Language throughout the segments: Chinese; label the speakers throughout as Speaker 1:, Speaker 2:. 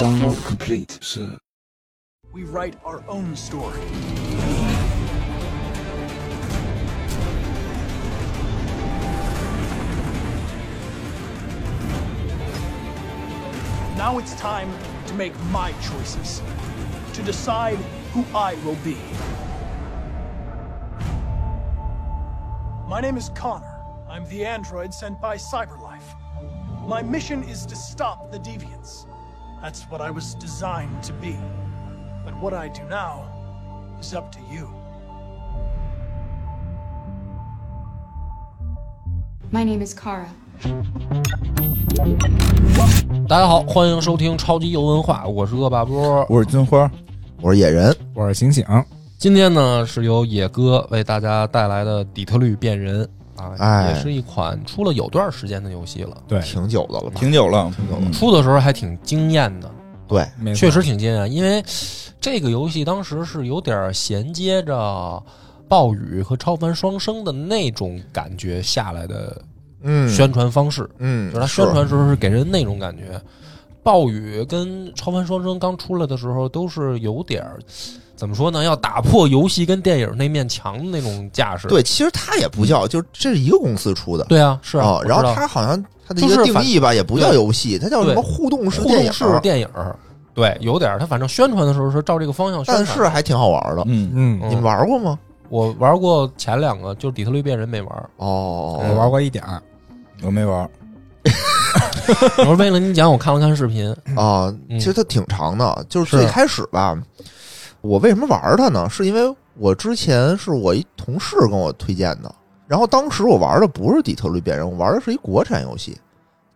Speaker 1: Download complete, sir.
Speaker 2: We write our own story. Now it's time to make my choices, to decide who I will be. My name is Connor. I'm the android sent by Cyberlife. My mission is to stop the deviants. That's what I was designed to be. But what I do now is up to you.
Speaker 3: My name is Kara.
Speaker 4: 大家好，欢迎收听超级游文化，我是恶霸波。
Speaker 5: 我是金花，
Speaker 6: 我是野人，
Speaker 5: 我是醒醒。
Speaker 4: 今天呢，是由野哥为大家带来的《底特律变人》啊，
Speaker 6: 哎
Speaker 4: 也是一款出了有段时间的游戏了。
Speaker 5: 对，
Speaker 6: 挺久的了吧？
Speaker 5: 挺久了，嗯
Speaker 4: 出的时候还挺惊艳的，
Speaker 6: 对，
Speaker 5: 没错
Speaker 4: 确实挺惊艳，因为这个游戏当时是有点衔接着《暴雨》和《超凡双生》的那种感觉下来的
Speaker 6: 嗯
Speaker 4: 宣传方式，
Speaker 6: 嗯，
Speaker 4: 就是它宣传时候是给人那种感觉。暴雨跟超凡双生刚出来的时候都是有点儿，怎么说呢？要打破游戏跟电影那面墙的那种架势。
Speaker 6: 是对，其实它也不叫，就是这是一个公司出的，
Speaker 4: 对啊，是啊。
Speaker 6: 哦，然后
Speaker 4: 我知道
Speaker 6: 它好像它的
Speaker 4: 就
Speaker 6: 一
Speaker 4: 是
Speaker 6: 个定
Speaker 4: 反
Speaker 6: 义吧，也不叫游戏，它叫什
Speaker 4: 对
Speaker 6: 么互动式
Speaker 4: 互
Speaker 6: 电影
Speaker 4: 动，式电影儿，对，有点儿。它反正宣传的时候是照这个方向宣传
Speaker 6: 但。是还挺好玩的。
Speaker 5: 嗯
Speaker 4: 啊嗯
Speaker 5: 嗯，
Speaker 6: 你们玩过吗？
Speaker 4: 我玩过前两个，就是《底特律变人》没玩儿。
Speaker 6: 哦，
Speaker 5: 我玩过一点儿，我没玩儿。
Speaker 4: 我说为了你讲，我看了看视频。
Speaker 6: 啊，
Speaker 4: 嗯
Speaker 6: 其实它挺长的，就是
Speaker 4: 是
Speaker 6: 最开始吧，我为什么玩它呢？是因为我之前是我一同事跟我推荐的，然后当时我玩的不是《底特律变人》，我玩的是一国产游戏，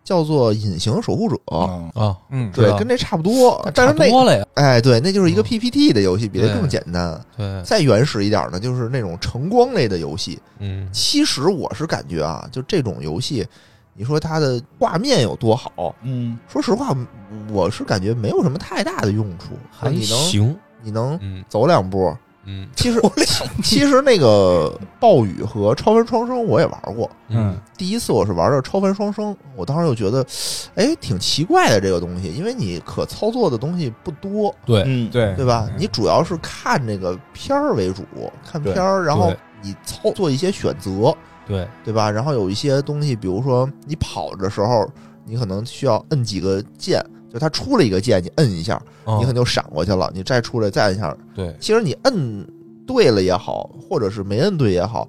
Speaker 6: 叫做《隐形守护者》。
Speaker 5: 嗯
Speaker 4: 啊，
Speaker 5: 嗯
Speaker 4: 知
Speaker 6: 对
Speaker 4: 道，
Speaker 6: 跟这差不多，
Speaker 4: 差
Speaker 6: 但是
Speaker 4: 不
Speaker 6: 那
Speaker 4: 多了呀。
Speaker 6: 哎，对，那就是一个
Speaker 4: 嗯
Speaker 6: PPT 的游戏，比这更简单。
Speaker 4: 对，
Speaker 6: 再原始一点呢，就是那种橙光类的游戏。
Speaker 4: 嗯，
Speaker 6: 其实我是感觉啊，就这种游戏，你说它的画面有多好？
Speaker 5: 嗯，
Speaker 6: 说实话，我是感觉没有什么太大的用处。
Speaker 4: 还
Speaker 6: 你能
Speaker 4: 行。
Speaker 6: 你能
Speaker 4: 嗯
Speaker 6: 走两步？
Speaker 4: 嗯
Speaker 6: 其 实其实那个暴雨和超凡双生我也玩过。
Speaker 4: 嗯
Speaker 5: 嗯，
Speaker 6: 第一次我是玩的超凡双生，我当时就觉得，哎，挺奇怪的这个东西，因为你可操作的东西不多。
Speaker 4: 对，
Speaker 5: 嗯，对
Speaker 6: 对吧？
Speaker 5: 嗯
Speaker 6: 你主要是看这个片儿为主，看片儿，然后你操作一些选择，
Speaker 4: 对，
Speaker 6: 对吧？然后有一些东西，比如说你跑的时候，你可能需要摁几个键，就它出了一个键，你摁一下，
Speaker 4: 嗯
Speaker 6: 你可能就闪过去了，你再出来再摁一下。
Speaker 4: 对，
Speaker 6: 其实你摁对了也好，或者是没摁对也好，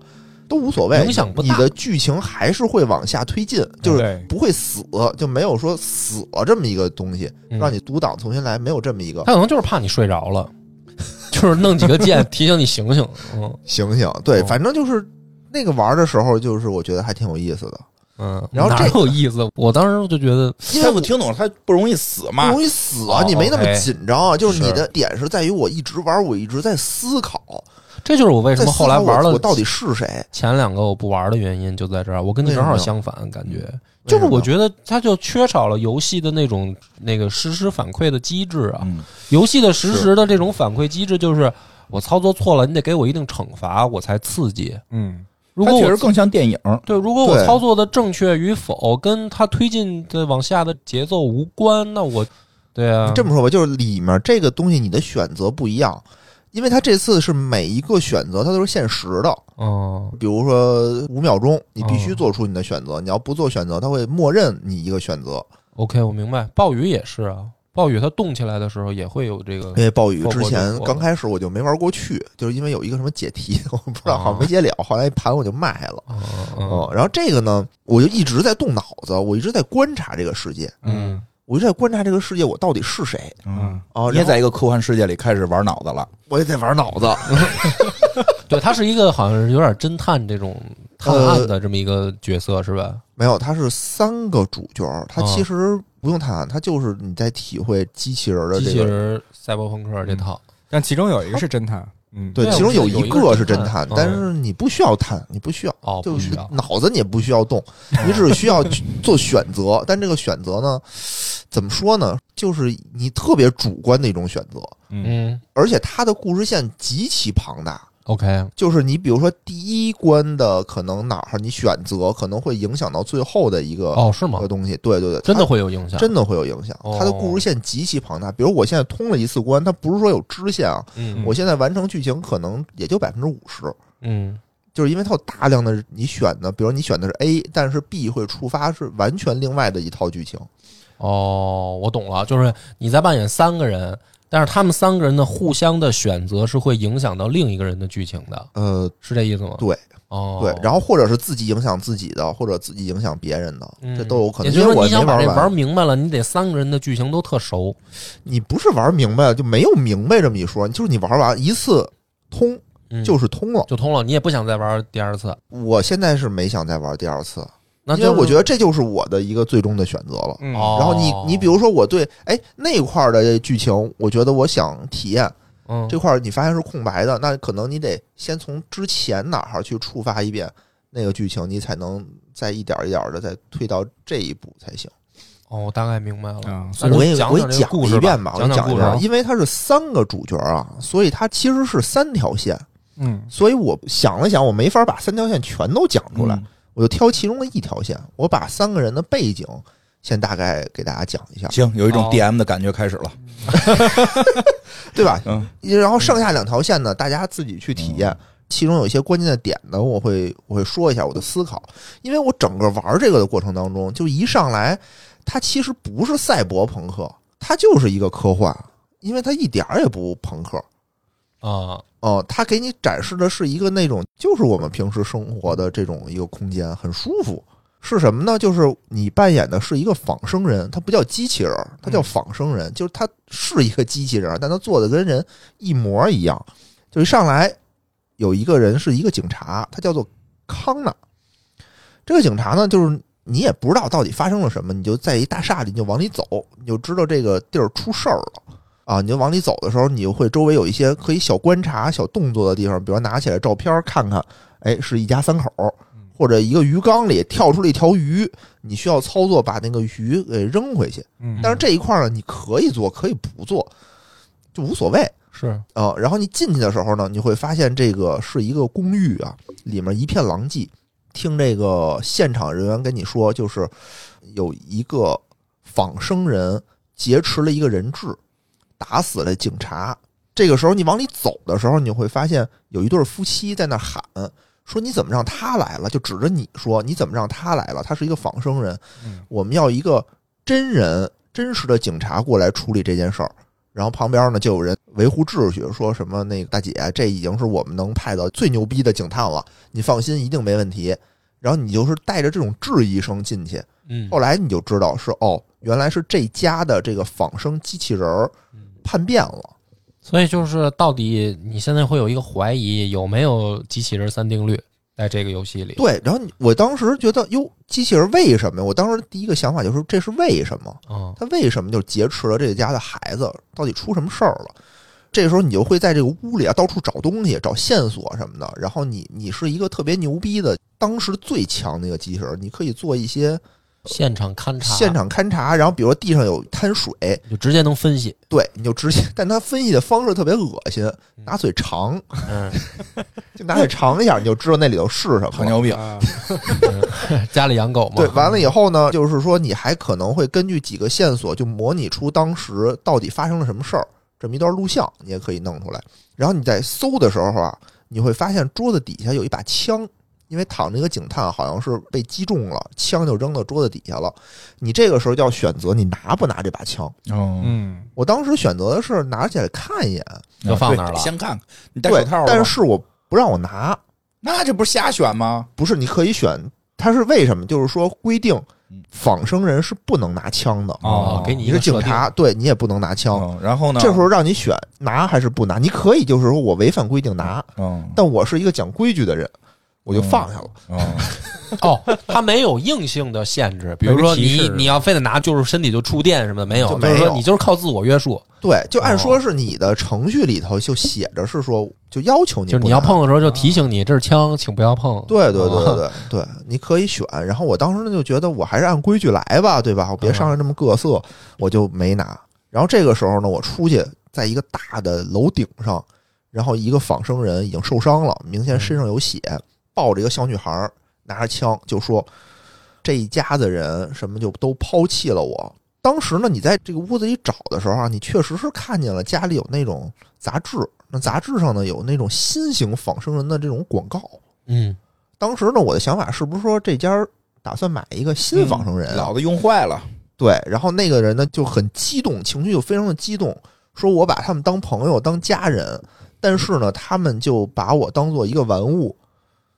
Speaker 6: 都无所谓，
Speaker 4: 影响不大
Speaker 6: 你的剧情还是会往下推进，就是
Speaker 5: 对
Speaker 6: 不会死，就没有说死了这么一个东西，
Speaker 4: 嗯
Speaker 6: 让你读档重新来，没有这么一个。
Speaker 4: 他可能就是怕你睡着了， 就是弄几个箭提醒你醒醒。嗯
Speaker 6: 醒醒，对，
Speaker 4: 哦
Speaker 6: 反正就是那个玩的时候，就是我觉得还挺有意思的，
Speaker 4: 嗯，
Speaker 6: 然后
Speaker 4: 哪
Speaker 6: 这
Speaker 4: 有意思？我当时就觉得，
Speaker 6: 因为
Speaker 5: 他不听懂，他不容易死
Speaker 6: 不
Speaker 5: 嘛。
Speaker 6: 容易死啊，
Speaker 4: 哦
Speaker 6: 你没那么
Speaker 4: OK
Speaker 6: 紧张啊，就是你
Speaker 4: 是
Speaker 6: 的点是在于我一直玩，我一直在思考，
Speaker 4: 这就是我为什
Speaker 6: 在
Speaker 4: 么
Speaker 6: 思
Speaker 4: 后来
Speaker 6: 考我
Speaker 4: 玩了
Speaker 6: 我到底是谁？
Speaker 4: 前两个我不玩的原因就在这儿。我跟你
Speaker 6: 为什
Speaker 4: 正
Speaker 6: 么
Speaker 4: 好
Speaker 6: 呀
Speaker 4: 相反，感觉
Speaker 6: 为什
Speaker 4: 就是
Speaker 6: 么
Speaker 4: 我觉得它就缺少了游戏的那种那个实时反馈的机制啊。
Speaker 5: 嗯，
Speaker 4: 游戏的实时的这种反馈机制就是。我操作错了，你得给我一定惩罚，我才刺激。
Speaker 5: 嗯，
Speaker 4: 如
Speaker 5: 它
Speaker 4: 果
Speaker 5: 确
Speaker 4: 我
Speaker 5: 实更像电影。
Speaker 4: 对，如果我
Speaker 6: 对
Speaker 4: 操作的正确与否跟它推进的往下的节奏无关，那我，对啊，
Speaker 6: 这么说吧，就是里面这个东西你的选择不一样，因为它这次是每一个选择它都是限时的，
Speaker 4: 嗯，
Speaker 6: 比如说五秒钟，你必须
Speaker 4: 哦
Speaker 6: 做出你的选择，你要不做选择，它会默认你一个选择。
Speaker 4: OK，我明白。暴雨也是啊，暴雨它动起来的时候也会有这个
Speaker 6: 因为暴雨
Speaker 4: 错
Speaker 6: 之
Speaker 4: 过就
Speaker 6: 前
Speaker 4: 错
Speaker 6: 刚
Speaker 4: 了
Speaker 6: 开始我就没玩过去，就是因为有一个什么解题， 我不知道，
Speaker 4: 啊
Speaker 6: 好像没解了，后来一盘我就卖了。
Speaker 4: 嗯
Speaker 6: 嗯，然后这个呢，我就一直在动脑子，我一直在观察这个世界，
Speaker 4: 嗯
Speaker 6: 我一直在观察这个世界，我到底是谁
Speaker 5: 嗯，
Speaker 6: 啊？
Speaker 5: 你也
Speaker 6: 然后
Speaker 5: 在一个科幻世界里开始玩脑子了。
Speaker 6: 我也在玩脑子，
Speaker 4: 嗯，对，它是一个好像是有点侦探这种探案的这么一个角色是吧？
Speaker 6: 没有，它是三个主角，它
Speaker 4: 啊
Speaker 6: 其实不用谈，它就是你在体会机器人的
Speaker 4: 机
Speaker 6: 这
Speaker 4: 器
Speaker 6: 个。
Speaker 4: 人赛博朋克这套，
Speaker 7: 但其中有一个是侦探，嗯，
Speaker 6: 对
Speaker 4: 对，
Speaker 6: 其
Speaker 4: 我
Speaker 6: 中
Speaker 4: 记得
Speaker 6: 有
Speaker 4: 有一
Speaker 6: 一
Speaker 4: 个
Speaker 6: 个
Speaker 4: 是
Speaker 6: 是
Speaker 4: 侦
Speaker 6: 侦
Speaker 4: 探
Speaker 6: 探
Speaker 4: 嗯，
Speaker 6: 但是你不需要探，你不需要，
Speaker 4: 哦，
Speaker 6: 就
Speaker 4: 不
Speaker 6: 是
Speaker 4: 需要，
Speaker 6: 脑子你也不需要动，你只需要 去做选择。但这个选择呢，怎么说呢？就是你特别主观的一种选择，
Speaker 4: 嗯
Speaker 6: 而且它的故事线极其庞大，
Speaker 4: OK，
Speaker 6: 就是你比如说第一关的可能哪儿你选择可能会影响到最后的一个、
Speaker 4: 哦，是
Speaker 6: 一
Speaker 4: 吗
Speaker 6: 个？东西，对对对，
Speaker 4: 真
Speaker 6: 它
Speaker 4: 的会有影响？
Speaker 6: 真的会有影响
Speaker 4: 哦。
Speaker 6: 它的故事线极其庞大，比如我现在通了一次关，它不是说有支线啊，
Speaker 4: 嗯
Speaker 6: 我现在完成剧情可能也就百分之五十，
Speaker 4: 嗯
Speaker 6: 就是因为它有大量的你选的，比如你选的是 A，但是 B 会触发是完全另外的一套剧情。
Speaker 4: 哦，我懂了，就是你在扮演三个人，但是他们三个人的互相的选择是会影响到另一个人的剧情的，
Speaker 6: 呃，
Speaker 4: 是这意思吗？
Speaker 6: 对
Speaker 4: 哦，
Speaker 6: 对，然后或者是自己影响自己的，或者自己影响别人的，
Speaker 4: 嗯
Speaker 6: 这都有可
Speaker 4: 也就
Speaker 6: 能。因
Speaker 4: 是
Speaker 6: 为
Speaker 4: 说，
Speaker 6: 我
Speaker 4: 你
Speaker 6: 也
Speaker 4: 想
Speaker 6: 没
Speaker 4: 把
Speaker 6: 玩
Speaker 4: 这玩
Speaker 6: 完，
Speaker 4: 明白了，你得三个人的剧情都特熟。
Speaker 6: 你不是玩明白了就没有明白这么一说，就是你玩完一次通
Speaker 4: 嗯，
Speaker 6: 就是通了。
Speaker 4: 就通了，你也不想再玩第二次。
Speaker 6: 我现在是没想再玩第二次，
Speaker 4: 那
Speaker 6: 因
Speaker 4: 就
Speaker 6: 为
Speaker 4: 是
Speaker 6: 我觉得这就是我的一个最终的选择了。
Speaker 7: 嗯
Speaker 4: 哦
Speaker 6: 然后你你比如说我对哎那块儿的剧情，我觉得我想体验
Speaker 4: 嗯，
Speaker 6: 这块儿，你发现是空白的，那可能你得先从之前哪儿去触发一遍那个剧情，你才能再一点儿一点的再推到这一步才行。
Speaker 4: 哦，我大概明白了。
Speaker 7: 啊，
Speaker 4: 那
Speaker 6: 嗯我
Speaker 4: 就
Speaker 6: 给你
Speaker 4: 讲
Speaker 6: 我给
Speaker 4: 讲
Speaker 6: 你
Speaker 4: 这个故
Speaker 6: 讲
Speaker 4: 事
Speaker 6: 一
Speaker 4: 吧
Speaker 6: 遍吧，我
Speaker 4: 讲
Speaker 6: 给你
Speaker 4: 讲
Speaker 6: 讲一
Speaker 4: 故事
Speaker 6: 遍
Speaker 4: 啊
Speaker 6: 吧，因为它是三个主角啊，所以它其实是三条线，
Speaker 7: 嗯，
Speaker 6: 所以我想了想，我没法把三条线全都讲出来，
Speaker 7: 嗯
Speaker 6: 我就挑其中的一条线，我把三个人的背景先大概给大家讲一下，
Speaker 5: 行，有一种
Speaker 4: 好
Speaker 5: DM 的感觉开始
Speaker 6: 哦
Speaker 5: 了。
Speaker 6: 对吧？
Speaker 5: 嗯，
Speaker 6: 然后剩下两条线呢，大家自己去体验。其中有一些关键的点呢，我会我会说一下我的思考，因为我整个玩这个的过程当中，就一上来，它其实不是赛博朋克，它就是一个科幻，因为它一点儿也不朋克。
Speaker 4: 啊，
Speaker 6: 哦、它给你展示的是一个那种就是我们平时生活的这种一个空间，很舒服。是什么呢？就是你扮演的是一个仿生人，他不叫机器人儿，他叫仿生人，就是他是一个机器人儿，但他做的跟人一模一样。就一上来有一个人是一个警察，他叫做康纳。这个警察呢，就是你也不知道到底发生了什么，你就在一大厦里你就往里走，你就知道这个地儿出事儿了。啊，你就往里走的时候，你就会周围有一些可以小观察、小动作的地方，比如拿起来照片儿看看，哎，是一家三口儿，或者一个鱼缸里跳出了一条鱼，你需要操作把那个鱼给扔回去。
Speaker 7: 嗯
Speaker 6: 但是这一块儿呢，你可以做，可以不做，就无所谓
Speaker 4: 是
Speaker 6: 啊、然后你进去的时候呢，你会发现这个是一个公寓啊，里面一片狼藉。听这个现场人员跟你说，就是有一个仿生人劫持了一个人质，打死了警察。这个时候你往里走的时候，你会发现有一对夫妻在那喊说：“你怎么让他来了？”就指着你说：“你怎么让他来了？他是一个仿生人
Speaker 7: 嗯，
Speaker 6: 我们要一个真人真实的警察过来处理这件事儿。”然后旁边呢就有人维护秩序，说什么那个大姐，这已经是我们能派到最牛逼的警探了，你放心，一定没问题。然后你就是带着这种质疑声进去，
Speaker 4: 嗯
Speaker 6: 后来你就知道是哦，原来是这家的这个仿生机器人儿叛变了。
Speaker 4: 所以就是到底你现在会有一个怀疑，有没有机器人三定律在这个游戏里？
Speaker 6: 对，然后你我当时觉得哟，机器人为什么呀？我当时第一个想法就是这是为什么？
Speaker 4: 嗯
Speaker 6: 他为什么就劫持了这家的孩子？到底出什么事儿了？这时候你就会在这个屋里啊到处找东西、找线索什么的。然后你你是一个特别牛逼的，当时最强的一个机器人，你可以做一些
Speaker 4: 现场勘察，
Speaker 6: 现场勘察，然后比如说地上有滩水，
Speaker 4: 就直接能分析。
Speaker 6: 对，你就直接，但他分析的方式特别恶心，拿嘴尝，
Speaker 4: 嗯，
Speaker 6: 就拿嘴尝一下，你就知道那里头是什
Speaker 5: 糖
Speaker 6: 么了。
Speaker 5: 尿病，
Speaker 7: 啊，
Speaker 4: 家里养狗嘛。
Speaker 6: 哎对，完了以后呢，就是说你还可能会根据几个线索，就模拟出当时到底发生了什么事儿，这么一段录像你也可以弄出来。然后你在搜的时候啊，你会发现桌子底下有一把枪，因为躺着一个警探好像是被击中了，枪就扔到桌子底下了。你这个时候就要选择你拿不拿这把枪。
Speaker 5: 嗯，
Speaker 7: 嗯，
Speaker 6: 我当时选择的是拿起来看一眼，
Speaker 4: 就放那儿了
Speaker 5: 对先看看，你戴
Speaker 6: 对
Speaker 5: 手套，了吗，
Speaker 6: 但是我不让我拿。
Speaker 5: 那这不是瞎选吗？
Speaker 6: 不是你可以选，它是为什么？就是说规定
Speaker 5: 嗯，
Speaker 6: 仿生人是不能拿枪的。
Speaker 4: 哦
Speaker 7: 哦，
Speaker 4: 给你一
Speaker 6: 是
Speaker 4: 个
Speaker 6: 警察，对你也不能拿枪。
Speaker 4: 哦
Speaker 5: 嗯，然后呢？
Speaker 6: 哦这时候让你选拿还是不拿，你可以就是说我违反规定拿，
Speaker 5: 嗯，
Speaker 6: 但我是一个讲规矩的人，我就放下了。
Speaker 4: 哦
Speaker 5: 嗯，
Speaker 4: 设定哦，它没有硬性的限制，比如说
Speaker 7: 没有提
Speaker 4: 你
Speaker 7: 示
Speaker 4: 你要非得拿，就是身体就触电什么的，没有，
Speaker 6: 就
Speaker 4: 就
Speaker 6: 没
Speaker 4: 是说
Speaker 6: 有
Speaker 4: 你就是靠自我约束，
Speaker 6: 对，就
Speaker 4: 哦
Speaker 6: 按说是你的程序里头就写着是说，就要求你
Speaker 4: 就是
Speaker 6: 不
Speaker 4: 你要
Speaker 6: 拿啊
Speaker 4: 碰的时候就提醒你这是枪，请不要碰。啊
Speaker 6: 对对对对对对，你可以选。然后我当时呢就觉得我还是按规矩来吧，对吧？我别上来这么各色，我就没拿。然后这个时候呢，我出去在一个大的楼顶上，然后一个仿生人已经受伤了，明显身上有血，抱着一个小女孩儿，拿着枪就说：“这一家子人什么就都抛弃了我。”当时呢，你在这个屋子里找的时候啊，你确实是看见了家里有那种杂志，那杂志上呢有那种新型仿生人的这种广告。
Speaker 4: 嗯，
Speaker 6: 当时呢，我的想法是不是说这家儿打算买一个新仿生人啊？
Speaker 5: 嗯老子用坏了，
Speaker 6: 对，然后那个人呢就很激动，情绪就非常的激动，说我把他们当朋友当家人，但是呢，他们就把我当做一个玩物，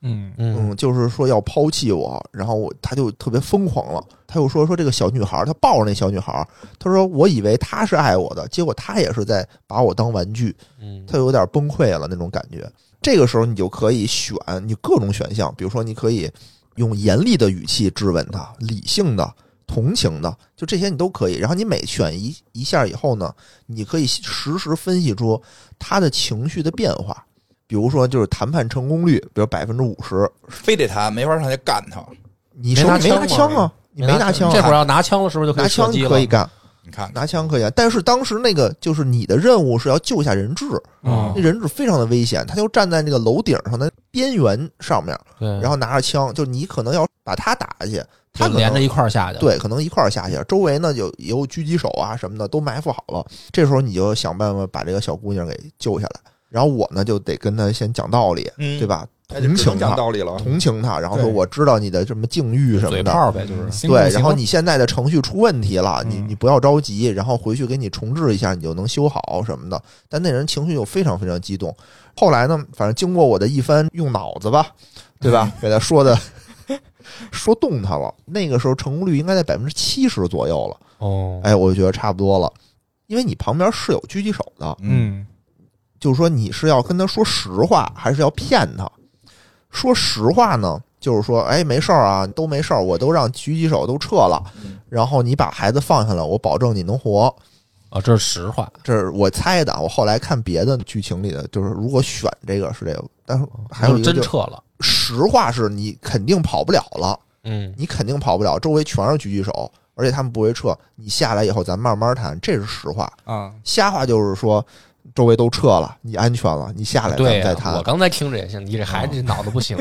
Speaker 7: 嗯
Speaker 4: 嗯
Speaker 6: 嗯，就是说要抛弃我，然后我他就特别疯狂了，他又说说这个小女孩儿，他抱着那小女孩儿，他说我以为她是爱我的，结果她也是在把我当玩具，
Speaker 4: 嗯，
Speaker 6: 他有点崩溃了那种感觉。这个时候你就可以选你各种选项，比如说你可以用严厉的语气质问他，理性的、同情的，就这些你都可以。然后你每选一一下以后呢，你可以实时分析出他的情绪的变化。比如说，就是谈判成功率，比如百分之五十，
Speaker 5: 非得他没法让他干他。
Speaker 6: 你
Speaker 4: 没
Speaker 6: 手
Speaker 4: 拿
Speaker 6: 里没
Speaker 4: 枪
Speaker 6: 拿
Speaker 4: 吗
Speaker 6: 枪啊，你没拿枪啊，
Speaker 4: 这会儿要拿枪了，是不是就可以
Speaker 6: 拿枪
Speaker 4: 射击
Speaker 6: 你
Speaker 4: 了
Speaker 6: 可以干，
Speaker 5: 你看，
Speaker 6: 拿枪可以干。但是当时那个就是你的任务是要救下人质，
Speaker 7: 啊
Speaker 4: 嗯
Speaker 6: 那人质非常的危险，他就站在那个楼顶上的边缘上面，
Speaker 4: 对，
Speaker 6: 然后拿着枪，就你可能要把他打下去，
Speaker 4: 嗯
Speaker 6: 他
Speaker 4: 就
Speaker 6: 可
Speaker 4: 连着
Speaker 6: 能
Speaker 4: 一块儿下去。，
Speaker 6: 对，可能一块儿下去，周围呢有有狙击手啊什么的都埋伏好了，这时候你就想办法把这个小姑娘给救下来，然后我呢就得跟她先讲道理，
Speaker 5: 嗯
Speaker 6: 对吧？
Speaker 5: 那就
Speaker 6: 同
Speaker 5: 只能
Speaker 6: 情
Speaker 5: 讲
Speaker 6: 她，
Speaker 5: 道理了。
Speaker 6: 同情她，然后说
Speaker 7: 对
Speaker 6: 我知道你的什么境遇什么
Speaker 4: 嘴
Speaker 6: 的，
Speaker 4: 炮呗，就是
Speaker 7: 行
Speaker 6: 嗯对，
Speaker 7: 行
Speaker 6: 然后你现在的程序出问题了，你
Speaker 7: 嗯
Speaker 6: 你不要着急，然后回去给你重置一下，你就能修好什么的。但那人情绪就非常非常激动。后来呢，反正经过我的一番用脑子吧，对吧，给他说的说动他了。那个时候成功率应该在百分之七十左右了，
Speaker 4: 哦，
Speaker 6: 哎，我就觉得差不多了，因为你旁边是有狙击手的，
Speaker 7: 嗯
Speaker 6: 就是说你是要跟他说实话，还是要骗他？说实话呢，就是说，哎，没事儿啊，都没事儿，我都让狙击手都撤了，然后你把孩子放下来，我保证你能活。
Speaker 4: 啊，这是实话，
Speaker 6: 这是我猜的啊，我后来看别的剧情里的，就是如果选这个是这个，但是还有
Speaker 4: 就
Speaker 6: 一个
Speaker 4: 真
Speaker 6: 就
Speaker 4: 撤了。
Speaker 6: 实话是你肯定跑不了了，
Speaker 4: 嗯，
Speaker 6: 你肯定跑不了，周围全是狙击手，而且他们不会撤，你下来以后咱慢慢谈，这是实话。
Speaker 7: 啊，
Speaker 6: 瞎话就是说，周围都撤了，你安全了，你下来咱
Speaker 4: 对
Speaker 6: 们
Speaker 4: 呀
Speaker 6: 再谈。
Speaker 4: 我刚才听着也行，你这
Speaker 6: 哦
Speaker 4: 孩子这脑子不 行，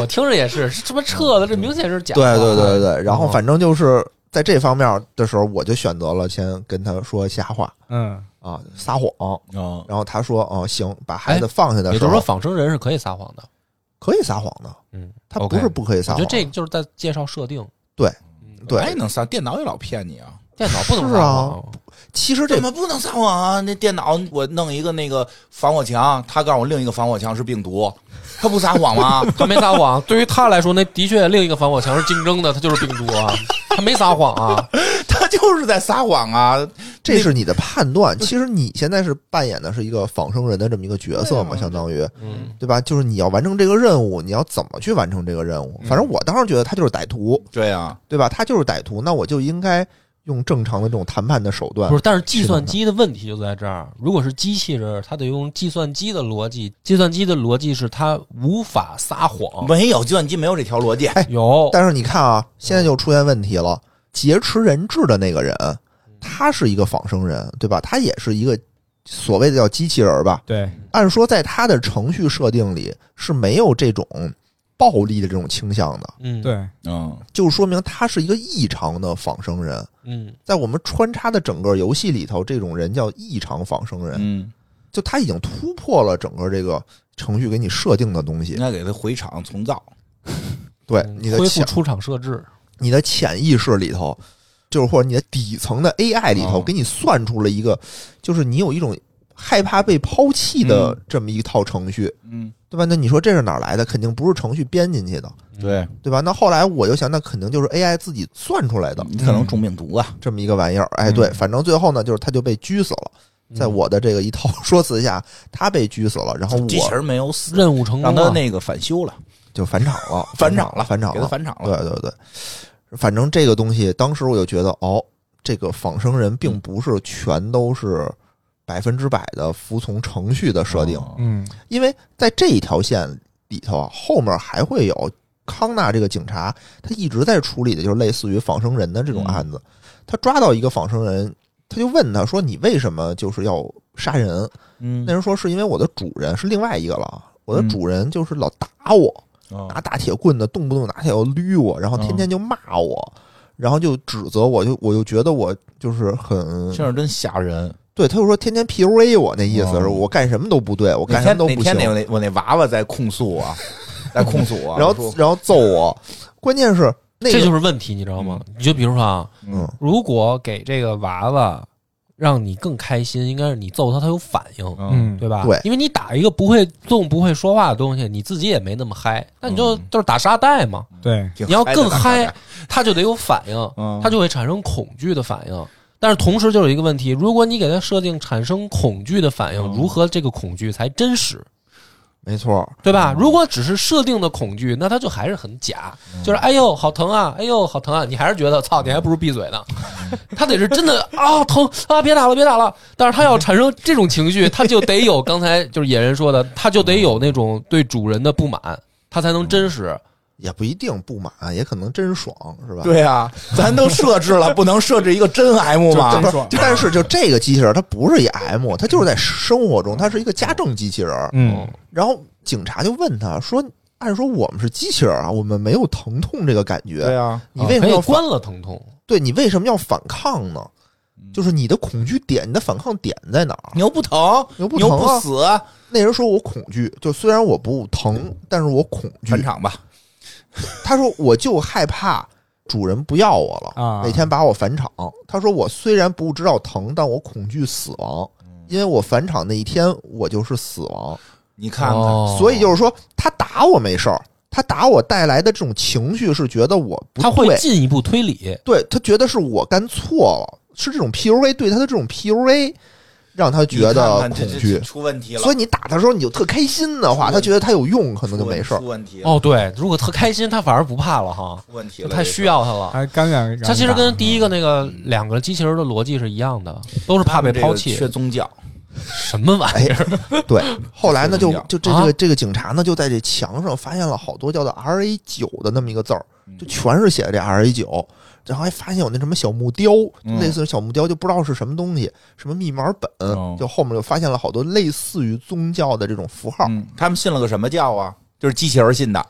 Speaker 4: 我听着也是，这么撤的，这明显是假
Speaker 6: 对
Speaker 4: 的。
Speaker 6: 对对对，然后
Speaker 4: 嗯
Speaker 6: 反正就是在这方面的时候，我就选择了先跟他说瞎话
Speaker 7: 嗯
Speaker 6: 啊，撒谎。
Speaker 5: 嗯，
Speaker 6: 然后他说：“哦、行，把孩子
Speaker 4: 哎
Speaker 6: 放下的
Speaker 4: 也
Speaker 6: 时
Speaker 4: 就是
Speaker 6: 候，
Speaker 4: 说，仿生人是可以撒谎的。
Speaker 6: 可以撒谎的，
Speaker 4: 嗯，
Speaker 6: 他
Speaker 4: OK
Speaker 6: 不是不可以撒
Speaker 4: 我觉得
Speaker 6: 谎。
Speaker 4: 这个就是在介绍设定。
Speaker 6: 对
Speaker 4: 嗯，
Speaker 6: 对
Speaker 5: 哎，能撒电脑也老骗你啊！
Speaker 4: 电脑不能
Speaker 6: 是
Speaker 4: 撒
Speaker 6: 啊
Speaker 4: 谎。
Speaker 6: 其实这
Speaker 5: 怎么不能撒谎啊？那电脑我弄一个那个防火墙，他告诉我另一个防火墙是病 毒，他不撒谎吗？
Speaker 4: 他没撒谎，对于他来说，那的确另一个防火墙是竞争的，他就是病毒啊，他没撒谎啊。
Speaker 5: 他就是在撒谎啊！
Speaker 6: 这是你的判断。其实你现在是扮演的是一个仿生人的这么一个角色嘛，
Speaker 5: 对啊
Speaker 6: 相当于
Speaker 4: 嗯，
Speaker 6: 对吧？就是你要完成这个任务，你要怎么去完成这个任务？
Speaker 4: 嗯
Speaker 6: 反正我当时觉得他就是歹徒，
Speaker 5: 对啊，
Speaker 6: 对吧？他就是歹徒，那我就应该用正常的这种谈判的手段
Speaker 4: 不是，但是计算机的问题就在这儿。如果是机器人，他得用计算机的逻辑，计算机的逻辑是他无法撒谎。
Speaker 5: 没有计算机没有这条逻辑。
Speaker 6: 嗯
Speaker 4: 有，
Speaker 6: 但是你看啊，现在就出现问题了。劫持人质的那个人，
Speaker 4: 嗯
Speaker 6: 他是一个仿生人，对吧？他也是一个所谓的叫机器人吧。
Speaker 7: 对，
Speaker 4: 嗯
Speaker 6: 按说在他的程序设定里是没有这种暴力的这种倾向的，
Speaker 4: 嗯，，
Speaker 7: 对，
Speaker 5: 嗯，
Speaker 6: 就说明他是一个异常的仿生人。
Speaker 4: 嗯，
Speaker 6: 在我们穿插的整个游戏里头，这种人叫异常仿生人，
Speaker 5: 嗯，
Speaker 6: 就他已经突破了整个这个程序给你设定的东
Speaker 5: 应
Speaker 6: 西。
Speaker 5: 该给他回厂重造。
Speaker 6: 对
Speaker 4: 嗯
Speaker 6: 你的
Speaker 4: 恢
Speaker 6: 潜
Speaker 4: 复出厂设置，
Speaker 6: 你的潜意识里头，就是或者你的底层的 AI 里头，
Speaker 5: 哦
Speaker 6: 给你算出了一个，就是你有一种害怕被抛弃的这么一套程序，
Speaker 5: 嗯，
Speaker 6: 对吧？那你说这是哪儿来的？肯定不是程序编进去的，
Speaker 5: 对，
Speaker 6: 对吧？那后来我就想，那肯定就是 AI 自己算出来的
Speaker 5: 你可能中病毒啊。
Speaker 6: 这么一个玩意儿。哎，对，反正最后呢，就是他就被狙死了。
Speaker 5: 嗯
Speaker 6: 在我的这个一套 说辞下，他被狙死了，然后
Speaker 5: 机器
Speaker 6: 我
Speaker 5: 人没有死，
Speaker 4: 任务成功
Speaker 5: 让他
Speaker 4: 了。
Speaker 5: 那个返修了，
Speaker 6: 就返场了，
Speaker 5: 返场
Speaker 6: 了，返场
Speaker 5: 给
Speaker 6: 了
Speaker 5: 他，返厂
Speaker 6: 对
Speaker 5: 了。
Speaker 6: 对对，反正这个东西，当时我就觉得，哦，这个仿生人
Speaker 5: 嗯
Speaker 6: 并不是全都是百分之百的服从程序的设定，
Speaker 5: 哦
Speaker 7: 嗯
Speaker 6: 因为在这一条线里头啊，后面还会有康纳这个警察，他一直在处理的就是类似于仿
Speaker 5: 嗯
Speaker 6: 生人的这种案子。他抓到一个仿生人，他就问他说：“你为什么就是要杀人。
Speaker 5: 嗯
Speaker 6: 那人说是因为我的主人是另外一个了，我的
Speaker 5: 嗯
Speaker 6: 主人就是老打我，
Speaker 5: 哦
Speaker 6: 拿大铁棍的，动不动拿铁要捋我，然后天天就骂我，然后就指责我，就我就觉得我就是很
Speaker 5: 听着真吓人。
Speaker 6: 对，他就说天天 PUA 我，那意思
Speaker 5: 哦
Speaker 6: 是我干什么都不对，我
Speaker 5: 哪
Speaker 6: 干什么
Speaker 5: 天
Speaker 6: 都
Speaker 5: 哪
Speaker 6: 不
Speaker 5: 天那
Speaker 6: 行，
Speaker 5: 我那我那娃娃在控诉我，在控诉 我，
Speaker 6: 然后
Speaker 5: 啊说嗯
Speaker 6: 然后揍我，关键是那
Speaker 4: 这
Speaker 6: 个
Speaker 4: 就是问题，你知道吗？你就比如说啊，
Speaker 6: 嗯
Speaker 4: 如果给这个娃娃让你更开心，应该是你揍他，他有反应，
Speaker 5: 嗯
Speaker 7: 嗯，
Speaker 4: 对吧？
Speaker 6: 对
Speaker 4: 因为你打一个不会动、不会说话的东西，你自己也没那么嗨，那你就
Speaker 5: 嗯
Speaker 4: 就是打沙袋嘛。
Speaker 7: 对，
Speaker 5: 挺
Speaker 4: 你要更
Speaker 5: 嗨
Speaker 4: 嗨
Speaker 5: 的，
Speaker 4: 他就得有反应，
Speaker 5: 嗯
Speaker 4: 他就会产生恐惧的反应。但是同时就有一个问题，如果你给他设定产生恐惧的反应，
Speaker 6: 嗯
Speaker 4: 如何这个恐惧才真实？
Speaker 6: 没错，
Speaker 4: 对吧？如果只是设定的恐惧，那他就还是很假，
Speaker 6: 嗯
Speaker 4: 就是哎呦好疼啊，哎呦好疼啊，你还是觉得操，你还不如闭嘴 呢。他得是真的啊疼啊，别打了别打了。但是他要产生这种情绪，他就得有刚才就是野人说的，他就得有那种对主人的不满，他才能真实。
Speaker 6: 也不一定不满，也可能真爽，是吧？
Speaker 5: 对啊，咱都设置了，不能设置一个真 M 吗？
Speaker 6: 不是，但是就这个机器人，它不是一 M，它就是在生活中，它是一个家政机器人。
Speaker 4: 哦
Speaker 7: 嗯，
Speaker 6: 然后警察就问他说：“按说我们是机器人啊，我们没有疼痛这个感 觉，
Speaker 5: 对啊，
Speaker 6: 嗯你为什么
Speaker 4: 可
Speaker 6: 要
Speaker 4: 以
Speaker 6: 反
Speaker 4: 关了疼痛？
Speaker 6: 对你为什么要反抗呢？
Speaker 5: 嗯
Speaker 6: 就是你的恐惧点，你的反抗点在哪儿？
Speaker 5: 你又不疼，
Speaker 6: 你又不
Speaker 5: 你又
Speaker 6: 疼啊
Speaker 5: 不死，
Speaker 6: 那人说我恐惧，就虽然我不疼，但是我恐惧
Speaker 5: 返。场吧。
Speaker 6: 他说我就害怕主人不要我了，
Speaker 7: 啊
Speaker 6: 哪天把我返场。他说我虽然不知道疼，但我恐惧死亡，因为我返场那一天我就是死亡。
Speaker 5: 你看看，
Speaker 4: 哦
Speaker 6: 所以就是说，他打我没事儿，他打我带来的这种情绪是觉得我不对，
Speaker 4: 他会进一步推理。
Speaker 6: 对他觉得是我干错了，是这种 PUA 对他的这种 PUA 让他
Speaker 5: 你
Speaker 6: 觉得
Speaker 5: 看看这
Speaker 6: 恐
Speaker 5: 这
Speaker 6: 惧。
Speaker 5: 出问题了，
Speaker 6: 所以你打他的时候你就特开心的话，
Speaker 5: 出问
Speaker 6: 他觉得他有用，可
Speaker 5: 出
Speaker 6: 能就
Speaker 5: 问
Speaker 6: 没事儿
Speaker 5: 出。问题了，
Speaker 4: 哦，对，如果特开心，他反而不怕了哈，
Speaker 5: 出问题了，
Speaker 4: 太需要他了。
Speaker 7: 还甘愿让你打，
Speaker 4: 他其实跟第一个那个
Speaker 6: 嗯
Speaker 4: 两个机器人的逻辑是一样的，都是怕被抛弃
Speaker 5: 这。个缺宗教，
Speaker 4: 什么玩
Speaker 6: 哎
Speaker 4: 意儿？
Speaker 6: 对，后来呢，就
Speaker 5: 这样
Speaker 6: 就这这
Speaker 4: 啊
Speaker 6: 个这个警察呢，就在这墙上发现了好多叫做 R A 九的那么一个字儿，
Speaker 5: 嗯
Speaker 6: 就全是写的这 R A 九，然后还发现有那什么小木雕，
Speaker 5: 嗯
Speaker 6: 类似于小木雕，就不知道是什么东西，什么密码本
Speaker 5: 哦，
Speaker 6: 嗯就后面就发现了好多类似于宗教的这种符号，
Speaker 5: 嗯，他们信了个什么教啊？就是机器人信的，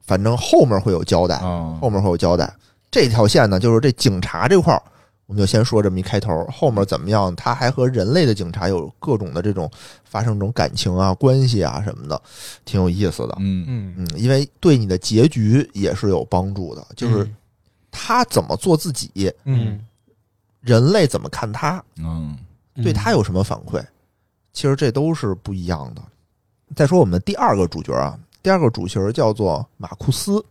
Speaker 6: 反正后面会有交代，
Speaker 5: 嗯
Speaker 6: 后面会有交代。这条线呢，就是这警察这块儿，我们就先说这么一开头，后面怎么样？他还和人类的警察有各种的这种发生这种感情啊、关系啊什么的，挺有意思的。
Speaker 5: 嗯
Speaker 7: 嗯
Speaker 6: 嗯，因为对你的结局也是有帮助的，就是他怎么做自己，
Speaker 7: 嗯，
Speaker 6: 人类怎么看他，
Speaker 5: 嗯，
Speaker 4: 嗯
Speaker 6: 对他有什么反馈，其实这都是不一样的。再说我们的第二个主角啊，第二个主角叫做马库斯，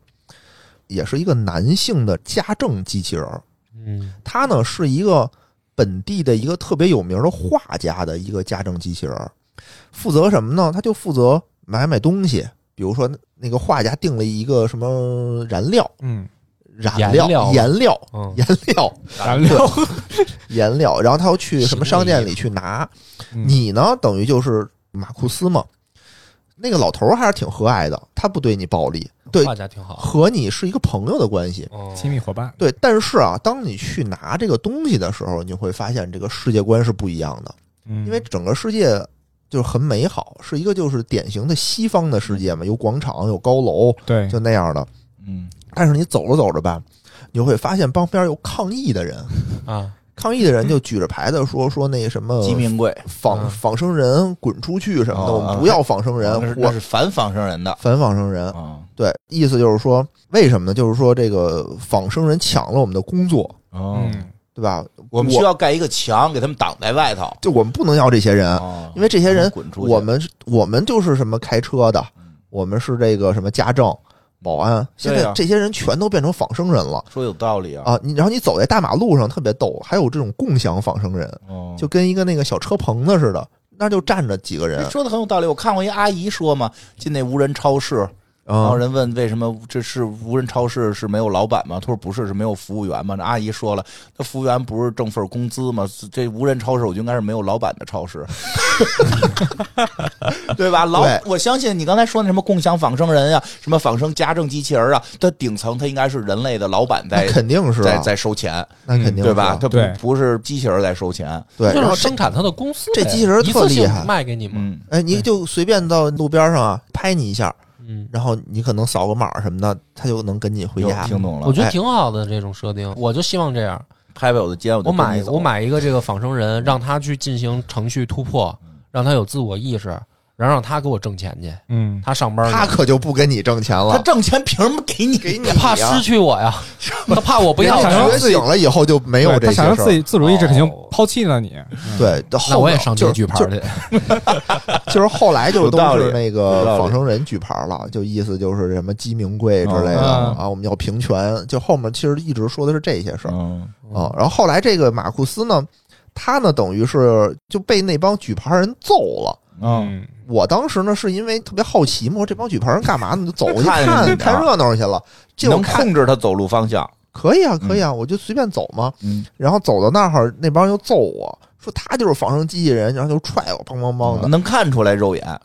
Speaker 6: 也是一个男性的家政机器人儿。
Speaker 4: 嗯
Speaker 6: 他呢是一个本地的一个特别有名的画家的一个家政机器人儿，负责什么呢？他就负责买买东西，比如说那个画家定了一个什么燃料、
Speaker 7: 嗯，
Speaker 6: 染料、
Speaker 4: 颜
Speaker 6: 颜料、
Speaker 4: 嗯
Speaker 6: 颜料、
Speaker 7: 燃料，
Speaker 6: 颜料，然后他要去什么商店里去拿。
Speaker 7: 嗯
Speaker 6: 你呢，等于就是马库斯嘛。那个老头儿还是挺和蔼的，他不对你暴力，对
Speaker 4: 画家挺好。
Speaker 6: 和你是一个朋友的关系。
Speaker 4: 哦
Speaker 7: 亲密伙伴，
Speaker 6: 对，但是啊，当你去拿这个东西的时候，你会发现这个世界观是不一样的，
Speaker 7: 嗯，
Speaker 6: 因为整个世界就是很美好，是一个就是典型的西方的世界嘛，有广场，有高楼，
Speaker 7: 对，
Speaker 6: 就那样的。
Speaker 5: 嗯，
Speaker 6: 但是你走着走着吧，你会发现帮边有抗议的人，
Speaker 4: 啊，
Speaker 6: 抗议的人就举着牌子说说那什么
Speaker 5: 鸡鸣贵，
Speaker 6: 仿
Speaker 4: 嗯
Speaker 6: 仿生人滚出去什么的，
Speaker 5: 哦
Speaker 6: 我们不要仿生呃人
Speaker 5: 那是，那
Speaker 6: 我
Speaker 5: 是反仿生人的
Speaker 6: 反仿生
Speaker 4: 哦
Speaker 6: 人。
Speaker 5: 啊
Speaker 6: 对，意思就是说，为什么呢？就是说这个仿生人抢了我们的工作，
Speaker 5: 哦
Speaker 7: 嗯，
Speaker 6: 对吧？
Speaker 5: 我们需要盖一个墙给他们挡在外头，
Speaker 6: 就我们不能要这些人，
Speaker 5: 哦
Speaker 6: 啊因为这些人，
Speaker 5: 滚出去，嗯
Speaker 6: 我们是我们就是什么开车的，我们是这个什么家政、保安，现
Speaker 5: 对
Speaker 6: 在
Speaker 5: 啊
Speaker 6: 这些人全都变成仿生人了
Speaker 5: 说有道理啊，
Speaker 6: 啊！你然后你走在大马路上特别逗，还有这种共享仿生人，
Speaker 5: 哦
Speaker 6: 就跟一个那个小车棚子似的，那就站着几个人
Speaker 5: 这，说的很有道理。我看过一阿姨说嘛，进那无人超市，然后
Speaker 6: 啊，
Speaker 5: 人问为什么这是无人超市是没有老板吗？他说不是，是没有服务员吗？那阿姨说了，那服务员不是挣份工资吗？这无人超市我就应该是没有老板的超市， 对吧？老
Speaker 6: 对
Speaker 5: 我相信你刚才说那什么共享仿生人啊，什么仿生家政机器人啊，它顶层它应该是人类的老板在
Speaker 6: 那肯定是
Speaker 5: 在
Speaker 6: 啊，
Speaker 5: 在收钱，
Speaker 6: 那肯定
Speaker 5: 对吧？
Speaker 6: 是
Speaker 5: 它不
Speaker 6: 啊
Speaker 7: 对
Speaker 5: 不是机器人在收钱，
Speaker 6: 对，然
Speaker 4: 就
Speaker 6: 后
Speaker 4: 是
Speaker 6: 这
Speaker 4: 生产它的公司呗，
Speaker 6: 这机器人
Speaker 4: 一
Speaker 6: 特
Speaker 4: 次性
Speaker 6: 厉害
Speaker 4: 卖给你们，
Speaker 5: 嗯，
Speaker 6: 哎，你就随便到路边上啊拍你一下，
Speaker 4: 嗯，
Speaker 6: 然后你可能扫个码什么的，他就能跟你回
Speaker 5: 有
Speaker 6: 家。
Speaker 5: 听懂了，
Speaker 4: 我觉得
Speaker 5: 哎
Speaker 4: 挺好的这种设定，我就希望这样。
Speaker 5: 拍拍我的肩，我就
Speaker 4: 我
Speaker 5: 跟你
Speaker 4: 买
Speaker 5: 走
Speaker 4: 我买一个这个仿生人，让他去进行程序突破，
Speaker 6: 嗯
Speaker 4: 让他有自我意识，然后让他给我挣钱去，
Speaker 7: 嗯，
Speaker 4: 他上班去
Speaker 6: 他可就不跟你挣钱
Speaker 5: 他
Speaker 6: 了，
Speaker 5: 挣钱凭什么给你？给你
Speaker 6: 他
Speaker 4: 怕失去我 呀，他怕我不要
Speaker 7: 人家
Speaker 4: 他
Speaker 7: 想
Speaker 6: 觉醒了以后就没有
Speaker 7: 对
Speaker 6: 这
Speaker 7: 他
Speaker 6: 些
Speaker 7: 想要
Speaker 6: 事
Speaker 7: 自
Speaker 6: 儿。
Speaker 7: 己自主意志，肯定
Speaker 4: 哦
Speaker 7: 抛弃了你。
Speaker 6: 对，到
Speaker 4: 那
Speaker 6: 后
Speaker 4: 我也上
Speaker 6: 就
Speaker 4: 街
Speaker 6: 是
Speaker 4: 举牌去，
Speaker 6: 就是后来就
Speaker 5: 有
Speaker 6: 都
Speaker 5: 道理
Speaker 6: 是那
Speaker 5: 有
Speaker 6: 个
Speaker 5: 道理
Speaker 6: 仿生人举牌了，就意思就是什么鸡鸣贵之类的
Speaker 7: 哦
Speaker 6: 啊，我们要平权。就后面其实一直说的是这些事儿
Speaker 5: 嗯
Speaker 6: 啊。然后后来这个马库斯呢，他呢等于是就被那帮举牌人揍了。
Speaker 5: 嗯，
Speaker 6: 我当时呢是因为特别好奇嘛，我说这帮举牌人干嘛呢？就走过去
Speaker 5: 看看
Speaker 6: 看
Speaker 5: 人家
Speaker 6: 看热闹去了。这我
Speaker 5: 能
Speaker 6: 看
Speaker 5: 控制他走路方向。
Speaker 6: 可以啊，可以啊，我就随便走嘛。
Speaker 5: 嗯，
Speaker 6: 然后走到那儿，那帮人就揍我说他就是仿生机器人，然后就踹我，梆梆梆的，
Speaker 5: 嗯能看出来肉眼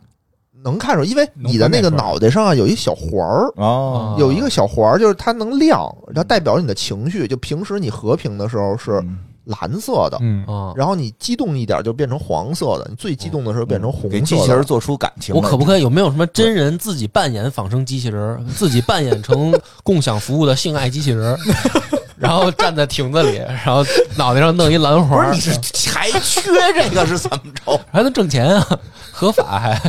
Speaker 6: 能看出，因为
Speaker 7: 能
Speaker 6: 你的那个
Speaker 7: 分辨出来
Speaker 6: 脑袋上啊有一小环儿，
Speaker 5: 哦
Speaker 4: 啊
Speaker 6: 有一个小环儿，就是它能亮，然后代表你的情绪。就平时你和平的时候是蓝色的，
Speaker 7: 嗯，
Speaker 4: 嗯，
Speaker 6: 然后你激动一点就变成黄色的，你最激动的时候变成红
Speaker 5: 给机器
Speaker 6: 色
Speaker 5: 人
Speaker 6: 的。
Speaker 5: 做出感情来。
Speaker 4: 我可不可以有没有什么真人自己扮演仿生机器人儿，自己扮演成共享服务的性爱机器人儿，然后站在亭子里，然后脑袋上弄一兰
Speaker 5: 不
Speaker 4: 花
Speaker 5: 是
Speaker 4: 儿
Speaker 5: 你，是还缺这个是怎么 着？
Speaker 4: 还能挣钱啊？合法还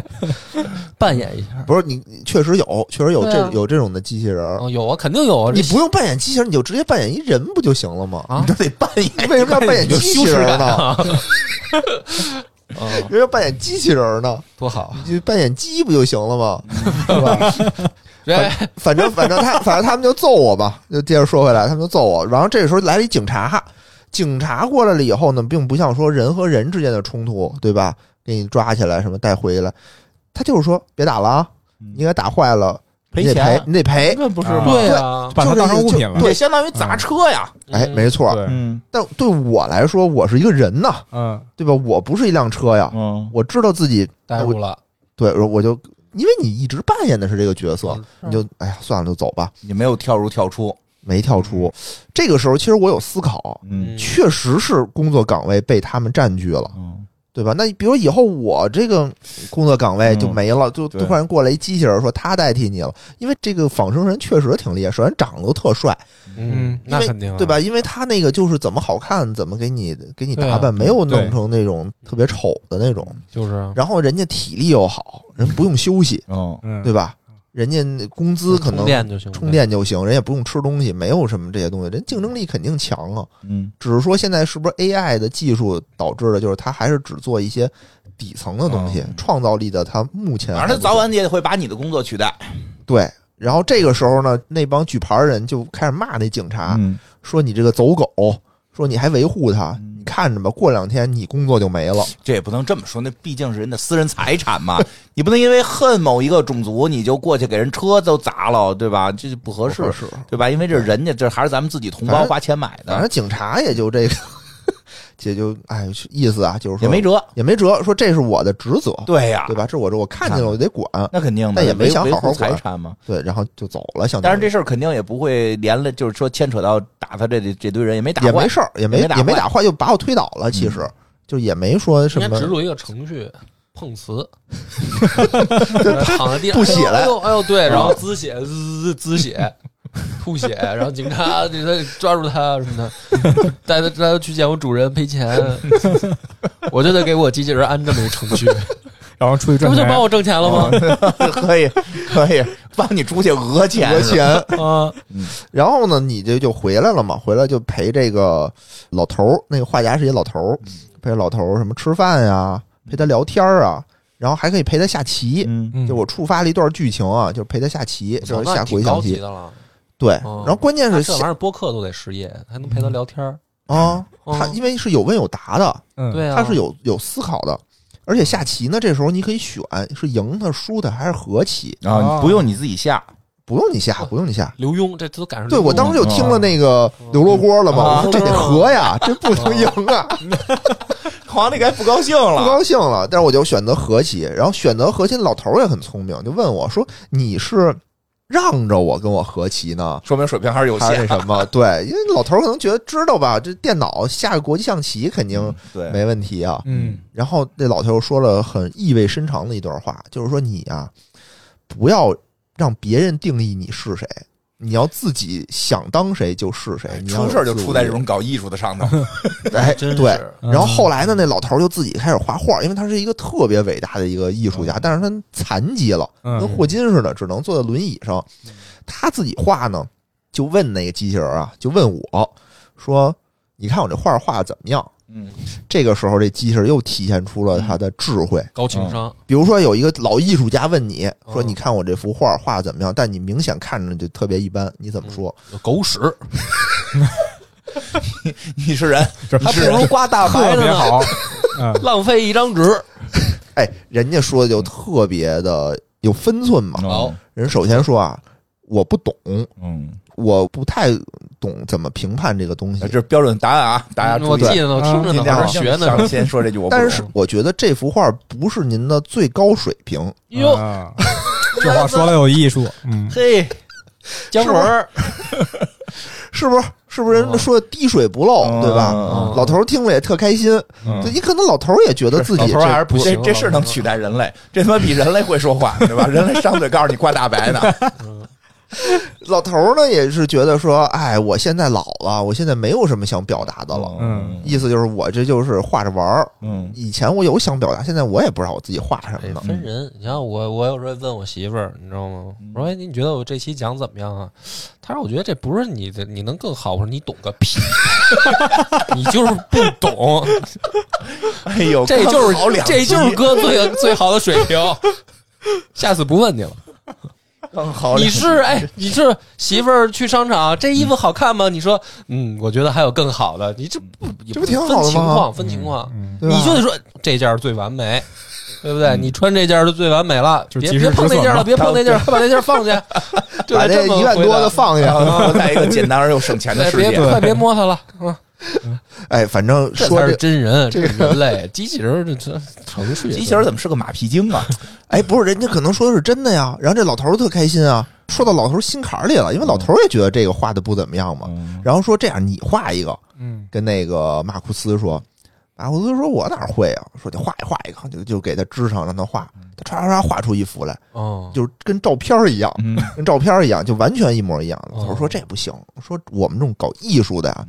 Speaker 4: 扮演一 下？
Speaker 6: 不是你，你确实有，确实有
Speaker 4: 对
Speaker 6: 这、
Speaker 4: 啊
Speaker 6: 有这种的机器人儿。
Speaker 4: 哦，有啊，肯定有啊。
Speaker 6: 你
Speaker 4: 这
Speaker 6: 不用扮演机器人，你就直接扮演一人不就行了吗？
Speaker 4: 啊
Speaker 5: 你这得扮演，
Speaker 6: 你为什么要扮演
Speaker 5: 有
Speaker 6: 机
Speaker 5: 羞
Speaker 6: 器
Speaker 5: 耻
Speaker 6: 人
Speaker 5: 感 啊！
Speaker 6: 呢？
Speaker 4: 哦
Speaker 6: 为什么要扮演机器人呢？
Speaker 4: 多好！
Speaker 6: 你就扮演鸡不就行了吗？是吧？
Speaker 4: 哎，
Speaker 6: 反正反正他反正他们就揍我吧，就接着说回来，他们就揍我。然后这个时候来了一警察，警察过来了以后呢，并不像说人和人之间的冲突，对吧？给你抓起来什么带回来，他就是说别打了啊，你给打坏了
Speaker 5: 赔
Speaker 6: 你得赔
Speaker 5: 钱，
Speaker 6: 你得赔。
Speaker 5: 这不是
Speaker 7: 啊
Speaker 5: 吗？
Speaker 4: 对啊，
Speaker 7: 把它
Speaker 6: 就是
Speaker 7: 当成
Speaker 6: 就
Speaker 7: 物品了。
Speaker 5: 这相当于砸车呀。
Speaker 6: 哎，没错。
Speaker 7: 对，
Speaker 5: 嗯
Speaker 6: 但对我来说，我是一个人呐，
Speaker 7: 嗯，
Speaker 6: 对吧？我不是一辆车呀，
Speaker 5: 嗯，
Speaker 6: 我知道自己
Speaker 4: 带入了，
Speaker 6: 对，我就因为你一直扮演的是这个角色，
Speaker 4: 嗯
Speaker 6: 你就哎呀算了，就走吧，
Speaker 5: 你没有跳入跳出。
Speaker 6: 没跳出。这个时候，其实我有思考，
Speaker 5: 嗯
Speaker 6: 确实是工作岗位被他们占据了，
Speaker 5: 嗯
Speaker 6: 对吧？那比如以后我这个工作岗位就
Speaker 5: 嗯
Speaker 6: 没了，就
Speaker 5: 对
Speaker 6: 突然过来一机器人说他代替你了，因为这个仿生人确实挺厉害，首先长得都特帅，
Speaker 4: 嗯，
Speaker 6: 因
Speaker 4: 那
Speaker 6: 为
Speaker 4: 肯定啊
Speaker 6: 对？吧？因为他那个就是怎么好看怎么给你给你
Speaker 4: 对啊
Speaker 6: 打扮，没有
Speaker 7: 对
Speaker 6: 弄成那种特别丑的那种，
Speaker 4: 就是啊
Speaker 6: 然后人家体力又好，人不用休息，
Speaker 5: 嗯
Speaker 7: 嗯，
Speaker 6: 对吧？人家工资可能
Speaker 4: 充电就行，
Speaker 6: 充。电就行，人也不用吃东西，没有什么这些东西，人竞争力肯定强啊。
Speaker 5: 嗯
Speaker 6: 只是说现在是不是 AI 的技术导致的，就是它还是只做一些底层的东西，
Speaker 5: 嗯
Speaker 6: 创造力的它目前还
Speaker 5: 反
Speaker 6: 不
Speaker 5: 正他早晚也得会把你的工作取代。
Speaker 6: 对。然后这个时候呢，那帮举牌人就开始骂那警察，
Speaker 5: 嗯
Speaker 6: 说你这个走狗，说你还维护他，
Speaker 5: 嗯
Speaker 6: 你看着吧，过两天你工作就没了。
Speaker 5: 这也不能这么说，那毕竟是人的私人财产 嘛。你不能因为恨某一个种族，你就过去给人车都砸了，对吧？这就不合适
Speaker 6: 不合适，
Speaker 5: 对吧？因为这是人家，这还是咱们自己同
Speaker 6: 反
Speaker 5: 胞
Speaker 6: 正
Speaker 5: 花钱买
Speaker 6: 反
Speaker 5: 的
Speaker 6: 正，警察也就这个， 也就哎意思啊，就是说
Speaker 5: 也没辙。
Speaker 6: 也没辙，说这是我的职责，
Speaker 5: 对呀、
Speaker 6: 对吧？这我这我看见了我就得管，
Speaker 5: 那肯定的，
Speaker 6: 但也没
Speaker 5: 维
Speaker 6: 想好好
Speaker 5: 维护财
Speaker 6: 管
Speaker 5: 产嘛。
Speaker 6: 对，然后就走了，相
Speaker 5: 但是
Speaker 6: 当于。
Speaker 5: 这事儿肯定也不会连累，就是说牵扯到打他这这堆人，也没打
Speaker 6: 也
Speaker 5: 坏
Speaker 6: 没，事儿，也
Speaker 5: 也
Speaker 6: 没
Speaker 5: 没打
Speaker 6: 也没
Speaker 5: 坏嗯
Speaker 6: 打坏，就把我推倒了。其实就也没说什
Speaker 4: 应该
Speaker 6: 么
Speaker 4: 植， 入一个程序碰瓷，躺在地上
Speaker 6: 不啊起来
Speaker 4: 哎呦哎呦哎呦对，然后滋血滋滋血。吐血，然后警察给他抓住他什么的，带他带他去见我主人赔钱，我就得给我机器人安这么一程序，
Speaker 7: 然后出去
Speaker 4: 这
Speaker 7: 赚
Speaker 4: 不就
Speaker 7: 钱，
Speaker 4: 帮我挣钱了吗？
Speaker 5: 可 以可以帮你出去讹钱，
Speaker 6: 讹钱。
Speaker 4: 啊，
Speaker 6: 然后呢，你这就回来了嘛，回来就陪这个老头儿，那个画家是一老头
Speaker 4: 嗯
Speaker 6: 儿，陪老头儿什么吃饭呀，陪他聊天儿啊，然后还可以陪他下棋。
Speaker 5: 嗯
Speaker 7: 嗯
Speaker 6: 就我触发了一段剧情啊，就是陪他下棋，就是
Speaker 4: 那
Speaker 6: 下
Speaker 4: 挺
Speaker 6: 围
Speaker 4: 高
Speaker 6: 象
Speaker 4: 级
Speaker 6: 棋。
Speaker 4: 的了。
Speaker 6: 对，
Speaker 4: 哦
Speaker 6: 然后关键
Speaker 4: 那
Speaker 6: 是
Speaker 4: 这玩意
Speaker 6: 下
Speaker 4: 儿播客都得失业，还能陪他聊天儿，
Speaker 6: 啊，他
Speaker 4: 嗯
Speaker 6: 因为是有问有答的，
Speaker 7: 嗯，
Speaker 4: 对啊，
Speaker 6: 他是有有思考的。而且下棋呢，这时候你可以选是赢的、输的还是和棋，
Speaker 5: 啊，你不用你自己下，
Speaker 6: 不用你下，
Speaker 4: 哦
Speaker 6: 不用你下。
Speaker 4: 刘墉，这都赶上
Speaker 6: 对，
Speaker 4: 刘墉
Speaker 6: 我当时就听了那个刘罗锅了
Speaker 4: 哦
Speaker 6: 嘛，我说这得和呀，这不能赢啊，
Speaker 5: 皇帝该不高兴
Speaker 6: 不
Speaker 5: 了。
Speaker 6: 高兴了。但是我就选择和棋，然后选择和棋，老头儿也很聪明，就问我说：“你是让着我跟我和棋呢，
Speaker 5: 说明水平还是有
Speaker 6: 还是那
Speaker 5: 限，
Speaker 6: 什么？” 对，因为老头儿可能觉得知道吧，这电脑下个国际象棋肯定
Speaker 5: 嗯对，
Speaker 6: 没问题啊。
Speaker 7: 嗯，
Speaker 6: 然后那老头又说了很意味深长的一段话，就是说你啊，不要让别人定义你是谁，你要自己想当谁就是谁。你要
Speaker 5: 出事儿就
Speaker 6: 自
Speaker 5: 出在这
Speaker 6: 由
Speaker 5: 种搞艺术的上头。
Speaker 6: 哎，
Speaker 4: 真是
Speaker 6: 对。
Speaker 7: 嗯
Speaker 6: 然后后来呢，那老头就自己开始画画，因为他是一个特别伟大的一个艺术家，但是他残疾了，
Speaker 7: 嗯
Speaker 6: 跟霍金似的，只能坐在轮椅上。他自己画呢，就问那个机器人啊，就问我说：“你看我这画画得怎么样？”
Speaker 5: 嗯，
Speaker 6: 这个时候，这机器人又体现出了他的智慧。
Speaker 4: 高情商，
Speaker 6: 比如说，有一个老艺术家问你说：“
Speaker 4: 嗯
Speaker 6: 你看我这幅画画得怎么样？”但你明显看着就特别一般，你怎么说？
Speaker 4: 狗屎，
Speaker 5: 你是 人，
Speaker 7: 这
Speaker 4: 还不如刮大白
Speaker 7: 特
Speaker 4: 的
Speaker 7: 别
Speaker 4: 呢，
Speaker 7: 好，嗯
Speaker 4: 浪费一张纸。
Speaker 6: 哎，人家说的就特别的有分寸嘛。
Speaker 4: 好，
Speaker 6: 人首先说啊，我不懂，
Speaker 5: 嗯，
Speaker 6: 我不太懂怎么评判这个东西
Speaker 5: 呃这。是标准答案啊，大家
Speaker 4: 嗯我
Speaker 5: 注
Speaker 4: 记
Speaker 5: 意。
Speaker 4: 得呢，我听着
Speaker 5: 尽
Speaker 4: 呢，
Speaker 5: 量
Speaker 4: 我
Speaker 5: 啊
Speaker 4: 这学呢。
Speaker 5: 想先说这句，我不
Speaker 6: 但
Speaker 5: 懂
Speaker 6: 是我觉得这幅画不是您的最高水平，
Speaker 5: 嗯
Speaker 4: 哟，
Speaker 7: 啊这话说的有艺术， 嗯，
Speaker 4: 嘿， 姜文儿，
Speaker 6: 是不是？是不是人家
Speaker 4: 嗯
Speaker 6: 说的滴水不漏，
Speaker 5: 嗯
Speaker 6: 对吧？
Speaker 5: 嗯
Speaker 6: 老头儿听了也特开心，
Speaker 5: 嗯
Speaker 6: 对你可能老头儿也觉得自己
Speaker 4: 老头儿
Speaker 6: 这
Speaker 4: 还是不
Speaker 5: 这
Speaker 4: 行，
Speaker 5: 这是能取代人类，这他妈比人类会说话，对吧？人类上嘴告诉你刮大 白呢，
Speaker 6: 老头儿呢也是觉得说，哎，我现在老了，我现在没有什么想表达的了。
Speaker 7: 嗯
Speaker 6: 意思就是我这就是画着玩儿，
Speaker 5: 嗯
Speaker 6: 以前我有想表达，现在我也不知道我自己画什么
Speaker 4: 哎
Speaker 6: 呢。
Speaker 4: 分人。你像我，我有时候问我媳妇儿，你知道吗？我
Speaker 5: 嗯
Speaker 4: 说：“哎，你觉得我这期讲怎么样啊？”她说：“我觉得这不是你的，你能更好。”我说：“你懂个屁， 你就是不懂，
Speaker 5: 哎呦，
Speaker 4: 这就
Speaker 5: 刚好
Speaker 4: 是
Speaker 5: 两
Speaker 4: 这就是
Speaker 5: 集
Speaker 4: 哥最最好的水 平。”下次不问你了。
Speaker 5: 刚好
Speaker 4: 你
Speaker 5: 两 集
Speaker 4: 是哎，你是媳妇儿去商场，这衣服好看吗？你说，嗯，我觉得还有更好的。你这
Speaker 5: 嗯
Speaker 4: 不也
Speaker 6: 这不挺好的吗
Speaker 4: 分情况，分情况。
Speaker 7: 嗯，
Speaker 6: 对吧嗯
Speaker 4: 你就得说这件儿最完美，对不对？你穿这件儿就最完美了，
Speaker 7: 就
Speaker 4: 别
Speaker 7: 及时
Speaker 4: 别碰
Speaker 7: 止
Speaker 4: 那
Speaker 7: 损
Speaker 4: 件儿了，
Speaker 7: 嘛
Speaker 4: 别碰那件儿，快把那件儿放 下，就
Speaker 6: 把
Speaker 4: 得
Speaker 6: 这
Speaker 4: 么
Speaker 6: 一万
Speaker 4: 回
Speaker 6: 多
Speaker 4: 答
Speaker 6: 的放 下，
Speaker 5: 然后在一个简单而又省钱的
Speaker 4: 对，
Speaker 5: 世
Speaker 4: 哎别
Speaker 5: 界，
Speaker 4: 快别摸它了，啊，
Speaker 6: 哎，反正
Speaker 4: 这
Speaker 6: 说
Speaker 4: 才是
Speaker 6: 这，
Speaker 4: 真人，
Speaker 6: 这
Speaker 4: 这
Speaker 6: 个
Speaker 4: 是人类机器人儿这这程序，
Speaker 5: 机器人怎么是个马屁精啊？
Speaker 6: 哎，不是人家可能说的是真的呀。然后这老头儿特开心啊，说到老头儿心坎儿里了，因为老头儿也觉得这个画的不怎么样嘛。
Speaker 4: 嗯
Speaker 6: 然后说这样，你画一个，
Speaker 7: 嗯，
Speaker 6: 跟那个马库斯说，马库斯说我哪会啊？说你画一画一个，就就给他支上让他画，
Speaker 4: 嗯
Speaker 6: 他唰唰唰画出一幅来，
Speaker 4: 哦，
Speaker 6: 就是跟照片儿一样，
Speaker 5: 嗯，
Speaker 6: 跟照片儿一样，就完全一模一样。老头
Speaker 4: 哦
Speaker 6: 儿说这不行，说我们这种搞艺术的呀，啊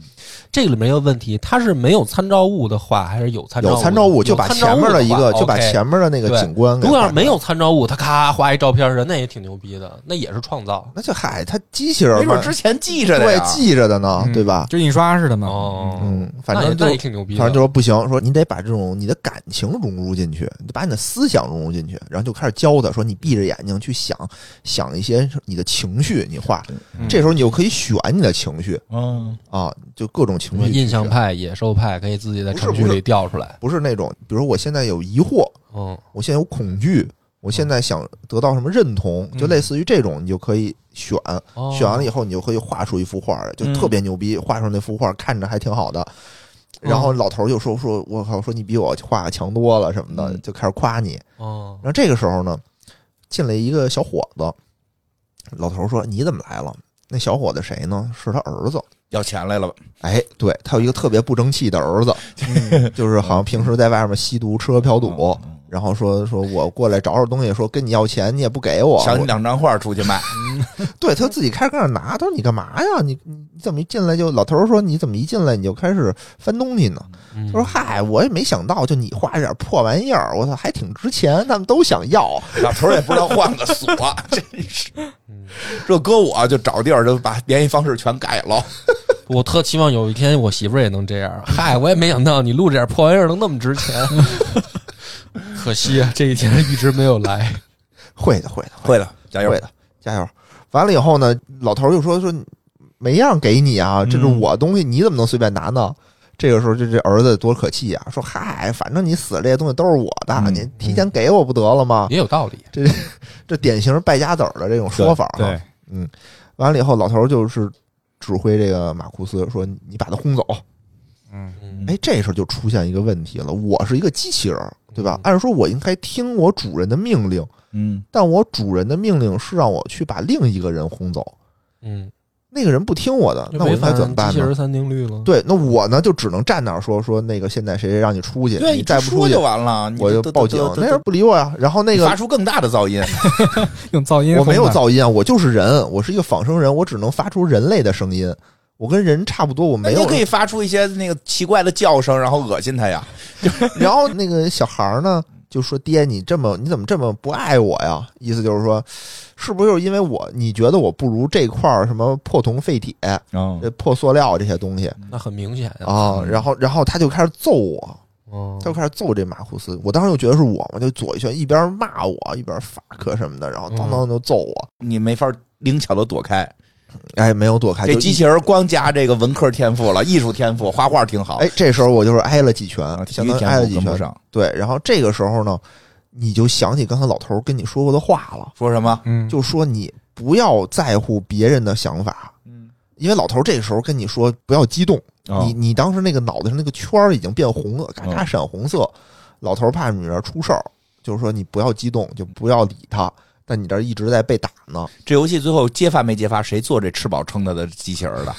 Speaker 4: 这个里面一个问题，它是没有参照物的话，还是有参照
Speaker 6: 有参照物就把前面的一个，就把前面的那个
Speaker 4: 对
Speaker 6: 景观给
Speaker 4: 如果要是
Speaker 6: 画
Speaker 4: 没有参照物，他咔画一照片人，那也挺牛逼的，那也是创造。
Speaker 6: 那就嗨，他机器人
Speaker 5: 没
Speaker 6: 嘛
Speaker 5: 准之前啊记着的
Speaker 6: 对
Speaker 5: 呀，
Speaker 6: 记着的呢，
Speaker 7: 嗯
Speaker 6: 对吧？
Speaker 7: 就印刷似的嘛，
Speaker 4: 哦，
Speaker 6: 嗯，反正
Speaker 4: 那也
Speaker 6: 就
Speaker 4: 那也挺牛逼的。
Speaker 6: 反正就说不行，说你得把这种你的感情融入进去，你得把你的思想融入进去，然后就开始教他说你闭着眼睛去想想一些你的情绪，你画，
Speaker 7: 嗯
Speaker 6: 这时候你就可以选你的情绪
Speaker 5: 嗯，
Speaker 6: 啊，就各种情
Speaker 4: 什么
Speaker 6: 绪。
Speaker 4: 印象派、野兽派，可以自己在程序
Speaker 6: 不是不
Speaker 4: 里
Speaker 6: 是
Speaker 4: 调出来。
Speaker 6: 不是那种，比如我现在有疑惑，
Speaker 4: 嗯，
Speaker 6: 我现在有恐惧，我现在想得到什么认同，就类似于这种，你就可以选。
Speaker 4: 哦
Speaker 6: 选完了以后，你就可以画出一幅画来，就
Speaker 5: 嗯
Speaker 6: 特别牛逼，画出那幅画看着还挺好的。然后老头儿就说：“说我靠，说你比我画得强多了什么的，
Speaker 5: 嗯
Speaker 6: 就开始夸你。”
Speaker 4: 哦
Speaker 6: 然，后这个时候呢，进来一个小伙子，老头儿说：“你怎么来了？”那小伙子谁呢？是他儿子。
Speaker 5: 要钱来了吧？
Speaker 6: 哎，对他有一个特别不争气的儿子，
Speaker 5: 嗯
Speaker 6: 就是好像平时在外面吸毒、吃喝嫖赌，然后说说我过来找点东西，说跟你要钱，你也不给我。
Speaker 5: 想
Speaker 6: 我
Speaker 5: 两张画出去卖，
Speaker 6: 对他自己开始跟那拿，他说你干嘛呀？你你你怎么一进来就老头儿说你怎么一进来你就开始翻东西呢？他说嗨，我也没想到，就你画这点破玩意儿，我操，还挺值钱，他们都想要。
Speaker 5: 老头儿也不知道换个锁， 真是。这搁我就找地儿就把联系方式全改了，
Speaker 4: 我特期望有一天我媳妇儿也能这 样。啊嗨，我也没想到你录这点破玩意儿能那么值钱， 可惜啊，这一天一直没有来。
Speaker 6: 会的，会的，
Speaker 5: 会的，加油
Speaker 6: 会！的，加油！完了以后
Speaker 7: 嗯
Speaker 6: 呢，老头儿又说说没样给你啊，这是我东西，你怎么能随便拿呢？这个时候就这儿子多可气呀、说嗨，反正你死了这些东西都是我的，
Speaker 7: 嗯
Speaker 6: 你提前给我不得了吗？
Speaker 4: 也有道理。
Speaker 6: 这典型败家子儿的这种说法啊。
Speaker 7: 对，
Speaker 6: 完了以后，老头儿就是指挥这个马库斯说：“你把他轰走。
Speaker 7: 嗯，
Speaker 4: 嗯”
Speaker 6: 哎，这时候就出现一个问题了，我是一个机器人儿，对吧
Speaker 4: 嗯？
Speaker 6: 按说我应该听我主人的命令，
Speaker 5: 嗯，
Speaker 6: 但我主人的命令是让我去把另一个人轰走，
Speaker 4: 嗯，
Speaker 6: 那个人不听我的，那我应该怎么办
Speaker 4: 机器
Speaker 6: 呢
Speaker 4: 人？三定律了。
Speaker 6: 对，那我呢就只能站那儿说说那个现在谁谁让你出去，
Speaker 5: 对，
Speaker 6: 你
Speaker 5: 你
Speaker 6: 再
Speaker 5: 再不
Speaker 6: 不出
Speaker 5: 说
Speaker 6: 去
Speaker 5: 就，完了，你
Speaker 6: 我就
Speaker 5: 这
Speaker 6: 报警。那人不理我呀，然后那
Speaker 5: 发
Speaker 6: 个
Speaker 5: 出更大的噪音，
Speaker 7: 用噪音
Speaker 6: 我没有
Speaker 7: 封
Speaker 6: 噪音啊，我就是人，我是一个仿生人，我只能发出人类的声音，我跟人差不多，我没
Speaker 5: 你
Speaker 6: 有
Speaker 5: 可。以发出一些那个奇怪的叫声，然后恶心他呀。
Speaker 6: 然后那个小孩儿呢就说：“爹，你这么你怎么这么不爱我呀？”意思就是说，是不是就是因为我你觉得我不如这块儿什么破铜废铁、
Speaker 5: 嗯
Speaker 6: 呃破塑料这些东西
Speaker 4: 那很明显啊。
Speaker 6: 啊？然后然后他就开始揍我，
Speaker 4: 嗯
Speaker 6: 他就开始揍这马库斯。我当时就觉得是我，我就左一拳，一边骂我一边 fuck 什么的，然后当当就揍我。
Speaker 5: 你没法灵巧的躲开。
Speaker 6: 哎，没有躲开，
Speaker 5: 这
Speaker 6: 就
Speaker 5: 机
Speaker 6: 一
Speaker 5: 器人光加这个文科天赋了，艺术天赋，画画挺好。
Speaker 6: 哎，这时候我就是挨了几拳
Speaker 5: 啊，，体
Speaker 6: 相
Speaker 5: 育
Speaker 6: 当于
Speaker 5: 天
Speaker 6: 挨了
Speaker 5: 赋
Speaker 6: 几
Speaker 5: 跟不
Speaker 6: 拳。
Speaker 5: 上。
Speaker 6: 对，然后这个时候呢，你就想起刚才老头儿跟你说过的话了，
Speaker 5: 说什么？
Speaker 7: 嗯，
Speaker 6: 就说你不要在乎别人的想法，
Speaker 5: 嗯，
Speaker 6: 因为老头儿这时候跟你说不要激动，你你当时那个脑袋上那个圈儿已经变红了，嘎嘎
Speaker 5: 哦
Speaker 6: 闪红色，老头儿怕女儿出事儿，就是说你不要激动，就不要理他。但你这儿一直在被打呢，
Speaker 5: 这游戏最后揭发没揭发谁做这吃饱撑的的机器人 儿的？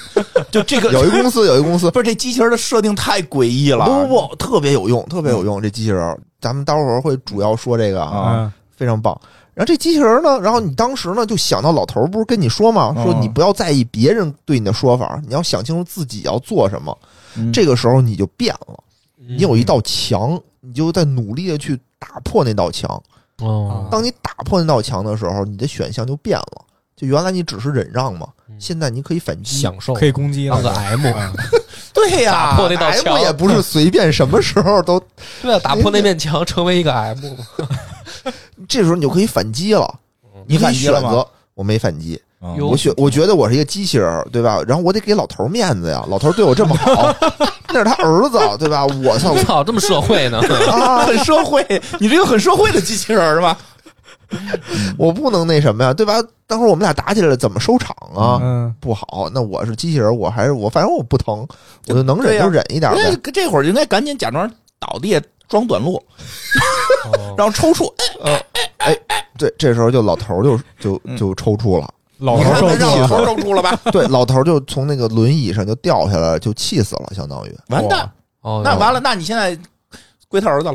Speaker 5: 就这个
Speaker 6: 有一公司，有一公司，
Speaker 5: 不是这机器人儿的设定太诡异了。
Speaker 6: 不不不，特别有用，特别有用。这机器人儿，咱们待会儿会主要说这个啊，
Speaker 7: 嗯
Speaker 6: 非常棒。然后这机器人呢，然后你当时呢就想到老头儿不是跟你说吗？
Speaker 5: 嗯
Speaker 6: 说你不要在意别人对你的说法，你要想清楚自己要做什么。
Speaker 5: 嗯
Speaker 6: 这个时候你就变了，
Speaker 4: 你
Speaker 6: 你有一道墙，你就在努力的去打破那道墙。
Speaker 4: 哦，
Speaker 6: 当你打破那道墙的时候，你的选项就变了。就原来你只是忍让嘛，
Speaker 4: 嗯
Speaker 6: 现在你可以反击。
Speaker 4: 享受
Speaker 7: 可以攻击了
Speaker 4: 当个 M，
Speaker 7: 嗯
Speaker 5: 对呀、
Speaker 4: 打破那道
Speaker 6: M
Speaker 4: 墙
Speaker 6: 也 不是随便什么时候都，
Speaker 4: 对啊，打破那面墙，成为一个 M。
Speaker 6: 这时候你就可以反击了。
Speaker 4: 嗯
Speaker 5: 你
Speaker 6: 可以
Speaker 5: 反击
Speaker 6: 选
Speaker 5: 了吗？
Speaker 6: 择，我没反击。
Speaker 5: 嗯
Speaker 4: 哟
Speaker 6: 我觉我觉得我是一个机器人儿，对吧？然后我得给老头儿面子呀，老头儿对我这么好，那是他儿子，对吧？我操
Speaker 4: 我操，这么社会呢？
Speaker 6: 啊！
Speaker 5: 很社会，你这个很社会的机器人儿是吧？
Speaker 6: 我不能那什么呀，对吧？当时我们俩打起来了，怎么收场啊？
Speaker 7: 嗯，
Speaker 6: 不好，那我是机器人儿，我还是我，反正我不疼，我就能
Speaker 5: 对
Speaker 6: 忍
Speaker 5: 呀
Speaker 6: 就忍一点
Speaker 5: 那
Speaker 6: 呗。
Speaker 5: 这会儿应该赶紧假装倒地装短路，然后抽搐。哎
Speaker 6: 对，这时候就老头儿就就
Speaker 5: 嗯
Speaker 6: 就抽 搐了，
Speaker 7: 老
Speaker 5: 你
Speaker 7: 头
Speaker 5: 看
Speaker 7: 受
Speaker 5: 没让
Speaker 7: 气
Speaker 5: 老
Speaker 7: 了，
Speaker 5: 头抽搐了吧？
Speaker 6: 对，老头儿就从那个轮椅上就掉下来了，就气死了，相当于。
Speaker 5: 完蛋，
Speaker 4: 哦，
Speaker 5: 那完了，那你现在归他儿子了。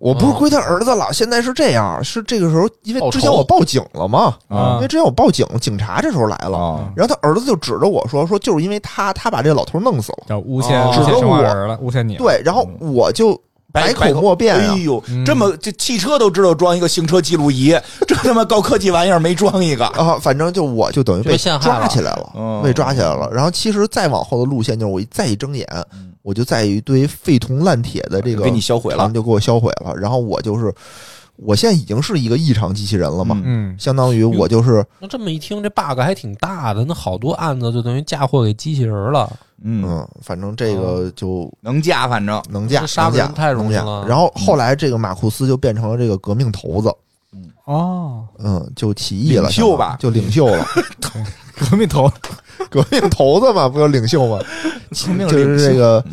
Speaker 6: 我不是归他儿子了，现在是这样，是这个时候，因为
Speaker 4: 报
Speaker 6: 之前
Speaker 4: 仇
Speaker 6: 我报警了嘛，
Speaker 7: 啊
Speaker 6: 因为之前我报警，警察这时候来了，
Speaker 5: 啊
Speaker 6: 然后他儿子就指着我说：“说就是因为他，他把这老头弄死了。
Speaker 7: 叫诬陷
Speaker 5: 哦
Speaker 7: 诬陷
Speaker 6: 指着
Speaker 7: 生化
Speaker 6: 我
Speaker 7: 人了，诬陷”你了，
Speaker 6: 对，然后
Speaker 5: 嗯
Speaker 6: 我就百口莫辩啊
Speaker 5: 哎！呦
Speaker 7: 嗯，
Speaker 5: 这么这汽车都知道装一个行车记录仪， 这他妈高科技玩意儿没装一个。
Speaker 6: 啊，反正就我就等于
Speaker 4: 就
Speaker 6: 被
Speaker 4: 被陷害了
Speaker 6: 抓起来了
Speaker 5: 嗯，
Speaker 6: 被抓起来了。然后其实再往后的路线就是，我一再一睁眼
Speaker 5: 嗯，
Speaker 6: 我就在一堆废铜烂铁的这个
Speaker 5: 给你销毁了
Speaker 6: 他们就给我销毁了。然后我就是，我现在已经是一个异常机器人了嘛，
Speaker 7: 嗯，
Speaker 6: 相当于我就是，
Speaker 4: 那这么一听，这 bug 还挺大的，那好多案子就等于嫁祸给机器人了。
Speaker 5: 嗯，
Speaker 6: 嗯，反正这个就
Speaker 5: 能驾，反正
Speaker 6: 能嫁，
Speaker 4: 这哦杀
Speaker 6: 能
Speaker 4: 不
Speaker 6: 嫁
Speaker 4: 人太容易
Speaker 6: 能嫁
Speaker 4: 了嗯
Speaker 6: 然后后来这个马库斯就变成了这个革命头子，
Speaker 7: 哦，
Speaker 6: 嗯，就起义了，
Speaker 5: 领袖吧
Speaker 6: 就领 袖了，
Speaker 7: 革命头，
Speaker 6: 革命头子嘛，不就领 袖嘛，
Speaker 5: 请命
Speaker 6: 就是
Speaker 5: 令
Speaker 6: 这个
Speaker 5: 嗯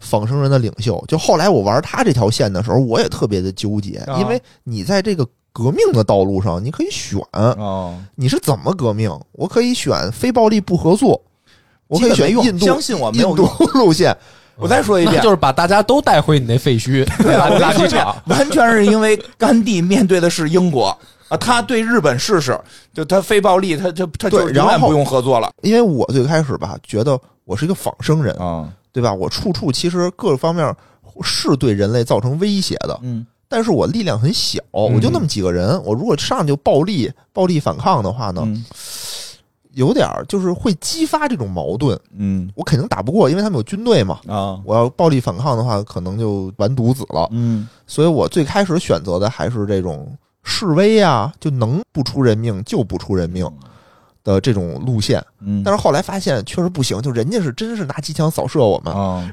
Speaker 6: 仿生人的领袖。就后来我玩他这条线的时候，我也特别的纠结，
Speaker 7: 啊
Speaker 6: 因为你在这个革命的道路上，你可以选
Speaker 5: 哦，
Speaker 6: 你是怎么革命，我可以选非暴力不合作，我可以
Speaker 5: 基本
Speaker 6: 选
Speaker 5: 没用
Speaker 6: 印度
Speaker 5: 相信我没
Speaker 6: 印
Speaker 5: 有
Speaker 6: 度
Speaker 5: 用。
Speaker 6: 路线，
Speaker 5: 我再说一
Speaker 4: 那
Speaker 5: 遍
Speaker 4: 就，是把大家都带回你那废墟，
Speaker 5: 对啊，
Speaker 4: 垃
Speaker 5: 我
Speaker 4: 垃
Speaker 5: 跟
Speaker 4: 圾
Speaker 5: 你说
Speaker 4: 场，，
Speaker 5: 完全是因为甘地面对的是英国啊，他对日本试试，就他非暴力，他他他就
Speaker 6: 对
Speaker 5: 永
Speaker 6: 然
Speaker 5: 远
Speaker 6: 后
Speaker 5: 不用合作了
Speaker 6: 因为我最开始吧，觉得我是一个仿生人，
Speaker 5: 啊，
Speaker 6: 对吧？我处处其实各方面是对人类造成威胁的，
Speaker 5: 嗯
Speaker 6: 但是我力量很小，我就那么几个人，我如果上来就暴力暴力反抗的话呢，
Speaker 5: 嗯
Speaker 6: 有点儿就是会激发这种矛盾。
Speaker 5: 嗯
Speaker 6: 我肯定打不过，因为他们有军队嘛。
Speaker 5: 啊
Speaker 6: 我要暴力反抗的话，可能就完犊子了。
Speaker 5: 嗯
Speaker 6: 所以我最开始选择的还是这种示威啊，就能不出人命就不出人命的这种路线。
Speaker 5: 嗯
Speaker 6: 但是后来发现确实不行，就人家是真是拿机枪扫射我们，
Speaker 5: 啊，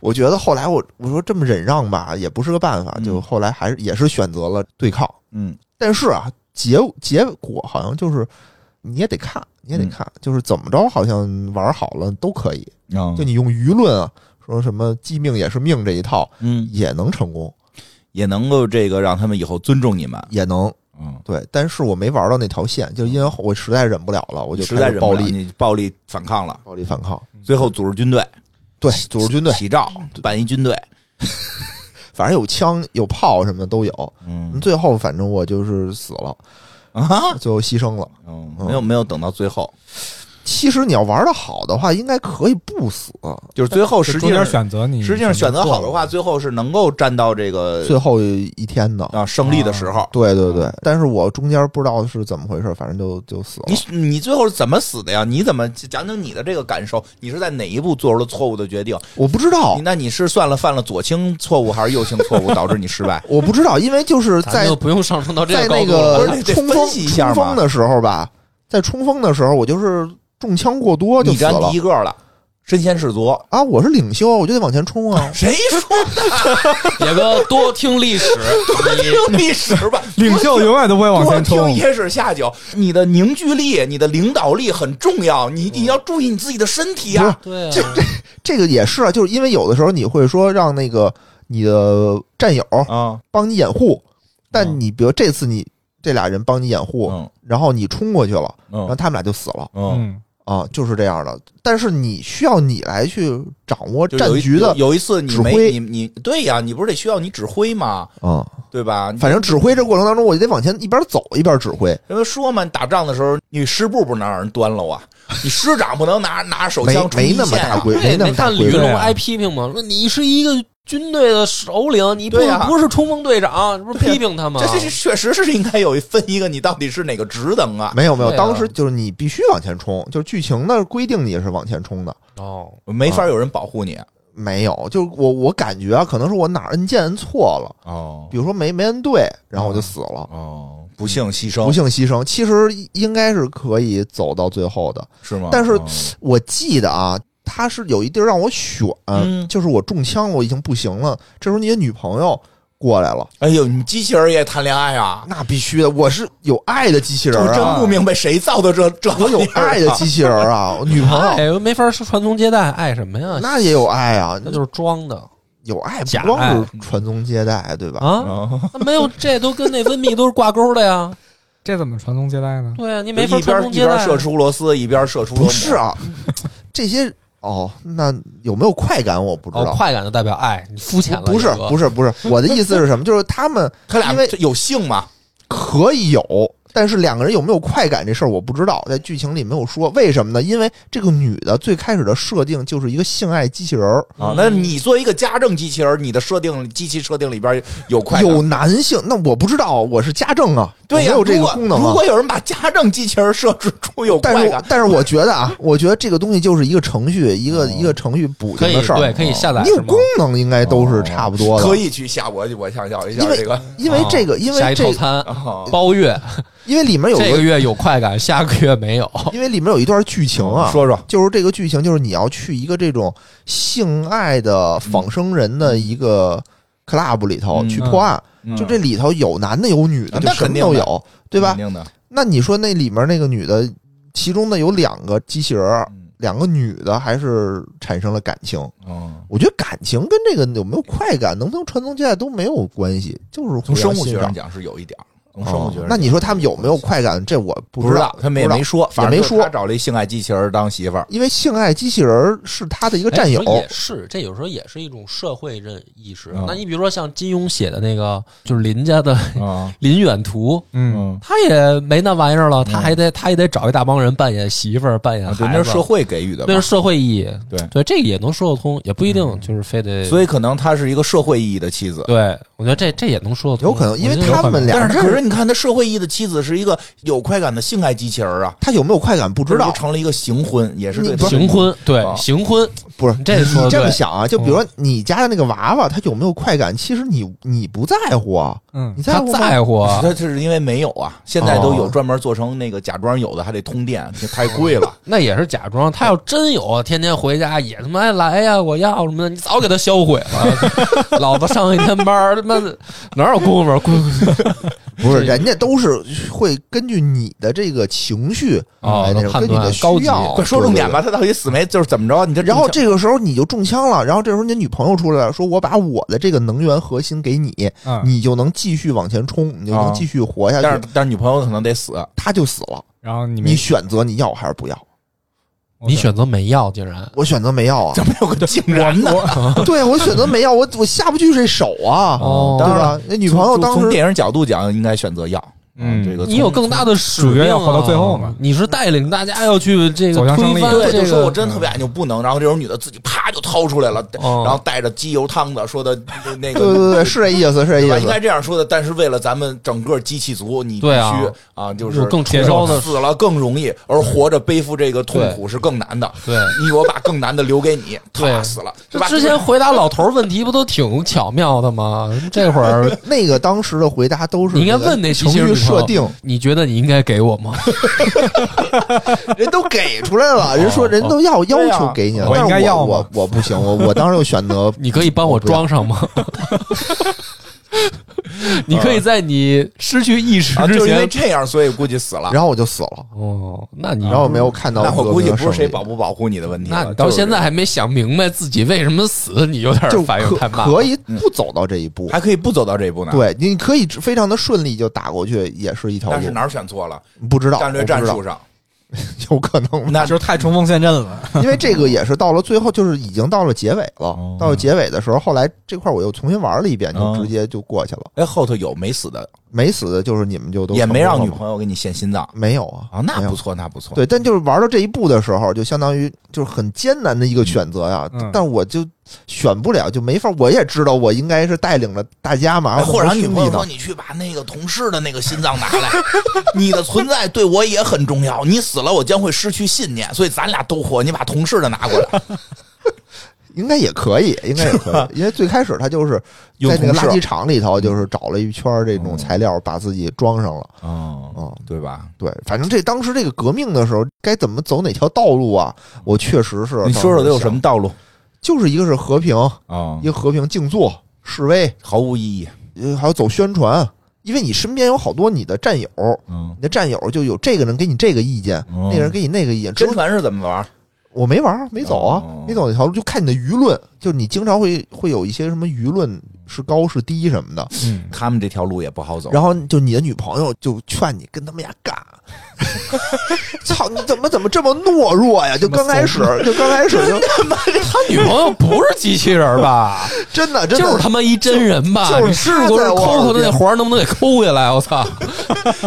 Speaker 6: 我觉得后来我我说这么忍让吧，也不是个办法，
Speaker 5: 嗯
Speaker 6: 就后来还是也是选择了对抗。
Speaker 5: 嗯
Speaker 6: 但是啊，结结果好像就是你也得看，你也得看，
Speaker 5: 嗯
Speaker 6: 就是怎么着，好像玩好了都可以。
Speaker 5: 啊
Speaker 6: 就你用舆论啊，说什么“既命也是命”这一套
Speaker 5: 嗯，
Speaker 6: 也能成功，
Speaker 5: 也能够这个让他们以后尊重你们。
Speaker 6: 也能
Speaker 5: 嗯，
Speaker 6: 对。但是我没玩到那条线，就因为我实在忍不了了，我就
Speaker 5: 实
Speaker 6: 开
Speaker 5: 在
Speaker 6: 始
Speaker 5: 忍
Speaker 6: 暴
Speaker 5: 不了
Speaker 6: 力
Speaker 5: 你暴力嗯反抗了，
Speaker 6: 暴力反抗，
Speaker 5: 最后组织军队，
Speaker 6: 对，组织军 队，
Speaker 5: 起照办一军队。
Speaker 6: 反正有枪有炮什么的都有。
Speaker 5: 嗯
Speaker 6: 最后反正我就是死了，
Speaker 5: 啊，
Speaker 6: 最后牺牲了。
Speaker 5: 嗯，没有没有等到最后，
Speaker 6: 其实你要玩的好的话，应该可以不死，
Speaker 5: 就是最后实
Speaker 7: 中
Speaker 5: 际
Speaker 7: 间
Speaker 5: 上
Speaker 7: 选择你，
Speaker 5: 实际上选择好的，话，最后是能够站到这个
Speaker 6: 最后一天的。
Speaker 5: 啊胜利的时候。
Speaker 6: 对对对，但是我中间不知道是怎么回事，反正就就死了。
Speaker 5: 你你最后是怎么死的呀？你怎么讲讲你的这个感受？你是在哪一步做出了错误的决定？
Speaker 6: 我不知道
Speaker 5: 你，那你是算了犯了左倾错误还是右倾错误导致你失 败？
Speaker 6: 我不知道，因为就是
Speaker 4: 咱
Speaker 6: 在
Speaker 4: 就不用上升到这
Speaker 6: 在
Speaker 4: 高
Speaker 6: 那
Speaker 4: 度了。
Speaker 6: 个
Speaker 5: 不是得
Speaker 6: 冲
Speaker 5: 分
Speaker 6: 锋
Speaker 5: 析一下嘛
Speaker 6: 冲锋的时候吧，在冲锋的时候，我就是中枪过多就
Speaker 5: 你
Speaker 6: 死
Speaker 5: 占
Speaker 6: 了
Speaker 5: 第一个哦了，身先士卒。
Speaker 6: 啊！我是领袖，我就得往前冲啊！
Speaker 5: 谁 说
Speaker 4: 野哥多听历史，
Speaker 5: 听历史 吧？
Speaker 7: 领袖永远都不会往
Speaker 5: 多
Speaker 7: 前冲
Speaker 5: 听。野史下酒，你的凝聚力、你的领导力很重要，你你要注意你自己的身体啊！
Speaker 4: 你对啊
Speaker 6: 这这这个也是啊，就是因为有的时候你会说让那个你的战友
Speaker 5: 啊，
Speaker 6: 帮你掩护，
Speaker 5: 嗯
Speaker 6: 但你比如这次你这俩人帮你掩护，
Speaker 5: 嗯
Speaker 6: 然后你冲过去了，然后
Speaker 5: 嗯
Speaker 6: 他们俩就死了
Speaker 5: 嗯，
Speaker 7: 嗯，
Speaker 6: 啊，就是这样的。但是你需要你来去掌握
Speaker 5: 就
Speaker 6: 战
Speaker 5: 有一
Speaker 6: 局的
Speaker 5: 有有一次你
Speaker 6: 指
Speaker 5: 没
Speaker 6: 挥
Speaker 5: 你你对呀，你不是得需要你指挥吗？
Speaker 6: 啊，
Speaker 5: 对吧？
Speaker 6: 反正指挥这过程当中，我就得往前一边走一边指挥，
Speaker 5: 人们说嘛，打仗的时候，你师部不能让人端了啊，你师长不能拿拿手
Speaker 6: 没
Speaker 5: 枪冲
Speaker 6: 没
Speaker 5: 一
Speaker 6: 那么
Speaker 5: 线
Speaker 6: 大
Speaker 5: 啊。
Speaker 6: 规，
Speaker 4: 对
Speaker 6: 那
Speaker 4: 没
Speaker 6: 么大
Speaker 4: 看
Speaker 6: 规
Speaker 4: 吕
Speaker 6: 模
Speaker 7: 对
Speaker 4: 龙
Speaker 7: 啊
Speaker 4: 挨批评吗？说你是一个军队的首领，你不
Speaker 5: 对啊
Speaker 4: 不是冲锋队长，不是
Speaker 6: 啊
Speaker 4: 批评他吗
Speaker 5: 这？这这确实是应该有一分一个，你到底是哪个职能啊？
Speaker 6: 没有没有，
Speaker 4: 对啊
Speaker 6: 当时就是你必须往前冲，就是剧情的规定你是往前冲的，
Speaker 4: 哦，
Speaker 5: 没
Speaker 6: 啊
Speaker 5: 法有人保护你啊
Speaker 6: 没有，就是我我感觉啊，可能是我哪儿按键摁错了，
Speaker 5: 哦
Speaker 6: 比如说没没摁对，然后我就死了，
Speaker 5: 哦，不幸牺
Speaker 4: 嗯
Speaker 5: 牲
Speaker 6: 嗯不幸牺牲。其实应该是可以走到最后的，
Speaker 5: 是吗
Speaker 6: 但是
Speaker 5: 哦
Speaker 6: 我记得啊，他是有一地儿让我选，
Speaker 5: 嗯
Speaker 6: 就是我中枪了，我已经不行了，这时候你的女朋友过来了，
Speaker 5: 哎呦，你机器人也谈恋爱啊？
Speaker 6: 那必须的，我是有爱的机器人
Speaker 5: 我真
Speaker 6: 啊
Speaker 5: 不，明白谁造的这这
Speaker 6: 我有爱
Speaker 5: 玩
Speaker 6: 的
Speaker 5: 意儿啊
Speaker 6: 机器人 啊，我女朋友
Speaker 4: 哎，没法传宗接代，爱什么呀？
Speaker 6: 那也有爱啊，
Speaker 4: 那就是装的
Speaker 6: 有爱不
Speaker 4: 假
Speaker 6: 光是传宗接代，对吧？
Speaker 4: 啊，
Speaker 5: 哦
Speaker 4: 那没有这都跟内分泌都是挂钩的 呀。
Speaker 7: 这怎么传宗接代呢？
Speaker 4: 对啊，你
Speaker 5: 就
Speaker 4: 没法
Speaker 5: 一
Speaker 4: 传宗
Speaker 5: 边一
Speaker 4: 接代
Speaker 5: 边
Speaker 4: 啊。
Speaker 5: 射出螺丝，一边射出螺
Speaker 6: 不
Speaker 5: 母
Speaker 6: 是啊，这些哦，那有没有快感我不知
Speaker 4: 哦
Speaker 6: 道。，
Speaker 4: 快感就代表爱，你肤浅了。
Speaker 6: 不是
Speaker 4: 野哥
Speaker 6: 不是 不是，我的意思是什么？就是他们
Speaker 5: 他俩
Speaker 6: 因为
Speaker 5: 这有性吗？
Speaker 6: 可以有，但是两个人有没有快感这事儿我不知道，在剧情里没有说。为什么呢？因为这个女的最开始的设定就是一个性爱机器人儿，
Speaker 5: 啊，那你作为一个家政机器人，你的设定机器设定里边有快感吗
Speaker 6: 有男性，那我不知道，我是家政啊，
Speaker 5: 对呀、
Speaker 6: 我没有
Speaker 5: 如
Speaker 6: 这个
Speaker 5: 果
Speaker 6: 功能
Speaker 5: 如
Speaker 6: 啊
Speaker 5: 果。有人把家政机器人设置出有
Speaker 6: 但
Speaker 5: 快
Speaker 6: 是
Speaker 5: 感，
Speaker 6: 但是我觉得啊，我觉得这个东西就是一个程序，一
Speaker 5: 哦
Speaker 6: 个、一个程序补
Speaker 4: 可以
Speaker 6: 丁的事儿。哦
Speaker 4: 对，可以下载
Speaker 6: 你有
Speaker 4: 是吗
Speaker 6: 功？能应该都是差不多的。
Speaker 5: 哦可以去下我我想要一下
Speaker 6: 因为
Speaker 5: 这个。啊
Speaker 6: 因为这个，因
Speaker 4: 下一
Speaker 6: 为这
Speaker 4: 套
Speaker 6: 个，
Speaker 4: 餐
Speaker 5: 哦
Speaker 4: 包月，
Speaker 6: 因为里面有
Speaker 4: 这个
Speaker 6: 个，
Speaker 4: 月有快感，下个月没有。
Speaker 6: 因为里面有一段剧情啊，
Speaker 5: 嗯说说，
Speaker 6: 就是这个剧情，就是你要去一个这种性爱的仿生人的一个 club 里头
Speaker 5: 嗯
Speaker 6: 去破案，就这里头有男的有女的，
Speaker 5: 啊
Speaker 6: 就
Speaker 5: 那
Speaker 6: 什
Speaker 5: 肯
Speaker 6: 么
Speaker 5: 定的
Speaker 6: 都有，对吧
Speaker 5: 肯？定的，
Speaker 6: 那你说那里面那个女的，其中的有两个机器人儿，两个女的还是产生了感情。
Speaker 5: 嗯，
Speaker 6: 我觉得感情跟这个有没有快感，能不能传宗接代都没有关系，就是
Speaker 5: 从
Speaker 6: 互
Speaker 5: 生
Speaker 6: 相
Speaker 5: 物
Speaker 6: 欣
Speaker 5: 学
Speaker 6: 赏
Speaker 5: 上。讲是有一点儿，从生物学上
Speaker 6: 哦
Speaker 5: 讲、
Speaker 6: 那你说他们有没有快感？这我
Speaker 5: 不
Speaker 6: 知
Speaker 5: 道，他们也
Speaker 6: 不知道
Speaker 5: 没说，反正
Speaker 6: 没
Speaker 5: 就是
Speaker 6: 说
Speaker 5: 他找了一性爱机器人当媳妇儿。
Speaker 6: 因为性爱机器人儿是他的一个战友
Speaker 4: 哎，也是，这有时候也是一种社会认意识。
Speaker 5: 啊
Speaker 4: 那你比如说像金庸写的那个，就是林家的 《
Speaker 5: 啊，
Speaker 4: 林远图》，
Speaker 7: 嗯，
Speaker 4: 他也没那玩意儿了，他还得他也得找一大帮人扮演媳妇儿，扮演
Speaker 5: 嗯啊
Speaker 4: 孩子，
Speaker 5: 对，那是社会给予的
Speaker 4: 那
Speaker 5: 嘛
Speaker 4: 是，社会意义。
Speaker 5: 对嗯
Speaker 4: 对，这个也能说得通，也不一定就是非得。
Speaker 5: 所以可能她是一个社会意义的妻子。
Speaker 4: 对，我觉得这这也能说得通。
Speaker 6: 有可能，因为
Speaker 4: 我觉得有
Speaker 6: 他
Speaker 4: 可能
Speaker 6: 们俩
Speaker 5: 但
Speaker 6: 人
Speaker 5: 是，可是你看，他社会意义的妻子是一个有快感的性爱机器人啊，
Speaker 6: 他有没有快感不
Speaker 5: 不
Speaker 6: 知道，
Speaker 5: 成了一个行婚，也是
Speaker 6: 你
Speaker 5: 对
Speaker 6: 不
Speaker 5: 她
Speaker 6: 是
Speaker 4: 行婚，对
Speaker 5: 啊
Speaker 4: 行婚，
Speaker 6: 不是
Speaker 4: 你这说得
Speaker 6: 你这么
Speaker 4: 对
Speaker 6: 想啊？就比
Speaker 5: 嗯
Speaker 6: 如说你家的那个娃娃，它有没有快感？其实你你不在乎啊，
Speaker 7: 嗯
Speaker 6: 你，在
Speaker 4: 他
Speaker 6: 乎吗？
Speaker 4: 在乎啊，
Speaker 5: 他是因为没有啊，现在都有
Speaker 6: 哦
Speaker 5: 专门做成那个假装有的，还得通电，太贵了。
Speaker 4: 那也是假装。他要真有，啊天天回家也他妈爱来呀，我要什么的，你早给他销毁 了。老子上一天班儿，他妈的哪有功 夫？滚！
Speaker 6: 不是，
Speaker 4: 这
Speaker 6: 人家都是会根据你的这个情绪哎
Speaker 4: 哦
Speaker 6: 来那
Speaker 4: 能
Speaker 6: 种
Speaker 4: 判
Speaker 6: 根据你的
Speaker 4: 断
Speaker 6: 需
Speaker 4: 高级
Speaker 6: 要，
Speaker 5: 快说重点吧，
Speaker 6: 对。对对
Speaker 5: 他到底死没？就是怎么着？你这
Speaker 6: 然后
Speaker 5: 中
Speaker 6: 这个时候你就中枪了，然后这时候你女朋友出来了，说我把我的这个能源核心给你，
Speaker 7: 嗯
Speaker 6: 你就能继续往前冲，你就
Speaker 5: 啊
Speaker 6: 能继续活下
Speaker 5: 枪，
Speaker 6: 去。
Speaker 5: 啊但是但是女朋友可能得死，
Speaker 6: 他就死了，
Speaker 7: 然后你没
Speaker 6: 你选择你要还是不要？
Speaker 5: 哦
Speaker 4: 你选择没要，竟然
Speaker 6: 我选择没要啊，
Speaker 5: 怎么有个竟然呢？
Speaker 6: 对我选择没要，我我下不去这手啊，
Speaker 4: 哦
Speaker 6: 对吧？那女朋友
Speaker 5: 从
Speaker 6: 当
Speaker 5: 从
Speaker 6: 时
Speaker 5: 电影角度讲，应该选择要，啊
Speaker 7: 嗯
Speaker 5: 这个
Speaker 4: 你有更大的使命、啊，
Speaker 7: 主角要活到最后嘛
Speaker 4: 你是带领大家要去这个
Speaker 7: 走向胜
Speaker 4: 推
Speaker 7: 利
Speaker 4: 翻
Speaker 5: 对，
Speaker 4: 这
Speaker 5: 就说我
Speaker 4: 个。
Speaker 5: 真特别爱你，我不能。然后这种女的自己啪就掏出来了，
Speaker 4: 哦
Speaker 5: 然后带着机油汤的说的那
Speaker 6: 对对
Speaker 5: 个。
Speaker 6: 对 对，是这意思，是这
Speaker 5: 对吧？
Speaker 6: 意
Speaker 5: 应
Speaker 6: 思
Speaker 5: 该。这样说的，但是为了咱们整个机器族，你必
Speaker 4: 对啊
Speaker 5: 须啊，就是
Speaker 4: 有更崇高的
Speaker 5: 死了更容易，而活着背负这个痛苦是更难的。
Speaker 4: 对
Speaker 5: 你我把更难的留给你，他
Speaker 4: 对
Speaker 5: 死了，是
Speaker 4: 这
Speaker 5: 吧？
Speaker 4: 之前回答老头儿问题不都挺巧妙的吗？这会 儿
Speaker 6: 那个当时的回答都是
Speaker 4: 你应该
Speaker 6: 那个
Speaker 4: 问那机
Speaker 6: 情
Speaker 4: 器人
Speaker 6: 绪
Speaker 4: 女朋友
Speaker 6: 设 定，
Speaker 4: 你觉得你应该给我吗？
Speaker 6: 人都给出来
Speaker 4: 哦
Speaker 6: 了，人说人都要要
Speaker 5: 对啊
Speaker 6: 求给你了，
Speaker 7: 我
Speaker 6: 但
Speaker 7: 应
Speaker 6: 是
Speaker 7: 该要
Speaker 6: 我
Speaker 7: 吗
Speaker 6: 我不行，我我当时就选择
Speaker 4: 你可以帮我装上吗？你可以在你失去意识
Speaker 5: 啊，
Speaker 4: 之
Speaker 5: 就是因为
Speaker 4: 前。
Speaker 5: 这样，所以估计死了。
Speaker 6: 然后我就死了，
Speaker 4: 哦，那你
Speaker 6: 然后没有看到
Speaker 5: 那我估计不是谁保
Speaker 6: 保，
Speaker 5: 不保护你的问题了，
Speaker 4: 那你到
Speaker 5: 就是
Speaker 4: 现在还没想明白自己为什么死，你有点
Speaker 6: 就
Speaker 4: 反应太慢
Speaker 6: 可
Speaker 4: 了。
Speaker 6: 可以
Speaker 5: 嗯
Speaker 6: 不走到这一步。
Speaker 5: 还可以不走到这一步呢。，
Speaker 6: 对，你可以非常的顺利就打过去，也是一条
Speaker 5: 但
Speaker 6: 路
Speaker 5: 是。哪儿选错了？
Speaker 6: 不知道
Speaker 5: 战略
Speaker 6: 我不
Speaker 5: 战
Speaker 6: 知道
Speaker 5: 术上，
Speaker 6: 有可能，
Speaker 5: 那
Speaker 7: 就是太冲锋陷阵了，
Speaker 6: 因为这个也是到了最后，就是已经到了结尾
Speaker 5: 哦
Speaker 6: 了。到了结尾的时候，后来这块我又重新玩了一遍，就
Speaker 5: 哦
Speaker 6: 直接就过去了。
Speaker 5: 哎，后头有没死的，
Speaker 6: 没死的就是你们就都
Speaker 5: 也没让女
Speaker 6: 友
Speaker 5: 朋友给你献心脏
Speaker 6: 没有啊
Speaker 5: 啊，那
Speaker 6: 没有
Speaker 5: 不错，那不错。
Speaker 6: 对，但就是玩到这一步的时候，就相当于就是很艰难的一个选择呀。
Speaker 7: 嗯
Speaker 6: 但我就选不了，就没法。我也知道我应该是带领着大家嘛，
Speaker 5: 哎，或者
Speaker 6: 者
Speaker 5: 你
Speaker 6: 兄
Speaker 5: 朋
Speaker 6: 弟
Speaker 5: 友说
Speaker 6: 呢。
Speaker 5: 你去把那个同事的那个心脏拿来， 你的存在对我也很重要。你死了，我将会失去信念，所以咱俩都活。你把同事的拿过 来，
Speaker 6: 应该也 可以，应该也可以，因为最开始他就是
Speaker 5: 有
Speaker 6: 在那个
Speaker 5: 同
Speaker 6: 垃圾
Speaker 5: 事，
Speaker 6: 场里头，就是找了一圈儿这种材料，把自己装上了。
Speaker 5: 嗯，
Speaker 6: 嗯，
Speaker 5: 对吧？
Speaker 6: 对，反正这当时这个革命的时候，该怎么走哪条道路啊？我确实是
Speaker 5: 你说说都有什
Speaker 6: 当时
Speaker 5: 么
Speaker 6: 想？
Speaker 5: 道路
Speaker 6: 就是一个是和平，
Speaker 5: 啊
Speaker 6: 一？个和平静坐示威，
Speaker 5: 毫无意义。
Speaker 6: 呃还有走宣传，因为你身边有好多你的战友，
Speaker 5: 嗯，
Speaker 6: 你的战友就有这个人给你这个意见，
Speaker 5: 哦
Speaker 6: 那个人给你那个意见。只
Speaker 5: 真
Speaker 6: 有
Speaker 5: 传是怎么玩？
Speaker 6: 我没玩儿，没走啊，
Speaker 5: 哦
Speaker 6: 没走那条路，就看你的舆论，就你经常会会有一些什么舆论是高是低什么的，
Speaker 7: 嗯，
Speaker 5: 他们这条路也不好走。
Speaker 6: 然后就你的女朋友就劝你跟他们俩干。 操！你怎么怎么这么懦弱呀？就刚开始，就刚开始 就
Speaker 4: 他女朋友不是机器人吧？
Speaker 6: 真的真
Speaker 4: 就
Speaker 6: 的
Speaker 4: 是他妈一真人吧？
Speaker 6: 就
Speaker 4: 你试
Speaker 6: 是他
Speaker 4: 过
Speaker 6: 在我
Speaker 4: 抠抠他那环儿能不能给抠下来？我操，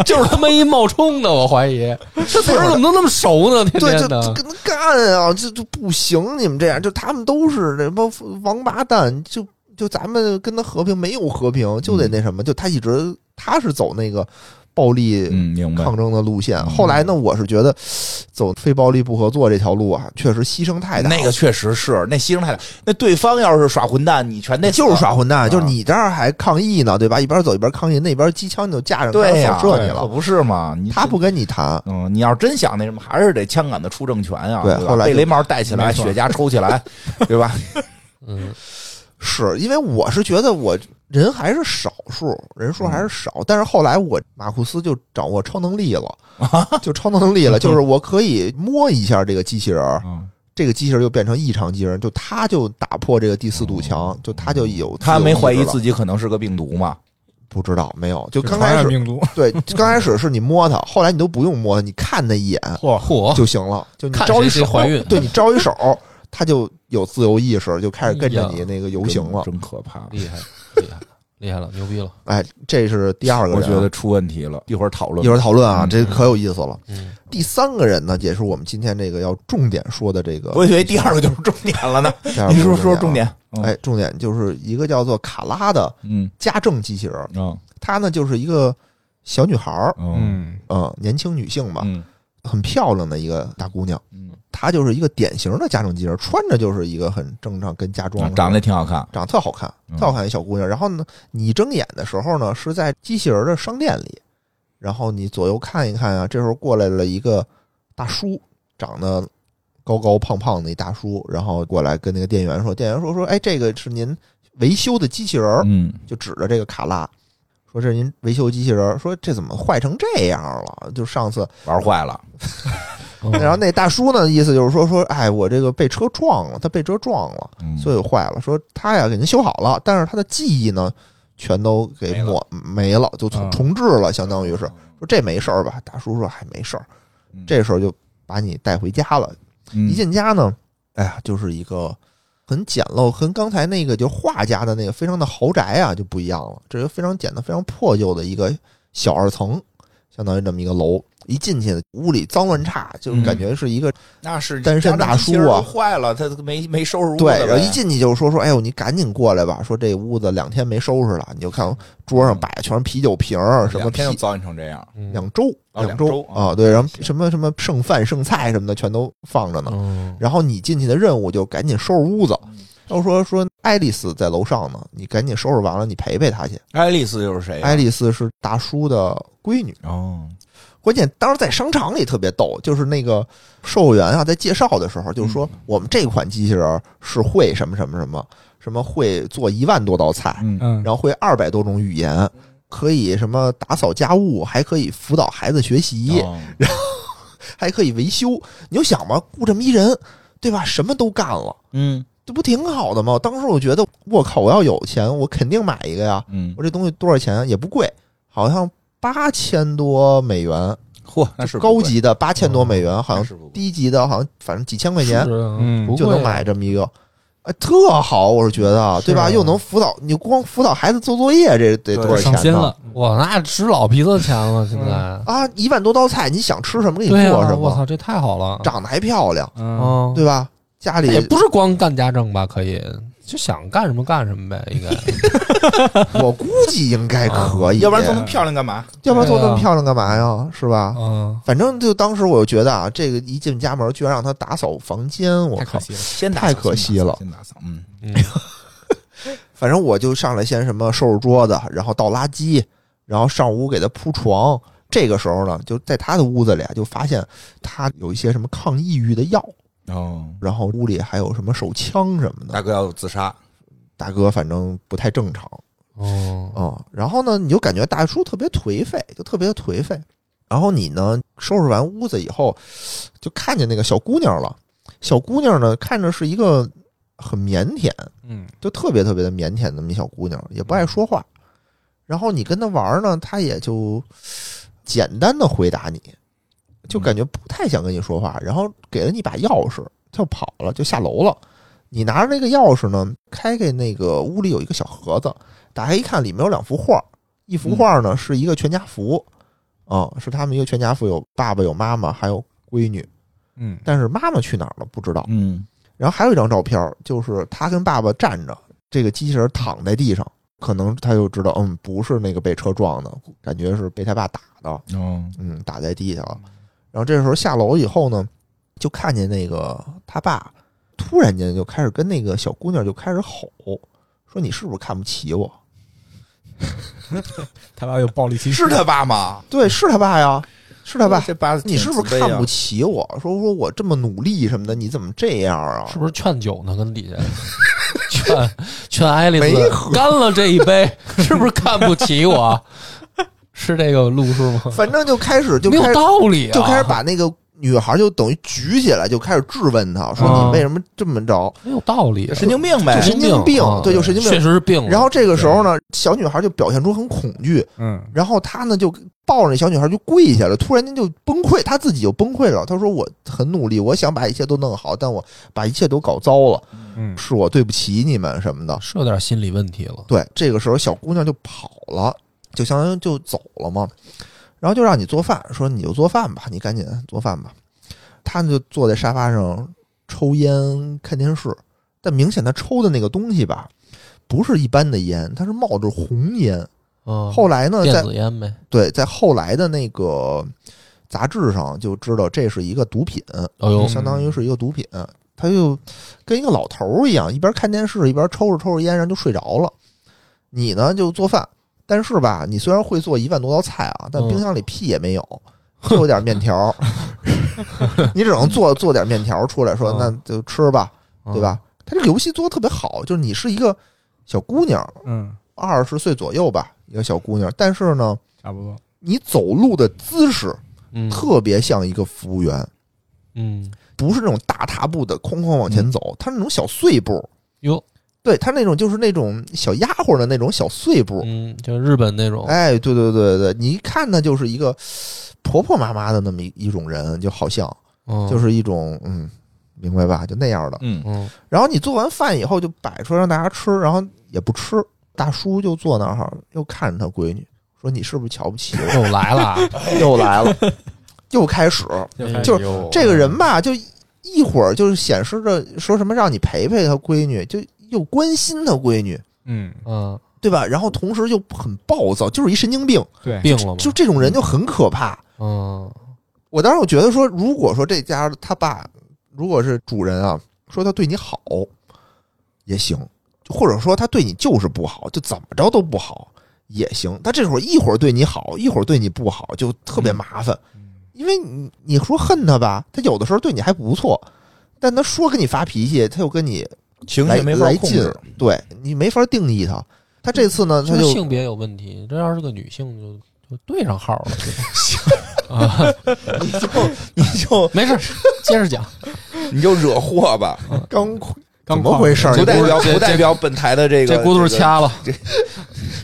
Speaker 4: 就是他妈一冒充的，我怀疑这词儿怎么能那么熟呢？天
Speaker 6: 对，
Speaker 4: 天
Speaker 6: 就
Speaker 4: 的
Speaker 6: 就，跟他干啊，这就不行！你们这样，就他们都是什么王八蛋，就就咱们跟他和平没有和平，就得那什么，就他一直他是走那个暴力
Speaker 5: 嗯，明白。
Speaker 6: 抗争的路线。
Speaker 5: 嗯
Speaker 6: 后来呢，我是觉得走非暴力不合作这条路啊，确实牺牲太大了，
Speaker 5: 那个确实是，那牺牲太大。那对方要是耍混蛋，你全得死
Speaker 6: 就是耍混蛋，
Speaker 5: 啊
Speaker 6: 就是你这儿还抗议呢，对吧？一边走一边抗议，那边机枪就架上，
Speaker 5: 对呀、
Speaker 6: 扫射你
Speaker 5: 可
Speaker 6: 了，
Speaker 5: 不是嘛？你
Speaker 6: 他不跟你谈。
Speaker 5: 嗯，你要是真想那什么，还是得枪杆子出政权啊，
Speaker 6: 对
Speaker 5: 吧
Speaker 6: 后来就
Speaker 5: 贝雷帽戴起来，
Speaker 7: 没错
Speaker 5: 雪茄抽起来，对 吧？
Speaker 4: 嗯，
Speaker 6: 是因为我是觉得我人还是少数，人数还是少。
Speaker 5: 嗯
Speaker 6: 但是后来我马库斯就掌握超能 力了，就超能力了，就是我可以摸一下这个机器人儿，
Speaker 5: 嗯，
Speaker 6: 这个机器人儿就变成异常机器人，就他就打破这个第四堵墙，就他就有
Speaker 5: 哦嗯他没怀疑自
Speaker 6: 己，
Speaker 5: 己可能是个病毒嘛？
Speaker 6: 不知道没有，就
Speaker 7: 就
Speaker 6: 刚开
Speaker 7: 传染
Speaker 6: 始
Speaker 7: 病毒，
Speaker 6: 对，就刚开始是你摸它，后来你都不用摸它，你看它一眼
Speaker 7: 嚯，
Speaker 4: 嚯，
Speaker 6: 就行了，就你
Speaker 4: 哦看
Speaker 6: 招
Speaker 4: 谁
Speaker 6: 一
Speaker 4: 谁
Speaker 6: 手
Speaker 4: 怀孕，
Speaker 6: 对你招一手，它就有自由意识，就开始跟着
Speaker 4: 哎
Speaker 6: 你
Speaker 4: 呀
Speaker 6: 那个游行了。
Speaker 5: 真真可怕。
Speaker 4: 厉害，厉害，厉害了，牛逼了！
Speaker 6: 哎，这是第二个
Speaker 5: 我
Speaker 6: 人啊，
Speaker 5: 觉得出问题了，一会儿讨论。
Speaker 6: 一会儿讨论啊，
Speaker 5: 嗯
Speaker 6: 这可有意思了。
Speaker 4: 嗯，
Speaker 6: 第三个人呢，也是我们今天这个要重点说的这个。
Speaker 5: 我以为第二个就是重点了呢。
Speaker 6: 第 二个
Speaker 5: 你说说
Speaker 6: 啊
Speaker 5: 重？点？嗯
Speaker 6: 哎，，重点就是一个叫做卡拉的
Speaker 5: 嗯
Speaker 6: 家政机器人儿，
Speaker 5: 嗯
Speaker 6: 她呢就是一个小女孩儿，
Speaker 5: 嗯
Speaker 7: 嗯，
Speaker 6: 嗯，年轻女性吧，
Speaker 5: 嗯
Speaker 6: 很漂亮的一个大姑娘，
Speaker 5: 嗯，
Speaker 6: 她就是一个典型的家政机器人，穿着就是一个很正常跟家装
Speaker 5: 啊
Speaker 6: 似的
Speaker 5: 长得也挺好看，
Speaker 6: 长得特好看，
Speaker 5: 嗯
Speaker 6: 特好看一小姑娘。然后呢，你睁眼的时候呢是在机器人的商店里，然后你左右看一看啊，这时候过来了一个大叔，长得高高胖胖的一大叔，然后过来跟那个店员说，店员说说，哎，这个是您维修的机器人儿，
Speaker 5: 嗯，
Speaker 6: 就指着这个卡拉。说这是您维修机器人儿，说这怎么坏成这样了？就上次
Speaker 5: 玩坏了，
Speaker 6: 然后那大叔呢，意思就是说说，哎，我这个被车撞了，他被车撞了，
Speaker 5: 嗯
Speaker 6: 所以坏了。说他呀给您修好了，但是他的记忆呢，全都给抹没了，就重
Speaker 7: 嗯
Speaker 6: 重置了，相当于是。说这没事儿吧？大叔说还没事儿
Speaker 5: 嗯。
Speaker 6: 这时候就把你带回家了。
Speaker 5: 嗯
Speaker 6: 一进家呢，哎呀，就是一个很简陋，跟刚才那个就画家的那个非常的豪宅啊就不一样了。这是非常简单、非常破旧的一个小二层，相当于这么一个楼。一进去，屋里脏乱差，就感觉是一个、
Speaker 5: 那是
Speaker 6: 单身大叔啊
Speaker 5: 坏了，他没没收拾屋子
Speaker 6: 对。然后
Speaker 5: 呗
Speaker 6: 一进去就说说，哎呦，你赶紧过来吧，说这屋子两天没收拾了，你就看桌上摆的全是啤酒瓶儿，什么
Speaker 5: 两
Speaker 6: 啤
Speaker 5: 天就糟践成这样，
Speaker 4: 嗯
Speaker 6: 两周
Speaker 5: 哦两
Speaker 6: 周
Speaker 5: 周
Speaker 6: 啊，
Speaker 5: 啊
Speaker 6: 对，然后
Speaker 5: 行
Speaker 6: 什么什么剩饭剩菜什么的全都放着呢。
Speaker 5: 哦
Speaker 4: 嗯
Speaker 6: 然后你进去的任务就赶紧收拾屋子。
Speaker 5: 嗯
Speaker 6: 然后说说爱丽丝在楼上呢，你赶紧收拾完了，你陪陪她去。
Speaker 5: 爱丽丝又是哎谁呀？啊
Speaker 6: 爱丽丝是大叔的闺女，
Speaker 5: 哦，
Speaker 6: 关键当时在商场里特别逗，就是那个售货员啊，在介绍的时候就是说，
Speaker 5: 嗯
Speaker 6: 我们这款机器人是会什么什么什么，什么会做一万多道菜，
Speaker 5: 嗯
Speaker 7: 嗯，
Speaker 6: 然后会二百多种语言，可以什么打扫家务，还可以辅导孩子学习，
Speaker 5: 哦
Speaker 6: 还可以维修。你就想吧，雇这么一人，对吧？什么都干了。
Speaker 5: 嗯
Speaker 6: 这不挺好的吗？当时我觉得，我靠，我要有钱，我肯定买一个呀。
Speaker 5: 嗯，
Speaker 6: 我这东西多少钱？也不贵，好像八千多美元，
Speaker 5: 嚯，那是
Speaker 6: 高级啊的八千多美元，好
Speaker 5: 那
Speaker 6: 像
Speaker 5: 是不贵
Speaker 6: 低级的，好像反正几千块钱
Speaker 4: 是啊
Speaker 7: 嗯
Speaker 4: 不
Speaker 6: 就
Speaker 4: 贵
Speaker 6: 能
Speaker 4: 啊
Speaker 6: 买这么一个，哎，特好，我是觉得啊，对吧？又能辅导你，光辅导孩子做作业，这得
Speaker 5: 对
Speaker 6: 多少
Speaker 7: 上
Speaker 6: 钱
Speaker 7: 心
Speaker 6: 呢？
Speaker 7: 了，
Speaker 4: 我那值老鼻子钱了，现在。
Speaker 6: 啊，一万多道菜，你想吃什么给你
Speaker 4: 对
Speaker 6: 做
Speaker 4: 啊，
Speaker 6: 什
Speaker 4: 我操，
Speaker 6: 么，
Speaker 4: 这太好了。
Speaker 6: 长得还漂亮，
Speaker 7: 嗯，
Speaker 4: 嗯，
Speaker 6: 对吧？家里
Speaker 4: 也不是光干家政吧，可以就想干什么干什么呗，应该。
Speaker 6: 我估计应该可以，
Speaker 5: 嗯要不然做那么漂亮干嘛？
Speaker 6: 要不然做那
Speaker 4: 对
Speaker 6: 么
Speaker 4: 啊
Speaker 6: 漂亮干嘛呀？是吧？
Speaker 4: 嗯，
Speaker 6: 反正就当时我就觉得啊，这个一进家门居然让他打扫房间，我
Speaker 7: 太可
Speaker 6: 靠！
Speaker 7: 惜了。
Speaker 5: 先打
Speaker 6: 太
Speaker 5: 扫
Speaker 6: 可惜了
Speaker 5: 先打扫，嗯，
Speaker 6: 反正我就上来先什么收拾桌子，然后倒垃圾，然后上屋给他铺床。这个时候呢，就在他的屋子里啊，就发现他有一些什么抗抑郁的药，
Speaker 5: 哦，
Speaker 6: 然后屋里还有什么手枪什么的。
Speaker 5: 大哥要自杀，
Speaker 6: 大哥反正不太正常
Speaker 4: 哦，
Speaker 6: 啊、嗯然后呢，你就感觉大叔特别颓废，就特别的颓废。然后你呢，收拾完屋子以后，就看见那个小姑娘了。小姑娘呢，看着是一个很腼腆，
Speaker 7: 嗯，
Speaker 6: 就特别特别的腼腆的那么一小姑娘，也不爱说话。然后你跟她玩儿呢，她也就简单的回答你，就感觉不太想跟你说话。然后给了你把钥匙，她就跑了，就下楼了。你拿着那个钥匙呢，开开那个屋里有一个小盒子，打开一看，里面有两幅画，一幅画呢是一个全家福，啊、是他们一个全家福，有爸爸有妈妈，还有闺女，
Speaker 7: 嗯，
Speaker 6: 但是妈妈去哪儿了不知道。
Speaker 5: 嗯，
Speaker 6: 然后还有一张照片儿，就是他跟爸爸站着，这个机器人躺在地上，可能他就知道，嗯，不是那个被车撞的，感觉是被他爸打的，
Speaker 5: 哦，
Speaker 6: 嗯，打在地下了。然后这时候下楼以后呢，就看见那个他爸突然间就开始跟那个小姑娘就开始吼，说你是不是看不起我？
Speaker 7: 他爸有暴力歧视，
Speaker 5: 是他爸吗？
Speaker 6: 对，是他爸呀，是他爸。
Speaker 5: 这爸，
Speaker 6: 你是不是
Speaker 5: 啊
Speaker 6: 看不？起我？说说我这么努力什么的，你怎么这样啊？
Speaker 4: 是不是劝酒呢？跟底 下劝劝爱丽
Speaker 6: 没
Speaker 4: 丝干了这一杯，是不是看不起我？是这个路数吗？
Speaker 6: 反正就开始就
Speaker 4: 没有
Speaker 6: 开始
Speaker 4: 道理啊！
Speaker 6: 就开始把那个女孩就等于举起来，就开始质问她，说
Speaker 4: 啊
Speaker 6: 你为什么这么着？
Speaker 4: 没有道理啊，
Speaker 5: 神经病呗
Speaker 6: 就！神经病
Speaker 4: 啊
Speaker 6: 对就神经病
Speaker 4: 确实是病了。
Speaker 6: 然后这个时候呢，小女孩就表现出很恐惧，
Speaker 7: 嗯，
Speaker 6: 然后她呢就抱着那小女孩就跪下了，突然间就崩溃，她自己就崩溃了。她说：“我很努力，我想把一切都弄好，但我把一切都搞糟了，
Speaker 7: 嗯，
Speaker 6: 是我对不起你们什么的。
Speaker 4: 是有点心理问题了”。
Speaker 6: 对，这个时候小姑娘就跑了，就相当于就走了嘛。然后就让你做饭，说你就做饭吧，你赶紧做饭吧。他就坐在沙发上抽烟看电视，但明显他抽的那个东西吧，不是一般的烟，他是冒着红烟。
Speaker 4: 嗯，
Speaker 6: 后来呢，
Speaker 4: 电
Speaker 6: 在
Speaker 4: 子烟呗。
Speaker 6: 对在后来的那个杂志上就知道这是一个毒品，
Speaker 4: 哎呦
Speaker 6: 就相当于是一个毒品。他就跟一个老头儿一样，一边看电视一边抽着抽着烟，然后就睡着了。你呢就做饭，但是吧，你虽然会做一万多道菜啊，但
Speaker 4: 嗯
Speaker 6: 冰箱里屁也没有，就点面条 儿，你只能做做点面条儿出来说，
Speaker 4: 嗯
Speaker 6: 那就吃吧，
Speaker 4: 嗯
Speaker 6: 对吧？他这个游戏做的特别好，就是你是一个小姑娘，
Speaker 7: 嗯，
Speaker 6: 二十岁左右吧，一个小姑娘，但是呢，
Speaker 7: 差不多。
Speaker 6: 你走路的姿势
Speaker 4: 嗯
Speaker 6: 特别像一个服务员，
Speaker 4: 嗯
Speaker 6: 不是那种大踏步的哐哐往前走，它是那种小碎步。
Speaker 4: 哟
Speaker 6: 对，它那种就是那种小丫鬟的那种小碎步。
Speaker 4: 嗯，就日本那种，
Speaker 6: 哎，对对对对，你一看呢，就是一个婆婆妈妈的那么一一种人，就好像
Speaker 4: 嗯
Speaker 6: 就是一种嗯，明白吧，就那样的。
Speaker 5: 嗯
Speaker 4: 嗯
Speaker 6: 然后你做完饭以后就摆出来让大家吃，然后也不吃，大叔就坐那儿又看着他闺女，说你是不是瞧不起我？
Speaker 4: 又来了啊，
Speaker 6: 又来 了，又开始。哎就是这
Speaker 4: 嗯
Speaker 6: 个人吧，就一会儿就是显示着说什么让你陪陪他闺女，就又关心他闺女，
Speaker 7: 嗯，
Speaker 4: 嗯
Speaker 6: 对吧？然后同时又很暴躁，就是一神经病，
Speaker 7: 对，
Speaker 4: 病了吗？
Speaker 6: 就这种人就很可怕。
Speaker 4: 嗯
Speaker 6: 我当时我觉得说，如果说这家他爸如果是主人啊，说他对你好也行，或者说他对你就是不好，就怎么着都不好也行。他这会儿一会儿对你好，一会儿对你不好，就特
Speaker 5: 嗯
Speaker 6: 别麻烦。因为你你说恨他吧，他有的时候对你还不错，但他说跟你发脾气，他又跟你
Speaker 5: 情
Speaker 6: 来
Speaker 5: 绪没法
Speaker 6: 来
Speaker 5: 控
Speaker 6: 劲
Speaker 5: 制，，
Speaker 6: 对你没法定义他。他这次呢，他
Speaker 4: 就是
Speaker 6: 就
Speaker 4: 性别有问题，这要是个女性就就对上号了，就啊，
Speaker 6: 你就你就
Speaker 4: 没事，接着讲，
Speaker 5: 你就惹祸吧，
Speaker 6: 刚
Speaker 7: 刚
Speaker 6: 怎么回事儿？
Speaker 5: 不代表
Speaker 4: 这
Speaker 5: 不代表本台的这个
Speaker 4: 这轱辘
Speaker 5: 这个
Speaker 4: 掐了。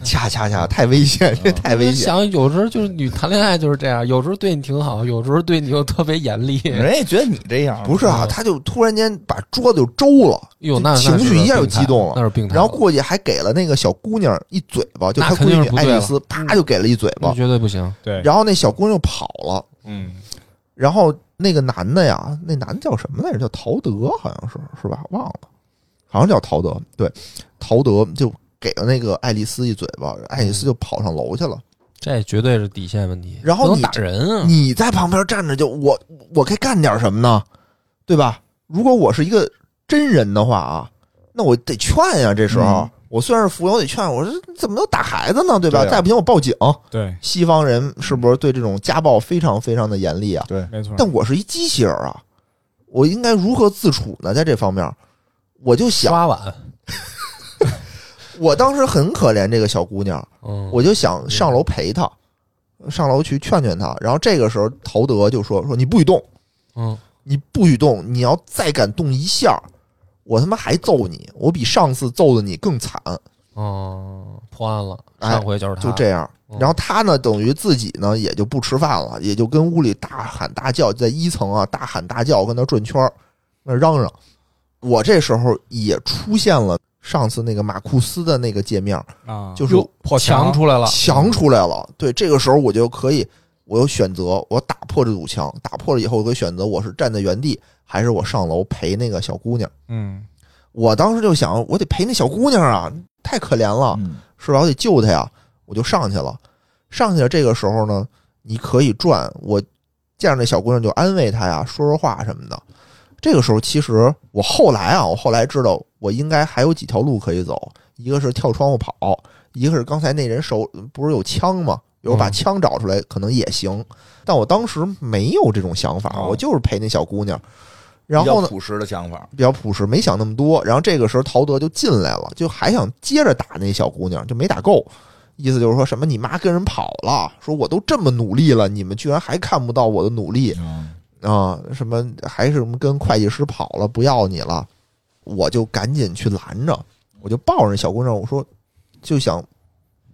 Speaker 6: 恰恰恰太危险，
Speaker 4: 嗯
Speaker 6: 这太危险。
Speaker 4: 想有时候就是女谈恋爱就是这样，有时候对你挺好，有时候对你又特别严厉。
Speaker 5: 人家觉得你这样
Speaker 6: 不是啊，
Speaker 4: 嗯
Speaker 6: 他就突然间把桌子就周了，
Speaker 4: 哟，那那
Speaker 6: 情绪
Speaker 4: 是
Speaker 6: 一下就
Speaker 4: 病态
Speaker 6: 激动了
Speaker 4: 那是病态。
Speaker 6: 然后过去还给了那个小姑娘一嘴巴，就
Speaker 4: 那
Speaker 6: 他
Speaker 4: 肯
Speaker 6: 闺
Speaker 4: 定
Speaker 6: 女
Speaker 4: 是不
Speaker 6: 爱
Speaker 4: 对了
Speaker 6: 丽
Speaker 4: 嗯
Speaker 6: 丝，啪就给了一嘴
Speaker 4: 那
Speaker 6: 巴，
Speaker 4: 绝对不行。
Speaker 7: 对，
Speaker 6: 然后那小姑娘就跑了，
Speaker 7: 嗯，
Speaker 6: 然后那个男的呀，那男的叫什么来着？叫陶德，好像是是吧？忘了，好像叫陶德。对，陶德就给了那个爱丽丝一嘴巴，爱
Speaker 4: 嗯
Speaker 6: 丽丝就跑上楼去了。
Speaker 4: 这绝对是底线问题。
Speaker 6: 然后
Speaker 4: 不能
Speaker 6: 你
Speaker 4: 打人啊，
Speaker 6: 你在旁边站着就，我我该干点什么呢？对吧？如果我是一个真人的话啊，那我得劝呀、这时候、
Speaker 5: 嗯
Speaker 6: 我虽然是服务员，我得劝。我说你怎么能打孩子呢？对吧？
Speaker 5: 对啊
Speaker 6: 再不行我报警。
Speaker 7: 对，
Speaker 6: 西方人是不是对这种家暴非常非常的严厉啊？
Speaker 5: 对，
Speaker 7: 没错。
Speaker 6: 但我是一机器人啊，我应该如何自处呢？在这方面，我就想，
Speaker 4: 刷碗。
Speaker 6: 我当时很可怜这个小姑娘，
Speaker 4: 嗯，
Speaker 6: 我就想上楼陪她，上楼去劝劝她。然后这个时候，陶德就说：“说你不许动。”
Speaker 4: 嗯
Speaker 6: 你不许动，你要再敢动一下，我他妈还揍你，我比上次揍的你更惨，
Speaker 4: 哦，破案了，
Speaker 6: 哎
Speaker 4: 上回就是他。
Speaker 6: 就这样。
Speaker 4: 嗯
Speaker 6: 然后他呢，等于自己呢也就不吃饭了，也就跟屋里大喊大叫，在一层啊大喊大叫，跟那转圈儿，那嚷嚷。我这时候也出现了上次那个马库斯的那个界面，
Speaker 7: 啊，
Speaker 6: 就是
Speaker 4: 哟
Speaker 7: 破
Speaker 4: 墙出来了，
Speaker 6: 墙出来了。对，这个时候我就可以，我有选择，我打破这堵墙，打破了以后，我可以选择我是站在原地，还是我上楼陪那个小姑娘。
Speaker 7: 嗯，
Speaker 6: 我当时就想，我得陪那小姑娘啊，太可怜了，
Speaker 5: 嗯
Speaker 6: 是吧？我得救她呀，我就上去了。上去了，这个时候呢，你可以转，我见着那小姑娘就安慰她呀，说说话什么的。这个时候，其实我后来啊，我后来知道，我应该还有几条路可以走，一个是跳窗户跑，一个是刚才那人手不是有枪吗？有时候把
Speaker 4: 嗯
Speaker 6: 枪找出来可能也行，但我当时没有这种想法，
Speaker 5: 哦
Speaker 6: 我就是陪那小姑娘。然后
Speaker 5: 比较
Speaker 6: 呢，
Speaker 5: 朴实的想法，
Speaker 6: 比较朴实，没想那么多。然后这个时候陶德就进来了，就还想接着打那小姑娘，就没打够。意思就是说什么你妈跟人跑了，说我都这么努力了，你们居然还看不到我的努力啊、什么还是什么跟会计师跑了，不要你了。我就赶紧去拦着，我就抱着那小姑娘，我说就想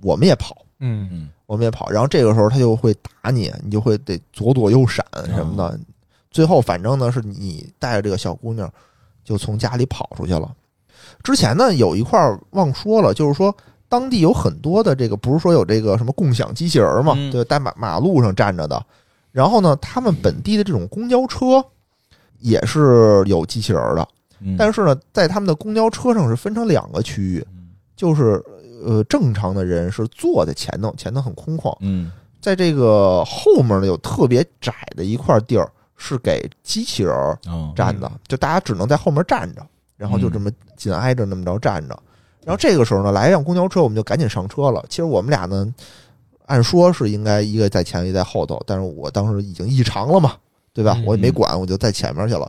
Speaker 6: 我们也跑，
Speaker 7: 嗯，
Speaker 5: 嗯，
Speaker 6: 我们也跑。然后这个时候他就会打你，你就会得左躲右闪什么的。最后反正呢是你带着这个小姑娘就从家里跑出去了。之前呢有一块儿忘说了，就是说当地有很多的这个不是说有这个什么共享机器人儿嘛，
Speaker 5: 嗯
Speaker 6: 对，在马马路上站着的。然后呢，他们本地的这种公交车也是有机器人儿的，
Speaker 5: 嗯
Speaker 6: 但是呢，在他们的公交车上是分成两个区
Speaker 4: 嗯
Speaker 6: 域，就是呃正常的人是坐在前头，前头很空旷。
Speaker 5: 嗯
Speaker 6: 在这个后面呢有特别窄的一块地儿是给机器人儿
Speaker 5: 嗯
Speaker 6: 站的，就大家只能在后面站着，然
Speaker 4: 嗯
Speaker 6: 后就这么紧挨着那么着站着。然后这个时候呢，来一辆公交车，我们就赶紧上车了。其实我们俩呢，按说是应该一个在前，一个在后头，但是我当时已经异常了嘛，对吧
Speaker 4: 嗯？
Speaker 6: 我也没管，我就在前面去了，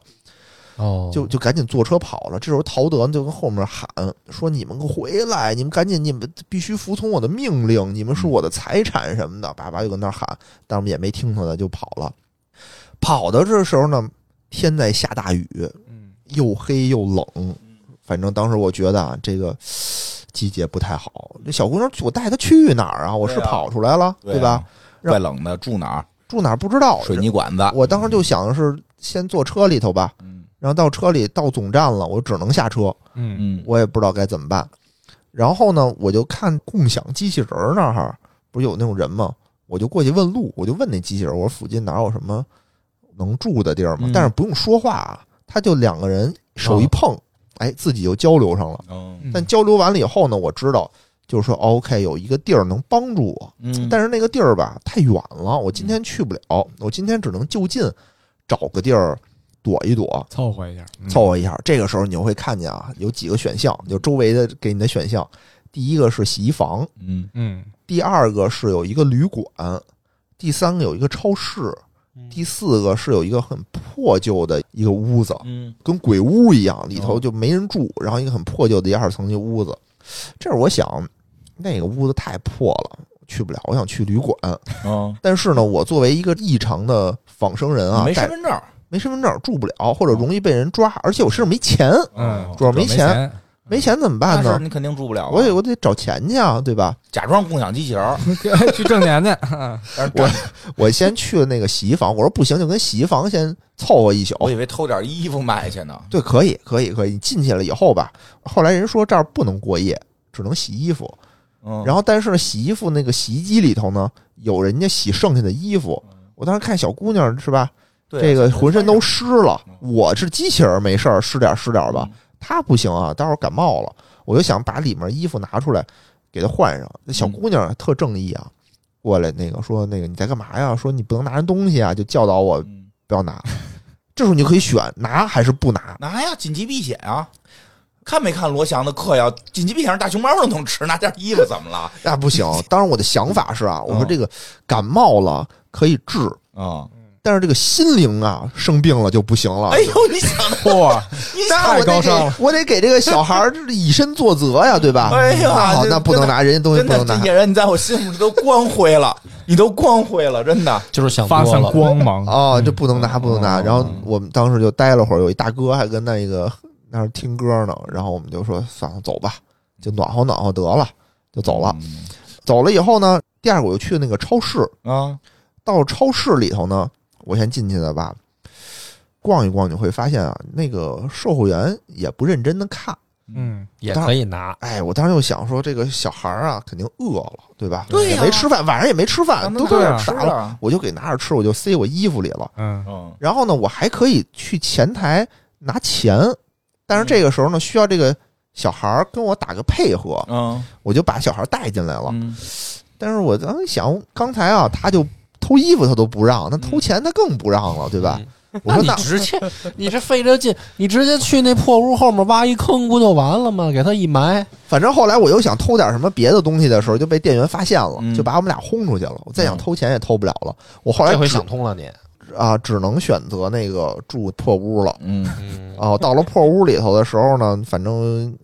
Speaker 4: 哦
Speaker 6: 就就赶紧坐车跑了。这时候陶德就跟后面喊说：“你们给我回来！你们赶紧，你们必须服从我的命令，你们
Speaker 5: 嗯
Speaker 6: 是我的财产什么的。”叭叭就跟那儿喊，但我们也没听他的，就跑了。跑的这时候呢，天在下大雨，
Speaker 7: 嗯
Speaker 6: 又黑又
Speaker 5: 嗯
Speaker 6: 冷，反正当时我觉得啊，这个季节不太好。这小姑娘，我带她去哪儿啊？我是
Speaker 5: 对啊
Speaker 6: 跑出来了，
Speaker 5: 对
Speaker 6: 吧
Speaker 5: 啊？？怪冷的，住哪儿？
Speaker 6: 住哪儿不知道。
Speaker 5: 水泥管子。
Speaker 6: 我当时就想的是先坐车里头吧，
Speaker 5: 嗯
Speaker 6: 然后到车里到总站了，我只能下车，
Speaker 7: 嗯
Speaker 5: 嗯，
Speaker 6: 我也不知道该怎么办。然后呢，我就看共享机器人儿那儿不是有那种人吗？我就过去问路，我就问那机器人儿，我说附近哪有什么能住的地儿吗？
Speaker 7: 嗯
Speaker 6: 但是不用说话啊，他就两个人手一碰，哎，自己就交流上了。
Speaker 5: 嗯
Speaker 6: 但交流完了以后呢，我知道就是说哦 OK 有一个地儿能帮助我，
Speaker 5: 嗯
Speaker 6: 但是那个地儿吧太远了，我今天去不了，我今天只能就近找个地儿躲一躲。
Speaker 7: 凑合一下，嗯
Speaker 6: 凑合一下，这个时候你就会看见啊，有几个选项，就周围的给你的选项。第一个是洗衣房，
Speaker 5: 嗯
Speaker 7: 嗯
Speaker 6: 第二个是有一个旅馆，第三个有一个超市，
Speaker 5: 嗯
Speaker 6: 第四个是有一个很破旧的一个屋子，
Speaker 5: 嗯
Speaker 6: 跟鬼屋一样，里头
Speaker 5: 哦
Speaker 6: 就没人住，然后一个很破旧的一二层的屋子。这是我想，那个屋子太破了，去不了。我想去旅馆，
Speaker 5: 嗯，
Speaker 6: 但是呢，我作为一个异常的仿生人啊，
Speaker 5: 没
Speaker 6: 带
Speaker 5: 身份证，
Speaker 6: 没身份证住不了，或者容易被人抓，而且我身上没钱，
Speaker 7: 嗯，
Speaker 6: 主要没
Speaker 7: 没
Speaker 6: 钱，没钱怎么办
Speaker 5: 但是
Speaker 6: 呢？
Speaker 5: 你肯定住不了啊。
Speaker 6: 我得我得找钱去啊，对吧？
Speaker 5: 假装共享机器人 儿，
Speaker 7: 去挣钱去，
Speaker 5: 但是这
Speaker 6: 我先去了那个洗衣房，我说不行，就跟洗衣房先凑合一宿。
Speaker 5: 我以为偷点衣服卖去呢。
Speaker 6: 对，可以，可以，可以。你进去了以后吧，后来人说这儿不能过夜，只能洗衣服。
Speaker 5: 嗯，
Speaker 6: 然后但是洗衣服那个洗衣机里头呢，有人家洗剩下的衣服。
Speaker 5: 嗯
Speaker 6: 我当时看小姑娘是吧，
Speaker 5: 对啊
Speaker 6: 这个浑身都湿了
Speaker 5: 嗯。
Speaker 6: 我是机器人没事儿，湿点儿湿点儿吧
Speaker 5: 嗯。
Speaker 6: 她不行啊，待会儿感冒了，我就想把里面衣服拿出来给她换上。那小
Speaker 5: 嗯
Speaker 6: 姑娘特正义啊，过来那个说那个你在干嘛呀？说你不能拿人东西啊，就教导我
Speaker 5: 嗯
Speaker 6: 不 要拿。这时候你就可以选拿还是不拿。
Speaker 5: 拿呀，紧急避险啊！看没看罗翔的课呀？紧急避险是大熊猫都能吃，拿件衣服怎么了？
Speaker 6: 那、不行，当然我的想法是啊，我
Speaker 5: 嗯
Speaker 6: 说这个感冒了可以治，
Speaker 5: 啊、
Speaker 6: 但是这个心灵啊，生病了就不行了。
Speaker 5: 哎呦，你想的，
Speaker 7: 嚯，
Speaker 5: 你
Speaker 6: 那
Speaker 5: 想
Speaker 6: 我
Speaker 7: 太
Speaker 5: 的，
Speaker 6: 得
Speaker 7: 高
Speaker 6: 给
Speaker 7: 尚了
Speaker 6: 我得给这个小孩儿以身作则呀，对吧？
Speaker 5: 哎呀
Speaker 6: 那好，
Speaker 5: 这
Speaker 6: 那不能拿人家东西
Speaker 5: 真
Speaker 6: 不
Speaker 5: 的，
Speaker 6: 能
Speaker 5: 这
Speaker 6: 拿。
Speaker 5: 野人你在我心目中都光辉了，你都光辉了，真的。
Speaker 4: 就是想多
Speaker 7: 发散
Speaker 4: 了，
Speaker 7: 光芒，
Speaker 5: 啊
Speaker 7: 嗯
Speaker 6: 哦，这不能拿，不能拿。
Speaker 5: 哦
Speaker 6: 然后我们当时就待了会儿，有一大哥还跟那个那儿听歌呢，然后我们就说算了，走吧，就暖和暖和得了，就走
Speaker 5: 嗯
Speaker 6: 了。走了以后呢，第二个我就去那个超市，
Speaker 5: 啊，
Speaker 6: 到超市里头呢，我先进去的吧，逛一逛，你会发现啊，那个售货员也不认真的看。
Speaker 7: 嗯，
Speaker 4: 也可以拿，
Speaker 6: 哎，我当时就想说，这个小孩儿啊，肯定饿了，对吧？
Speaker 5: 对呀
Speaker 6: 也没吃饭，晚上也没吃饭，都
Speaker 7: 对啊
Speaker 6: 傻
Speaker 5: 傻
Speaker 6: 了，
Speaker 5: 了。
Speaker 6: 我就给拿着吃，我就塞我衣服里了。
Speaker 7: 嗯
Speaker 5: 嗯
Speaker 6: 然后呢，我还可以去前台拿钱，但是这个时候呢，需要这个小孩儿跟我打个配合，
Speaker 5: 嗯
Speaker 6: 我就把小孩儿带进来了。
Speaker 5: 嗯
Speaker 6: 但是我当时想，刚才啊，他就偷衣服他都不让，那偷钱他更不让了，对吧？我
Speaker 4: 那
Speaker 6: 说
Speaker 4: 你
Speaker 6: 那
Speaker 4: 直 接，你这费这劲，你直接去那破屋后面挖一坑不就完了吗？给他一埋，
Speaker 6: 反正后来我又想偷点什么别的东西的时候，就被店员发现了，
Speaker 5: 嗯
Speaker 6: 就把我们俩轰出去了。我再
Speaker 5: 嗯
Speaker 6: 想偷钱也偷不了了。我后来
Speaker 4: 这回
Speaker 6: 只
Speaker 4: 想通了你。
Speaker 6: 啊，只能选择那个住破屋了。
Speaker 5: 嗯
Speaker 4: 嗯，
Speaker 6: 哦，到了破屋里头的时候呢，反正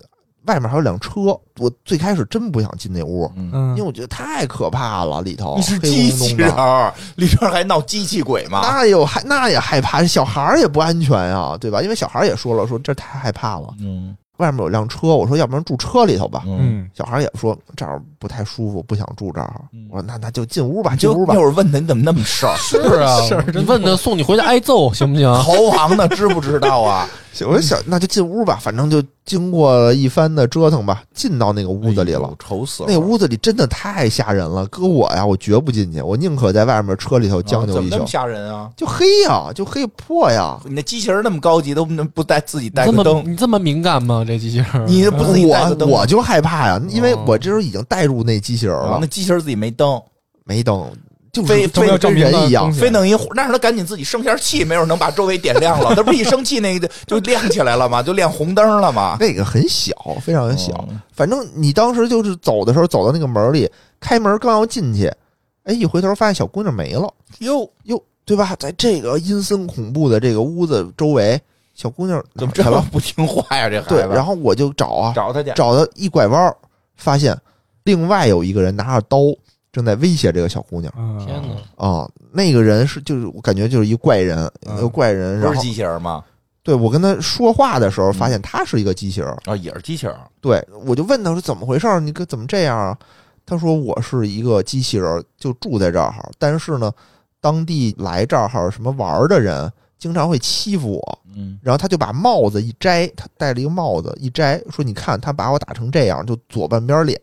Speaker 6: 外面还有辆车。我最开始真不想进那屋，
Speaker 5: 嗯，
Speaker 6: 因为
Speaker 7: 嗯，
Speaker 6: 我觉得太可怕了，里头
Speaker 5: 你是
Speaker 6: 黑
Speaker 5: 机
Speaker 6: 咕
Speaker 5: 器
Speaker 6: 隆咚
Speaker 5: 人啊
Speaker 6: 的。
Speaker 5: 儿，里边还闹机器鬼吗？
Speaker 6: 那有害，那也害怕，小孩儿也不安全呀、对吧？因为小孩儿也说了，说这太害怕了。
Speaker 5: 嗯
Speaker 6: 外面有辆车，我说要不然住车里头吧。
Speaker 5: 嗯，
Speaker 7: 嗯，
Speaker 6: 小孩儿也说这儿不太舒服，不想住这儿
Speaker 5: 嗯。
Speaker 6: 我说那那就进屋吧，
Speaker 5: 你
Speaker 6: 进
Speaker 5: 啊就
Speaker 6: 屋吧
Speaker 5: 那。会儿问他你怎么那么事儿，
Speaker 7: 是 啊，
Speaker 4: 你问他送你回去挨揍行不行？
Speaker 5: 逃亡呢，知不知道 啊？
Speaker 6: 我说小那就进屋吧，反正就经过一番的折腾吧，进到那个屋子里
Speaker 5: 哎
Speaker 6: 了
Speaker 5: 呦。愁死了。
Speaker 6: 那屋子里真的太吓人了，搁我呀，我绝不进去，我宁可在外面车里头将
Speaker 5: 啊
Speaker 6: 就
Speaker 5: 怎么
Speaker 6: 一
Speaker 5: 那
Speaker 6: 宿
Speaker 5: 么。吓人啊？
Speaker 6: 就黑呀，就黑破呀，
Speaker 5: 你那机器人那么高级，都不能不带自己带
Speaker 4: 这
Speaker 5: 个
Speaker 4: 么
Speaker 5: 灯，
Speaker 4: 你这么敏感吗？这机器人，
Speaker 5: 你不嗯自己带个
Speaker 6: 我
Speaker 5: 灯，哦
Speaker 6: 我就害怕呀，因为我这时候已经带入那机器人
Speaker 5: 啊
Speaker 6: 了
Speaker 5: 那，机器人自己没灯，
Speaker 6: 没灯，就
Speaker 5: 非
Speaker 6: 是
Speaker 5: 非
Speaker 6: 跟跟人一样
Speaker 7: 证明了东西
Speaker 5: 非弄一火，那让他赶紧自己生下气，没准能把周围点亮 了。他不是一生气那个就亮起来了吗？就亮红灯了吗？
Speaker 6: 那个很小，非常小。
Speaker 5: 嗯
Speaker 6: 反正你当时就是走的时候，走到那个门里，开门刚要进去，哎，一回头发现小姑娘没了，
Speaker 5: 哟，
Speaker 6: 哟，对吧？在这个阴森恐怖的这个屋子周围，小姑娘
Speaker 5: 怎么
Speaker 6: 哪
Speaker 5: 这
Speaker 6: 儿去
Speaker 5: 么
Speaker 6: 了？
Speaker 5: 不听话呀？这孩子。
Speaker 6: 对，然后我就找啊，
Speaker 5: 找他去，
Speaker 6: 找到一拐弯儿，发现另外有一个人拿着刀正在威胁这个小姑娘
Speaker 7: 嗯
Speaker 4: 天哪！
Speaker 6: 啊、那个人是就是我感觉就是一怪人，
Speaker 7: 嗯
Speaker 6: 一个怪人。
Speaker 5: 不
Speaker 6: 然
Speaker 5: 是
Speaker 6: 后
Speaker 5: 机器人吗？
Speaker 6: 对我跟他说话的时候，
Speaker 5: 嗯
Speaker 6: 发现他是一个机器人儿。
Speaker 5: 啊，也是机器人。
Speaker 6: 对我就问他说怎么回事儿，你可怎么这样啊？他说我是一个机器人儿，就住在这儿，但是呢，当地来这儿什么玩儿的人经常会欺负我，
Speaker 5: 嗯，
Speaker 6: 然后他就把帽子一摘，他戴了一个帽子一摘，说：“你看他把我打成这样，就左半边脸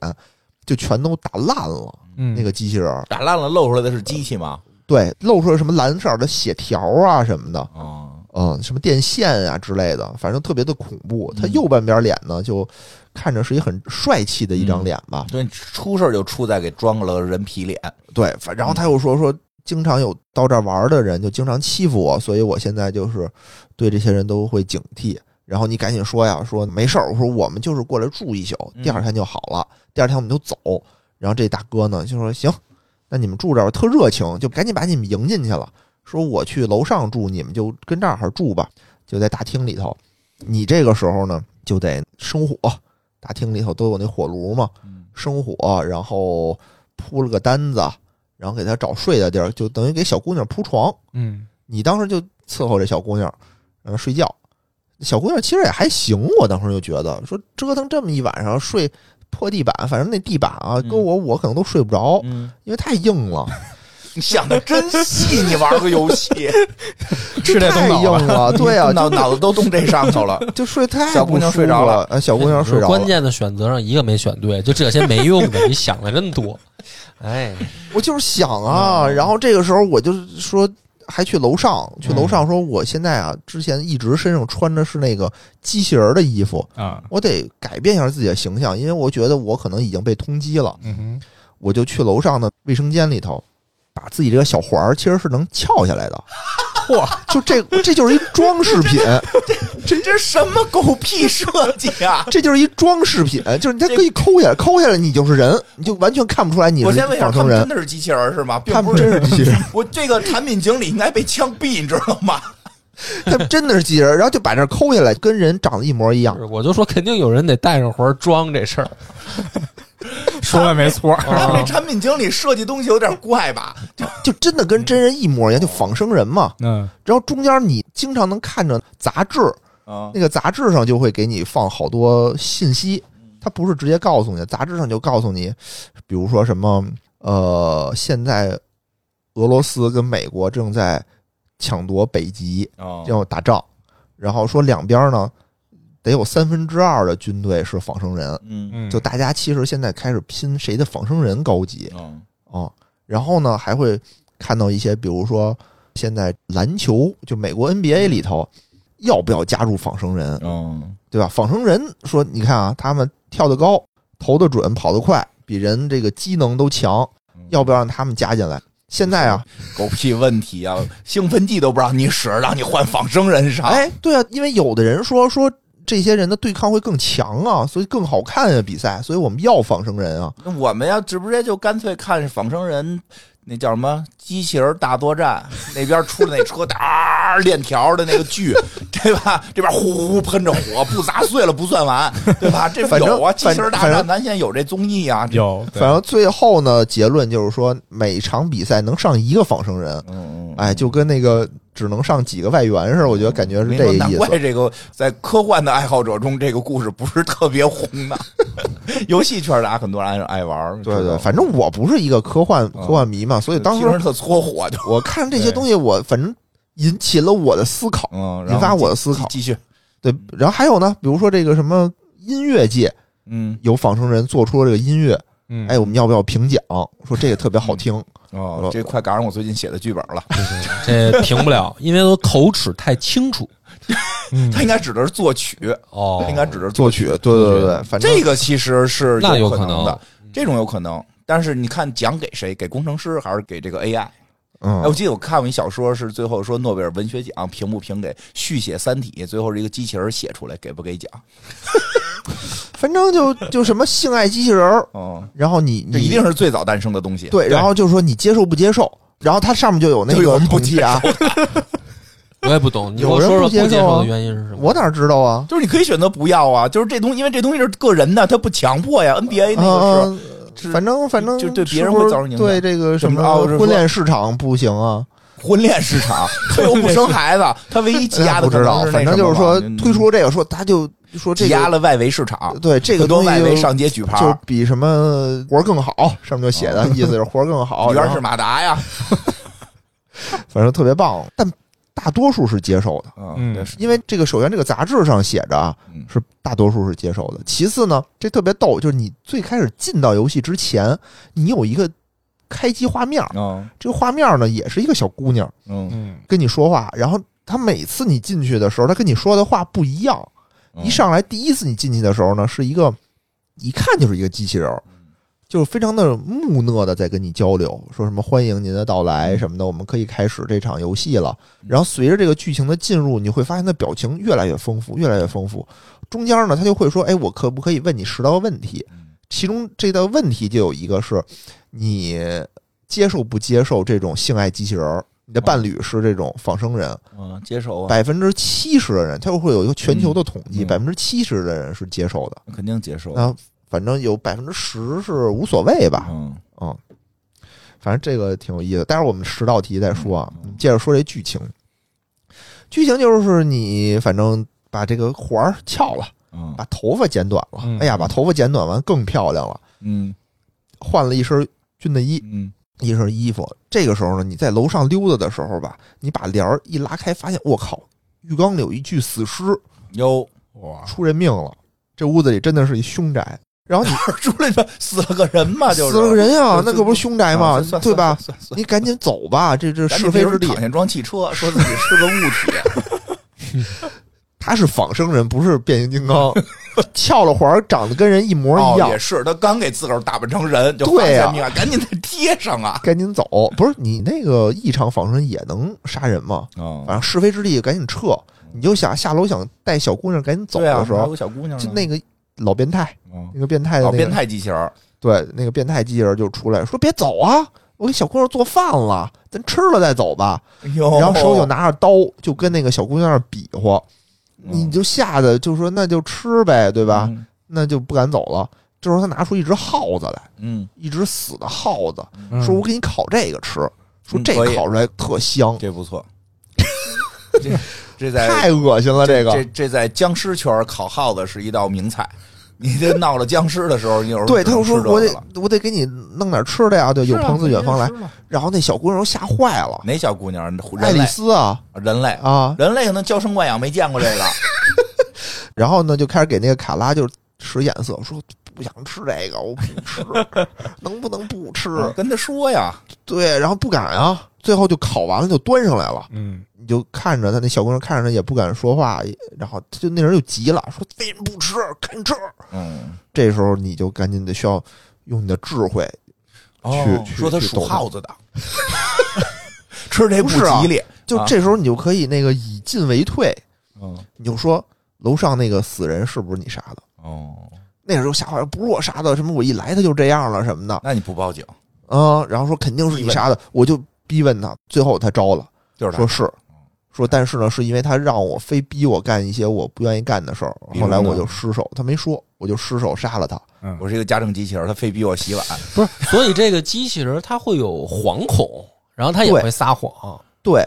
Speaker 6: 就全都打烂了。
Speaker 7: 嗯，
Speaker 6: 那个机器人儿
Speaker 5: 打烂了露出来的是机器吗？
Speaker 6: 对露出了什么蓝色的血条啊什么的，
Speaker 5: 啊，
Speaker 6: 嗯，什么电线啊之类的，反正特别的恐怖。他
Speaker 5: 嗯
Speaker 6: 右半边脸呢，就看着是一很帅气的一
Speaker 5: 嗯
Speaker 6: 张脸吧。
Speaker 5: 对，出事儿就出在给装了个人皮脸。
Speaker 6: 对，反然后他又说说，经常有到这儿玩儿的人就经常欺负我，所以我现在就是对这些人都会警惕。然后你赶紧说呀，说没事儿，我说我们就是过来住一宿，
Speaker 5: 嗯
Speaker 6: 第二天就好了，第二天我们就走。然后这大哥呢就说行，那你们住这儿特热情，就赶紧把你们迎进去了。说我去楼上住，你们就跟这儿住吧，就在大厅里头。你这个时候呢就得生火，大厅里头都有那火炉嘛，生火，然后铺了个单子，然后给她找睡的地儿，就等于给小姑娘铺床。
Speaker 7: 嗯
Speaker 6: 你当时就伺候这小姑娘，让她睡觉。小姑娘其实也还行，我当时就觉得说折腾这么一晚上睡破地板，反正那地板啊，
Speaker 5: 嗯
Speaker 6: 搁我我可能都睡不着，
Speaker 5: 嗯，
Speaker 6: 因为太硬了，
Speaker 5: 你想的真细，你玩个游 戏，
Speaker 7: 吃这
Speaker 6: 太
Speaker 7: 东
Speaker 6: 硬
Speaker 7: 脑
Speaker 6: 了，
Speaker 7: 了，
Speaker 6: 对啊，
Speaker 5: 脑
Speaker 6: 就
Speaker 5: 脑子都动这上头了。
Speaker 6: 就睡太
Speaker 5: 小姑娘
Speaker 6: 不舒
Speaker 5: 睡着
Speaker 6: 服
Speaker 5: 了
Speaker 6: 了，哎小姑娘睡着
Speaker 4: 关
Speaker 6: 了。
Speaker 4: 键的选择上一个没选对，就这些没用的，你想的真 多。哎，
Speaker 6: 我就是想啊，然后这个时候我就说，还去楼上，去楼上说，我现在啊，之前一直身上穿的是那个机器人儿的衣服，
Speaker 7: 啊，
Speaker 6: 我得改变一下自己的形象，因为我觉得我可能已经被通缉了，
Speaker 7: 嗯 哼，
Speaker 6: 我就去楼上的卫生间里头，把自己这个小环儿其实是能撬下来的，
Speaker 5: 嚯，
Speaker 6: 就这这就是一装饰品，
Speaker 5: 这这什么狗屁设计 啊！
Speaker 6: 这就是一装饰品，就是它可以抠下来，抠下来你就是人，你就完全看不出来你
Speaker 5: 我
Speaker 6: 是
Speaker 5: 先问一下，
Speaker 6: 仿
Speaker 5: 他
Speaker 6: 生
Speaker 5: 们真
Speaker 6: 人，
Speaker 5: 的是机器人是吗？并
Speaker 6: 他
Speaker 5: 不
Speaker 6: 们真是机器人。
Speaker 5: 我这个产品经理应该被枪 毙，你知道吗？
Speaker 6: 他真的是机器人，然后就把这儿抠下来，跟人长得一模一样
Speaker 4: 不。是我就说肯定有人得带上活儿装这事儿。
Speaker 7: 说的没错，
Speaker 6: 哦
Speaker 5: 他们这产品经理设计东西有点怪吧？
Speaker 6: 就真的跟真人一模一样，就仿生人嘛。
Speaker 7: 嗯
Speaker 6: 然后中间你经常能看着杂志，
Speaker 5: 啊，
Speaker 6: 那个杂志上就会给你放好多信息，它不是直接告诉你，杂志上就告诉你，比如说什么呃，现在俄罗斯跟美国正在抢夺北极，
Speaker 5: 哦，
Speaker 6: 要打仗，然后说两边呢得有三分之二的军队是仿生人，
Speaker 5: 嗯
Speaker 7: 嗯，
Speaker 6: 就大家其实现在开始拼谁的仿生人高级。
Speaker 5: 嗯
Speaker 6: 啊、然后呢，还会看到一些，比如说现在篮球，就美国 NBA 里头，要不要加入仿生人，
Speaker 5: 嗯，
Speaker 6: 对吧？仿生人说，你看啊，他们跳得高，投得准，跑得快，比人这个机能都强，要不要让他们加进来？现在啊，
Speaker 5: 狗屁问题啊！兴奋剂都不让你使，让你换仿生人上。
Speaker 6: 哎，对啊，因为有的人说说这些人的对抗会更强啊，所以更好看啊比赛，所以我们要仿生人啊。
Speaker 5: 那我们要直不直接就干脆看仿生人，那叫什么机器人大作战？那边出了那车啊链条的那个 锯，对吧？这边呼呼喷着火，不砸碎了不算完，对吧？这
Speaker 6: 反正
Speaker 5: 有啊，机
Speaker 6: 反
Speaker 5: 器人大
Speaker 6: 反
Speaker 5: 战，
Speaker 6: 正
Speaker 5: 咱现在有这综艺啊，这
Speaker 7: 有，对
Speaker 6: 反正最后呢，结论就是说，每场比赛能上一个仿生人，
Speaker 5: 嗯嗯，
Speaker 6: 哎，就跟那个只能上几个外援似的，我觉得感觉是
Speaker 5: 没
Speaker 6: 这个
Speaker 5: 说
Speaker 6: 意
Speaker 5: 难怪
Speaker 6: 思。
Speaker 5: 这个在科幻的爱好者中，这个故事不是特别红的。游戏圈的啊，很多人爱玩儿，
Speaker 6: 对
Speaker 5: 知道
Speaker 6: 对，
Speaker 5: 吗
Speaker 6: 反正我不是一个科
Speaker 5: 嗯
Speaker 6: 幻科幻迷嘛，所以当
Speaker 5: 听着
Speaker 6: 时
Speaker 5: 特搓火就，
Speaker 6: 我看这些东西，我反正引起了我的思考，
Speaker 5: 嗯，然
Speaker 6: 引
Speaker 5: 后
Speaker 6: 发我的思考。
Speaker 5: 继继续，
Speaker 6: 对，然后还有呢，比如说这个什么音乐界
Speaker 5: 嗯，
Speaker 6: 有仿生人做出了这个音乐，
Speaker 7: 嗯
Speaker 6: 哎，我们要不要评奖？说这个特
Speaker 5: 嗯
Speaker 6: 别好听，
Speaker 5: 哦，这快赶上我最近写的剧本 了。
Speaker 4: 这评不了，因为我口齿太清楚
Speaker 5: 他应该指的是作曲，
Speaker 4: 哦
Speaker 5: 他应该指的是
Speaker 6: 作曲，对对对，对反正
Speaker 5: 这个其实是
Speaker 4: 那有
Speaker 5: 可
Speaker 4: 可能
Speaker 5: 能
Speaker 4: 嗯
Speaker 5: 的，这种有可能。但是你看奖给谁？给工程师还是给这个 AI？哎，我
Speaker 6: 嗯，
Speaker 5: 记得我看过一小说，是最后说诺贝尔文学奖评不评给续写《三体》，最后是一个机器人写出来，给不给奖？
Speaker 6: 反正就就什么性爱机器人儿，
Speaker 5: 嗯，
Speaker 6: 然后你
Speaker 5: 这
Speaker 6: 你
Speaker 5: 一定是最早诞生的东西。
Speaker 6: 哦对，然后就说你接受不接受，然后它上面就有那
Speaker 5: 就有
Speaker 6: 个
Speaker 5: 人不
Speaker 6: 统计啊，
Speaker 4: 我也不懂，你给我
Speaker 6: 有人
Speaker 4: 说说
Speaker 6: 不接
Speaker 4: 不接
Speaker 6: 受
Speaker 4: 受
Speaker 6: 啊
Speaker 4: 的原因是什么？
Speaker 6: 我哪知道啊？
Speaker 5: 就是你可以选择不要啊，就是这东西，因为这东西是个人的，它不强迫呀。NBA 那个是，
Speaker 6: 嗯，
Speaker 5: 是
Speaker 6: 反正反正
Speaker 5: 就对
Speaker 6: 是
Speaker 5: 别人
Speaker 6: 不
Speaker 5: 会
Speaker 6: 是
Speaker 5: 造成影响
Speaker 6: 对这个什
Speaker 5: 怎么着
Speaker 6: 么
Speaker 5: 就是说
Speaker 6: 婚恋市场不行啊，
Speaker 5: 婚恋市 场，他又不生孩子，他唯一挤压
Speaker 6: 哎
Speaker 5: 的
Speaker 6: 不
Speaker 5: 可
Speaker 6: 知
Speaker 5: 能
Speaker 6: 道，
Speaker 5: 是那
Speaker 6: 反正
Speaker 5: 什
Speaker 6: 就
Speaker 5: 么
Speaker 6: 是说
Speaker 5: 吧嗯
Speaker 6: 推出这个说他就说这
Speaker 5: 挤压
Speaker 6: 个
Speaker 5: 了外围市场，
Speaker 6: 对这
Speaker 5: 很
Speaker 6: 个
Speaker 5: 多
Speaker 6: 东
Speaker 5: 外
Speaker 6: 西
Speaker 5: 围
Speaker 6: 就
Speaker 5: 上街举牌
Speaker 6: 就
Speaker 5: 儿
Speaker 6: 是，比什么活儿更好，上面就
Speaker 5: 啊
Speaker 6: 写的意思是活儿更好，
Speaker 5: 哦原
Speaker 6: 然
Speaker 5: 是
Speaker 6: 后
Speaker 5: 马达呀，
Speaker 6: 反正特别棒，但大多数是接受的，
Speaker 7: 嗯
Speaker 5: 对
Speaker 6: 因为这个首先这个杂志上写着啊
Speaker 5: 嗯
Speaker 6: 是大多数是接受的。其次呢，这特别逗，就是你最开始进到游戏之前，你有一个开机画面儿，
Speaker 5: 嗯
Speaker 6: 这个画面儿呢也是一个小姑娘
Speaker 5: 嗯，
Speaker 7: 嗯，
Speaker 6: 跟你说话，然后她每次你进去的时候，她跟你说的话不一样。
Speaker 5: 嗯
Speaker 6: 一上来第一次你进去的时候呢，是一个一看就是一个机器人儿，就是非常的木讷的在跟你交流，说什么欢迎您的到来什么的，我们可以开始这场游戏了。然后随着这个剧情的进入，你会发现它表情越来越丰富，越来越丰富。中间呢，他就会说：“哎，我可不可以问你十道问题？”其中这道问题就有一个是你接受不接受这种性爱机器人儿，你的伴侣是这种仿生人。
Speaker 5: 嗯，接受啊，
Speaker 6: 百分之七十的人，他会有一个全球的统计，
Speaker 5: 嗯
Speaker 6: 百分之七十的人是接受的。
Speaker 5: 肯定接受。
Speaker 6: 那反正有百分之十是无所谓吧，
Speaker 5: 嗯，
Speaker 6: 嗯，反正这个挺有意思。待会儿我们十道题再说啊
Speaker 5: 嗯，
Speaker 6: 我们接着说这剧情。剧情就是你反正把这个环儿翘了，
Speaker 5: 嗯
Speaker 6: 把头发剪短了，
Speaker 7: 嗯
Speaker 6: 哎呀，把头发剪短完更漂亮了，
Speaker 5: 嗯
Speaker 6: 换了一身军的衣，
Speaker 5: 嗯
Speaker 6: 一身衣服。这个时候呢，你在楼上溜达的时候吧，你把帘儿一拉开，发现我靠，浴缸里有一具死尸。
Speaker 5: 哟，啊
Speaker 7: 哇，
Speaker 6: 出人命了，这屋子里真的是一凶宅。然后你
Speaker 5: 出来吧，死了个人嘛，就是
Speaker 6: 死了个人呀、
Speaker 5: 就
Speaker 6: 那可不是凶宅吗
Speaker 5: 啊算？
Speaker 6: 对吧？
Speaker 5: 算算
Speaker 6: 你赶紧走吧，这这
Speaker 5: 咱
Speaker 6: 是
Speaker 5: 这
Speaker 6: 非
Speaker 5: 别
Speaker 6: 之地
Speaker 5: 躺。下装汽车，说自己是个物体，
Speaker 6: 他是仿生人，不是变形金 刚，翘了环儿，长得跟人一模一
Speaker 5: 哦
Speaker 6: 样
Speaker 5: 也。是，他刚给自个儿打扮成人，就
Speaker 6: 对呀
Speaker 5: 发现命案，赶紧得贴上啊！
Speaker 6: 赶紧走！不是你那个异常仿生人也能杀人吗？反
Speaker 5: 啊，
Speaker 6: 正是非之地，赶紧撤！你就想下楼想带小姑娘赶紧 走
Speaker 5: 对啊，
Speaker 6: 的时
Speaker 5: 还有
Speaker 6: 候，
Speaker 5: 个小姑娘呢，
Speaker 6: 就那个老变态，
Speaker 5: 嗯
Speaker 6: 那个变态的
Speaker 5: 哦，
Speaker 6: 那个
Speaker 5: 变态机器人儿，
Speaker 6: 对，那个变态机器人就出来说：“别走啊，我给小姑娘做饭了，咱吃了再走吧。”
Speaker 5: 然
Speaker 6: 然后手里就拿着刀，就跟那个小姑娘那儿比
Speaker 5: 哦
Speaker 6: 划，你就吓得就说那就吃呗，对
Speaker 5: 对
Speaker 6: 吧？？那就不敢走了。这时候他拿出一只耗子来，
Speaker 5: 嗯，
Speaker 6: 一只死的耗子，
Speaker 7: 嗯
Speaker 6: 说我给你烤这个吃，说
Speaker 5: 嗯
Speaker 6: 这
Speaker 5: 可以
Speaker 6: 烤出来特香，
Speaker 5: 这不 错，这这在
Speaker 6: 太恶心了
Speaker 5: 这
Speaker 6: 这个。
Speaker 5: 这在僵尸圈儿烤耗子是一道名菜。你这闹了僵尸的时候，你有时候
Speaker 6: 对，
Speaker 5: 只
Speaker 6: 他
Speaker 5: 能
Speaker 6: 就说
Speaker 5: 吃这
Speaker 6: 我
Speaker 5: 个
Speaker 6: 得
Speaker 5: 了啊
Speaker 6: 我得给你弄点吃的呀，对，有朋自远方来。然后那小姑娘都吓坏了，
Speaker 5: 哪小姑娘？
Speaker 6: 爱
Speaker 5: 人
Speaker 6: 丽
Speaker 5: 类，
Speaker 6: 丝啊
Speaker 5: 人类，
Speaker 6: 啊，
Speaker 5: 人类可能娇生惯养，没见过这 个。
Speaker 6: 然后呢，就开始给那个卡拉就使眼色，说不想吃这个，我不 吃，能不能不吃？
Speaker 5: 跟他说呀，
Speaker 6: 对，然后不敢啊，最后就烤完了就端上来了，
Speaker 7: 嗯，
Speaker 6: 你就看着他那小姑娘看着他也不敢说话，也然后他就那人就急了，说为什么不吃？赶紧吃！
Speaker 5: 嗯，
Speaker 6: 这时候你就赶紧得需要用你的智慧，
Speaker 5: 哦
Speaker 6: 去
Speaker 5: 说他
Speaker 6: 去
Speaker 5: 属
Speaker 6: 逗他
Speaker 5: 耗子 的， 吃这
Speaker 6: 不是啊
Speaker 5: 吉利。
Speaker 6: 就
Speaker 5: 啊
Speaker 6: 这时候你就可以那个以进为退，
Speaker 5: 嗯，
Speaker 6: 你就说楼上那个死人是不是你杀的？
Speaker 5: 哦，
Speaker 6: 那时候吓坏了，不是我杀的，什么我一来他就这样了什么的，
Speaker 5: 那你不报警，
Speaker 6: 嗯，然后说肯定是你杀的，我就逼问他，最后他招了，
Speaker 5: 就是他
Speaker 6: 说是，说但是呢，是因为他让我非逼我干一些我不愿意干的事儿
Speaker 5: 比，如
Speaker 6: 后来我
Speaker 5: 呢
Speaker 6: 就失手，他没说，我就失手杀了他。
Speaker 7: 嗯
Speaker 5: 我是一个家政机器人，他非逼我洗碗。
Speaker 4: 不是， 所以这个机器人它会有惶恐，然后它也
Speaker 6: 对
Speaker 4: 会撒谎，
Speaker 6: 对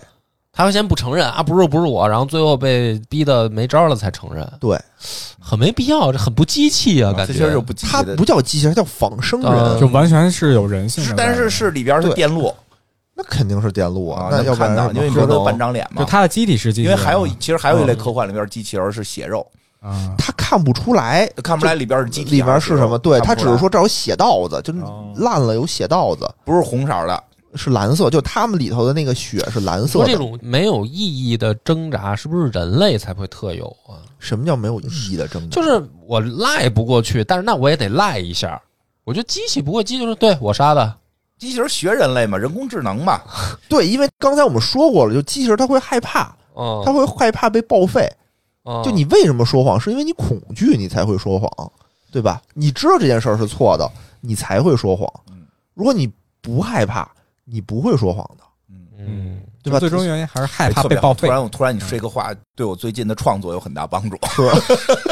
Speaker 4: 它会先不承认啊，不是不是我，然后最后被逼的没招了才承认，
Speaker 6: 对，
Speaker 4: 很没必要，这很不机器啊，
Speaker 5: 他
Speaker 4: 感
Speaker 5: 其
Speaker 4: 觉
Speaker 5: 实就不急
Speaker 6: 他
Speaker 5: 的啊
Speaker 6: 不叫机器人，他叫仿生
Speaker 4: 呃
Speaker 6: 人，
Speaker 7: 嗯就完全是有人性
Speaker 5: 是
Speaker 7: 的，
Speaker 5: 但是是里边是
Speaker 6: 对
Speaker 5: 电路
Speaker 6: 那肯定是电路
Speaker 5: 啊，
Speaker 6: 那要
Speaker 5: 能
Speaker 6: 不
Speaker 5: 看
Speaker 6: 然
Speaker 5: 到，
Speaker 6: 是
Speaker 5: 因为你
Speaker 6: 什么
Speaker 5: 说他
Speaker 6: 克隆
Speaker 5: 半张脸嘛
Speaker 7: 就。他的机体是机
Speaker 5: 因
Speaker 7: 器人
Speaker 5: 为
Speaker 7: 啊，
Speaker 5: 还有一，其实还有一类
Speaker 7: 嗯
Speaker 5: 科幻里边机器人是血肉，
Speaker 7: 啊，
Speaker 6: 他看不出来。
Speaker 5: 看不出来里边是机体
Speaker 6: 里面
Speaker 5: 还是
Speaker 6: 是什么？对他
Speaker 5: 看不
Speaker 6: 只
Speaker 5: 出来
Speaker 6: 是说这有血道子，就是
Speaker 7: 哦
Speaker 6: 烂了有血道子，
Speaker 5: 不是红色的，
Speaker 6: 是蓝色，就他们里头的那个血是蓝色
Speaker 4: 说这
Speaker 6: 的。
Speaker 4: 种没有意义的挣扎，是不是人类才会特有啊？
Speaker 6: 什么叫没有意义的争
Speaker 4: 就是我赖不过去，但是那我也得赖一下，我觉得机器不会，机器就是对我杀的，
Speaker 5: 机器人学人类嘛，人工智能 嘛，
Speaker 6: 对，因为刚才我们说过了，就机器人它会害怕，
Speaker 4: 嗯，
Speaker 5: 哦
Speaker 6: 它会害怕被报废。
Speaker 5: 啊
Speaker 4: 嗯
Speaker 6: 就你为什么说谎，是因为你恐惧，你才会说谎，对吧？你知道这件事儿是错的，你才会说谎
Speaker 5: 嗯。
Speaker 6: 如果你不害怕，你不会说谎的，
Speaker 4: 嗯，
Speaker 6: 对吧？
Speaker 7: 最终原因还是害怕
Speaker 5: 特
Speaker 7: 被
Speaker 5: 别
Speaker 7: 报
Speaker 5: 好
Speaker 7: 废
Speaker 5: 突。然，突然你说一个话，对我最近的创作有很大帮助。
Speaker 6: 嗯是 吧？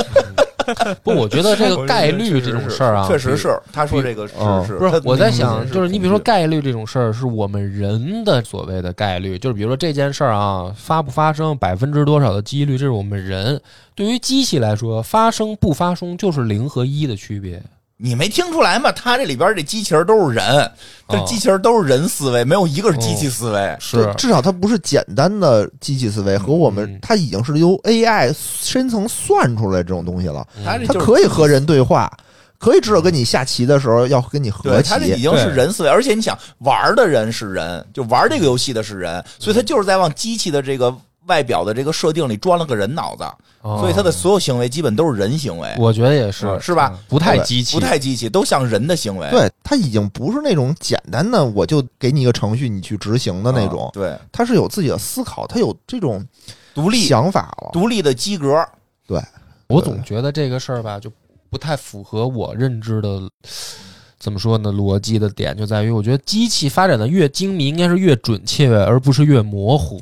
Speaker 4: 不，我觉得这个
Speaker 5: 我觉得
Speaker 4: 概率这种事儿啊，
Speaker 5: 确实
Speaker 4: 比哦
Speaker 5: 是。他说这个是
Speaker 6: 嗯
Speaker 5: 是，
Speaker 4: 不
Speaker 5: 他
Speaker 4: 是，我在
Speaker 5: 明
Speaker 4: 想，
Speaker 5: 显
Speaker 4: 就是你比如说
Speaker 5: 恐惧
Speaker 4: 概率这种事儿，是我们人的所谓的概率，就是比如说这件事儿啊，发不发生，百分之多少的几率，这是我们人。对于机器来说，发生不发生就是零和一的区别。
Speaker 5: 你没听出来吗？他这里边这机器人都是人，这
Speaker 4: 哦
Speaker 5: 机器人都是人思维，没有一个是机器思维。
Speaker 6: 对至少它不是简单的机器思维，和我们、
Speaker 4: 嗯
Speaker 6: 它已经是由 AI 深层算出来这种东西了。
Speaker 5: 他这
Speaker 6: 它
Speaker 5: 就是
Speaker 6: 可以和人对话，可以知道跟你下棋的时候要跟你合
Speaker 5: 对，
Speaker 6: 棋
Speaker 5: 他这。已经是人思维，而且你想玩的人是人，就玩这个游戏的是
Speaker 4: 嗯
Speaker 5: 人，所以他就是在往机器的这个外表的这个设定里装了个人脑子，
Speaker 4: 哦
Speaker 5: 所以他的所有行为基本都是人行为，
Speaker 4: 我觉得也是，
Speaker 5: 是吧？
Speaker 4: 不太机器，
Speaker 5: 不太机器，都像人的行为，
Speaker 6: 对，它已经不是那种简单的我就给你一个程序你去执行的那种
Speaker 5: 啊，对，
Speaker 6: 它是有自己的思考，它有这种
Speaker 5: 独立
Speaker 6: 想法了。
Speaker 5: 独立的机格，
Speaker 4: 我总觉得这个事儿吧，就不太符合我认知的，怎么说呢？逻辑的点就在于，我觉得机器发展的越精密，应该是越准确，而不是越模糊。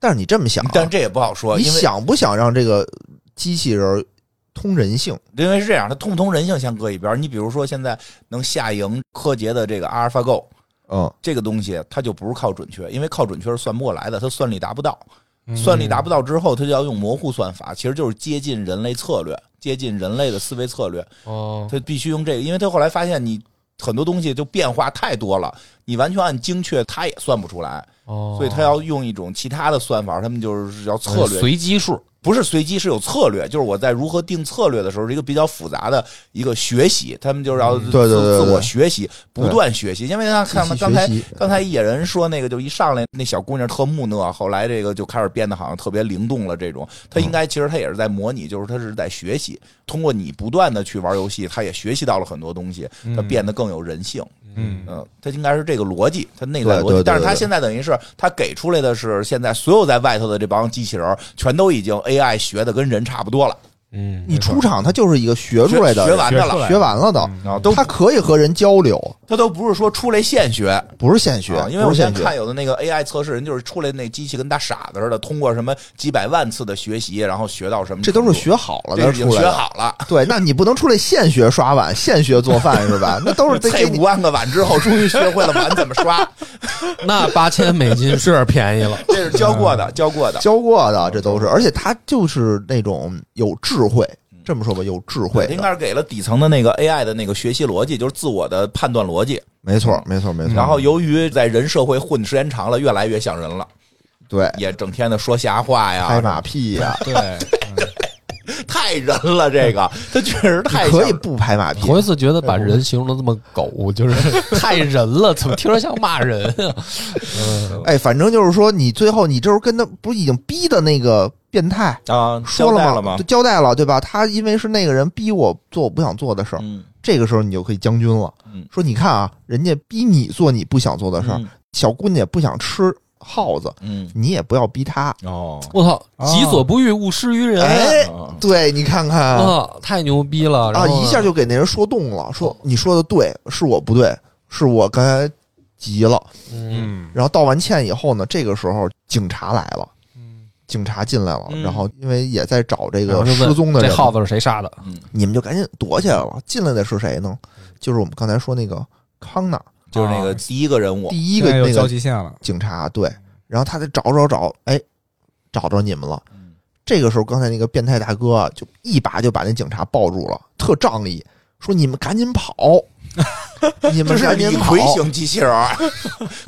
Speaker 6: 但是你这么想啊，
Speaker 5: 但这也不好说，
Speaker 6: 你
Speaker 5: 呃因为
Speaker 6: 想不想让这个机器人通人性？
Speaker 5: 因为是这样，它通不通人性先搁一边儿。你比如说，现在能下赢柯洁的这个阿尔法 Go
Speaker 6: 嗯，
Speaker 5: 这个东西，它就不是靠准确，因为靠准确是算不过来的，它算力达不到。
Speaker 4: 嗯
Speaker 5: 算力达不到之后，它就要用模糊算法，其实就是接近人类策略，接近人类的思维策略。
Speaker 4: 哦，
Speaker 5: 它必须用这个，因为它后来发现你很多东西就变化太多了，你完全按精确它也算不出来，
Speaker 4: 哦，
Speaker 5: 所以它要用一种其他的算法，他们就是要策略
Speaker 4: 随机数。
Speaker 5: 不是随机，是有策略。就是我在如何定策略的时候，是一个比较复杂的一个学习，他们就是要自
Speaker 6: 嗯对对对
Speaker 5: 自
Speaker 6: 对
Speaker 5: 我学习，不断学习。因为他看
Speaker 6: 机器
Speaker 5: 刚才
Speaker 6: 学习
Speaker 5: 刚才野人说那个，就一上来那小姑娘特木讷，后来这个就开始变得好像特别灵动了。这种，他应该其实他也是在模拟，就是他是在学习，通过你不断的去玩游戏，他也学习到了很多东西，他
Speaker 6: 嗯
Speaker 5: 变得更有人性。
Speaker 7: 嗯，
Speaker 5: 嗯，它应该是这个逻辑，它内在
Speaker 6: 对
Speaker 5: 逻
Speaker 6: 对
Speaker 5: 辑
Speaker 6: 对。
Speaker 5: 但是它
Speaker 6: 对
Speaker 5: 现在等于是它给出来的是现在所有在外头的这帮机器人儿，全都已经 AI 学的跟人差不多了，
Speaker 4: 嗯，
Speaker 6: 你出场它就是一个学出来的
Speaker 5: 学学完的了，
Speaker 6: 人学完了的，
Speaker 5: 嗯然后都
Speaker 6: 它可以和人交流，
Speaker 5: 它都不是说出来现学，
Speaker 6: 不是现学
Speaker 5: 啊，因为
Speaker 6: 不
Speaker 5: 我
Speaker 6: 是
Speaker 5: 现
Speaker 6: 现
Speaker 5: 在
Speaker 6: 学。
Speaker 5: 看有的那个 AI 测试人就是出来那机器跟大傻子似的，通过什么几百万次的学习，然后学到什么
Speaker 6: 这
Speaker 5: 程
Speaker 6: 都
Speaker 5: 度，
Speaker 6: 是学好了
Speaker 5: 这
Speaker 6: 的
Speaker 5: 已经
Speaker 6: 出来
Speaker 5: 学
Speaker 6: 的。
Speaker 5: 好 了。
Speaker 6: 对，那你不能出来现学刷碗、 现学做 饭是吧？那都是得
Speaker 5: 配
Speaker 6: 给
Speaker 5: 五
Speaker 6: 你
Speaker 5: 万个碗之后，终于学会了碗怎么 刷，
Speaker 4: 那八千美金是便宜了。
Speaker 5: 这是教过的，教过的。
Speaker 6: 教过的，这都是。而且他就是那种有智慧，这么说吧，有智慧
Speaker 5: 对应
Speaker 6: 的，
Speaker 5: 该是给了底层的那个 AI 的那个学习逻辑，就是自我的判断逻辑。
Speaker 6: 没错，没错，没错。
Speaker 5: 然后由于在人社会混时间长了，越来越像人了，
Speaker 6: 对，
Speaker 5: 也整天的说瞎话
Speaker 6: 拍
Speaker 5: 呀，
Speaker 6: 马屁呀，
Speaker 7: 对，
Speaker 5: 太人了。这 个他确实太
Speaker 6: 可
Speaker 5: 像
Speaker 6: 以不拍马屁，
Speaker 4: 头一次觉得把人形容的这么狗， 就是太人了，怎么听着像骂人啊？
Speaker 7: 嗯
Speaker 6: 哎，反正就是说，你最后你这时候跟他不是已经逼的那个变态
Speaker 5: 啊，
Speaker 6: 说
Speaker 5: 交代
Speaker 6: 了
Speaker 5: 了
Speaker 6: 吗？就交代了，对吧？他因为是那个人逼我做我不想做的事儿，
Speaker 5: 嗯，
Speaker 6: 这个时候你就可以将军了
Speaker 5: 嗯。
Speaker 6: 说你看啊，人家逼你做你不想做的事儿，小姑娘也不想吃耗子，
Speaker 5: 嗯，
Speaker 6: 你也不要逼她。
Speaker 5: 哦，
Speaker 4: 我操，
Speaker 7: 啊
Speaker 4: 己所不欲，勿施于人。
Speaker 6: 哎，
Speaker 5: 啊
Speaker 6: 对你看看啊，
Speaker 4: 啊，太牛逼了！然后呢
Speaker 6: 一下就给那人说动了，说你说的对，是我不对，是我刚才急了。
Speaker 4: 嗯，
Speaker 7: 嗯，
Speaker 6: 然后道完歉以后呢，这个时候警察来了。
Speaker 7: 嗯
Speaker 6: 警察进来了，
Speaker 5: 嗯
Speaker 6: 然后因为也在找这
Speaker 4: 然后
Speaker 6: 个
Speaker 4: 就问
Speaker 6: 失踪的人，
Speaker 4: 这耗子是谁杀的？
Speaker 6: 你们就赶紧躲起来了。进来的是谁呢？就是我们刚才说那个康纳，
Speaker 5: 就是那个第一个人物，
Speaker 6: 啊第一
Speaker 7: 现
Speaker 6: 个
Speaker 7: 在有
Speaker 6: 那
Speaker 7: 交
Speaker 6: 个
Speaker 7: 际线了，
Speaker 6: 警察，对。然后他在找找找，哎，找着你们了
Speaker 5: 嗯。
Speaker 6: 这个时候，刚才那个变态大哥啊就一把就把那警察抱住了，特仗义，说：“你们赶紧跑，你
Speaker 5: 这
Speaker 6: 们
Speaker 5: 是
Speaker 6: 赶
Speaker 5: 李
Speaker 6: 紧跑
Speaker 5: 逵。型机器人 儿，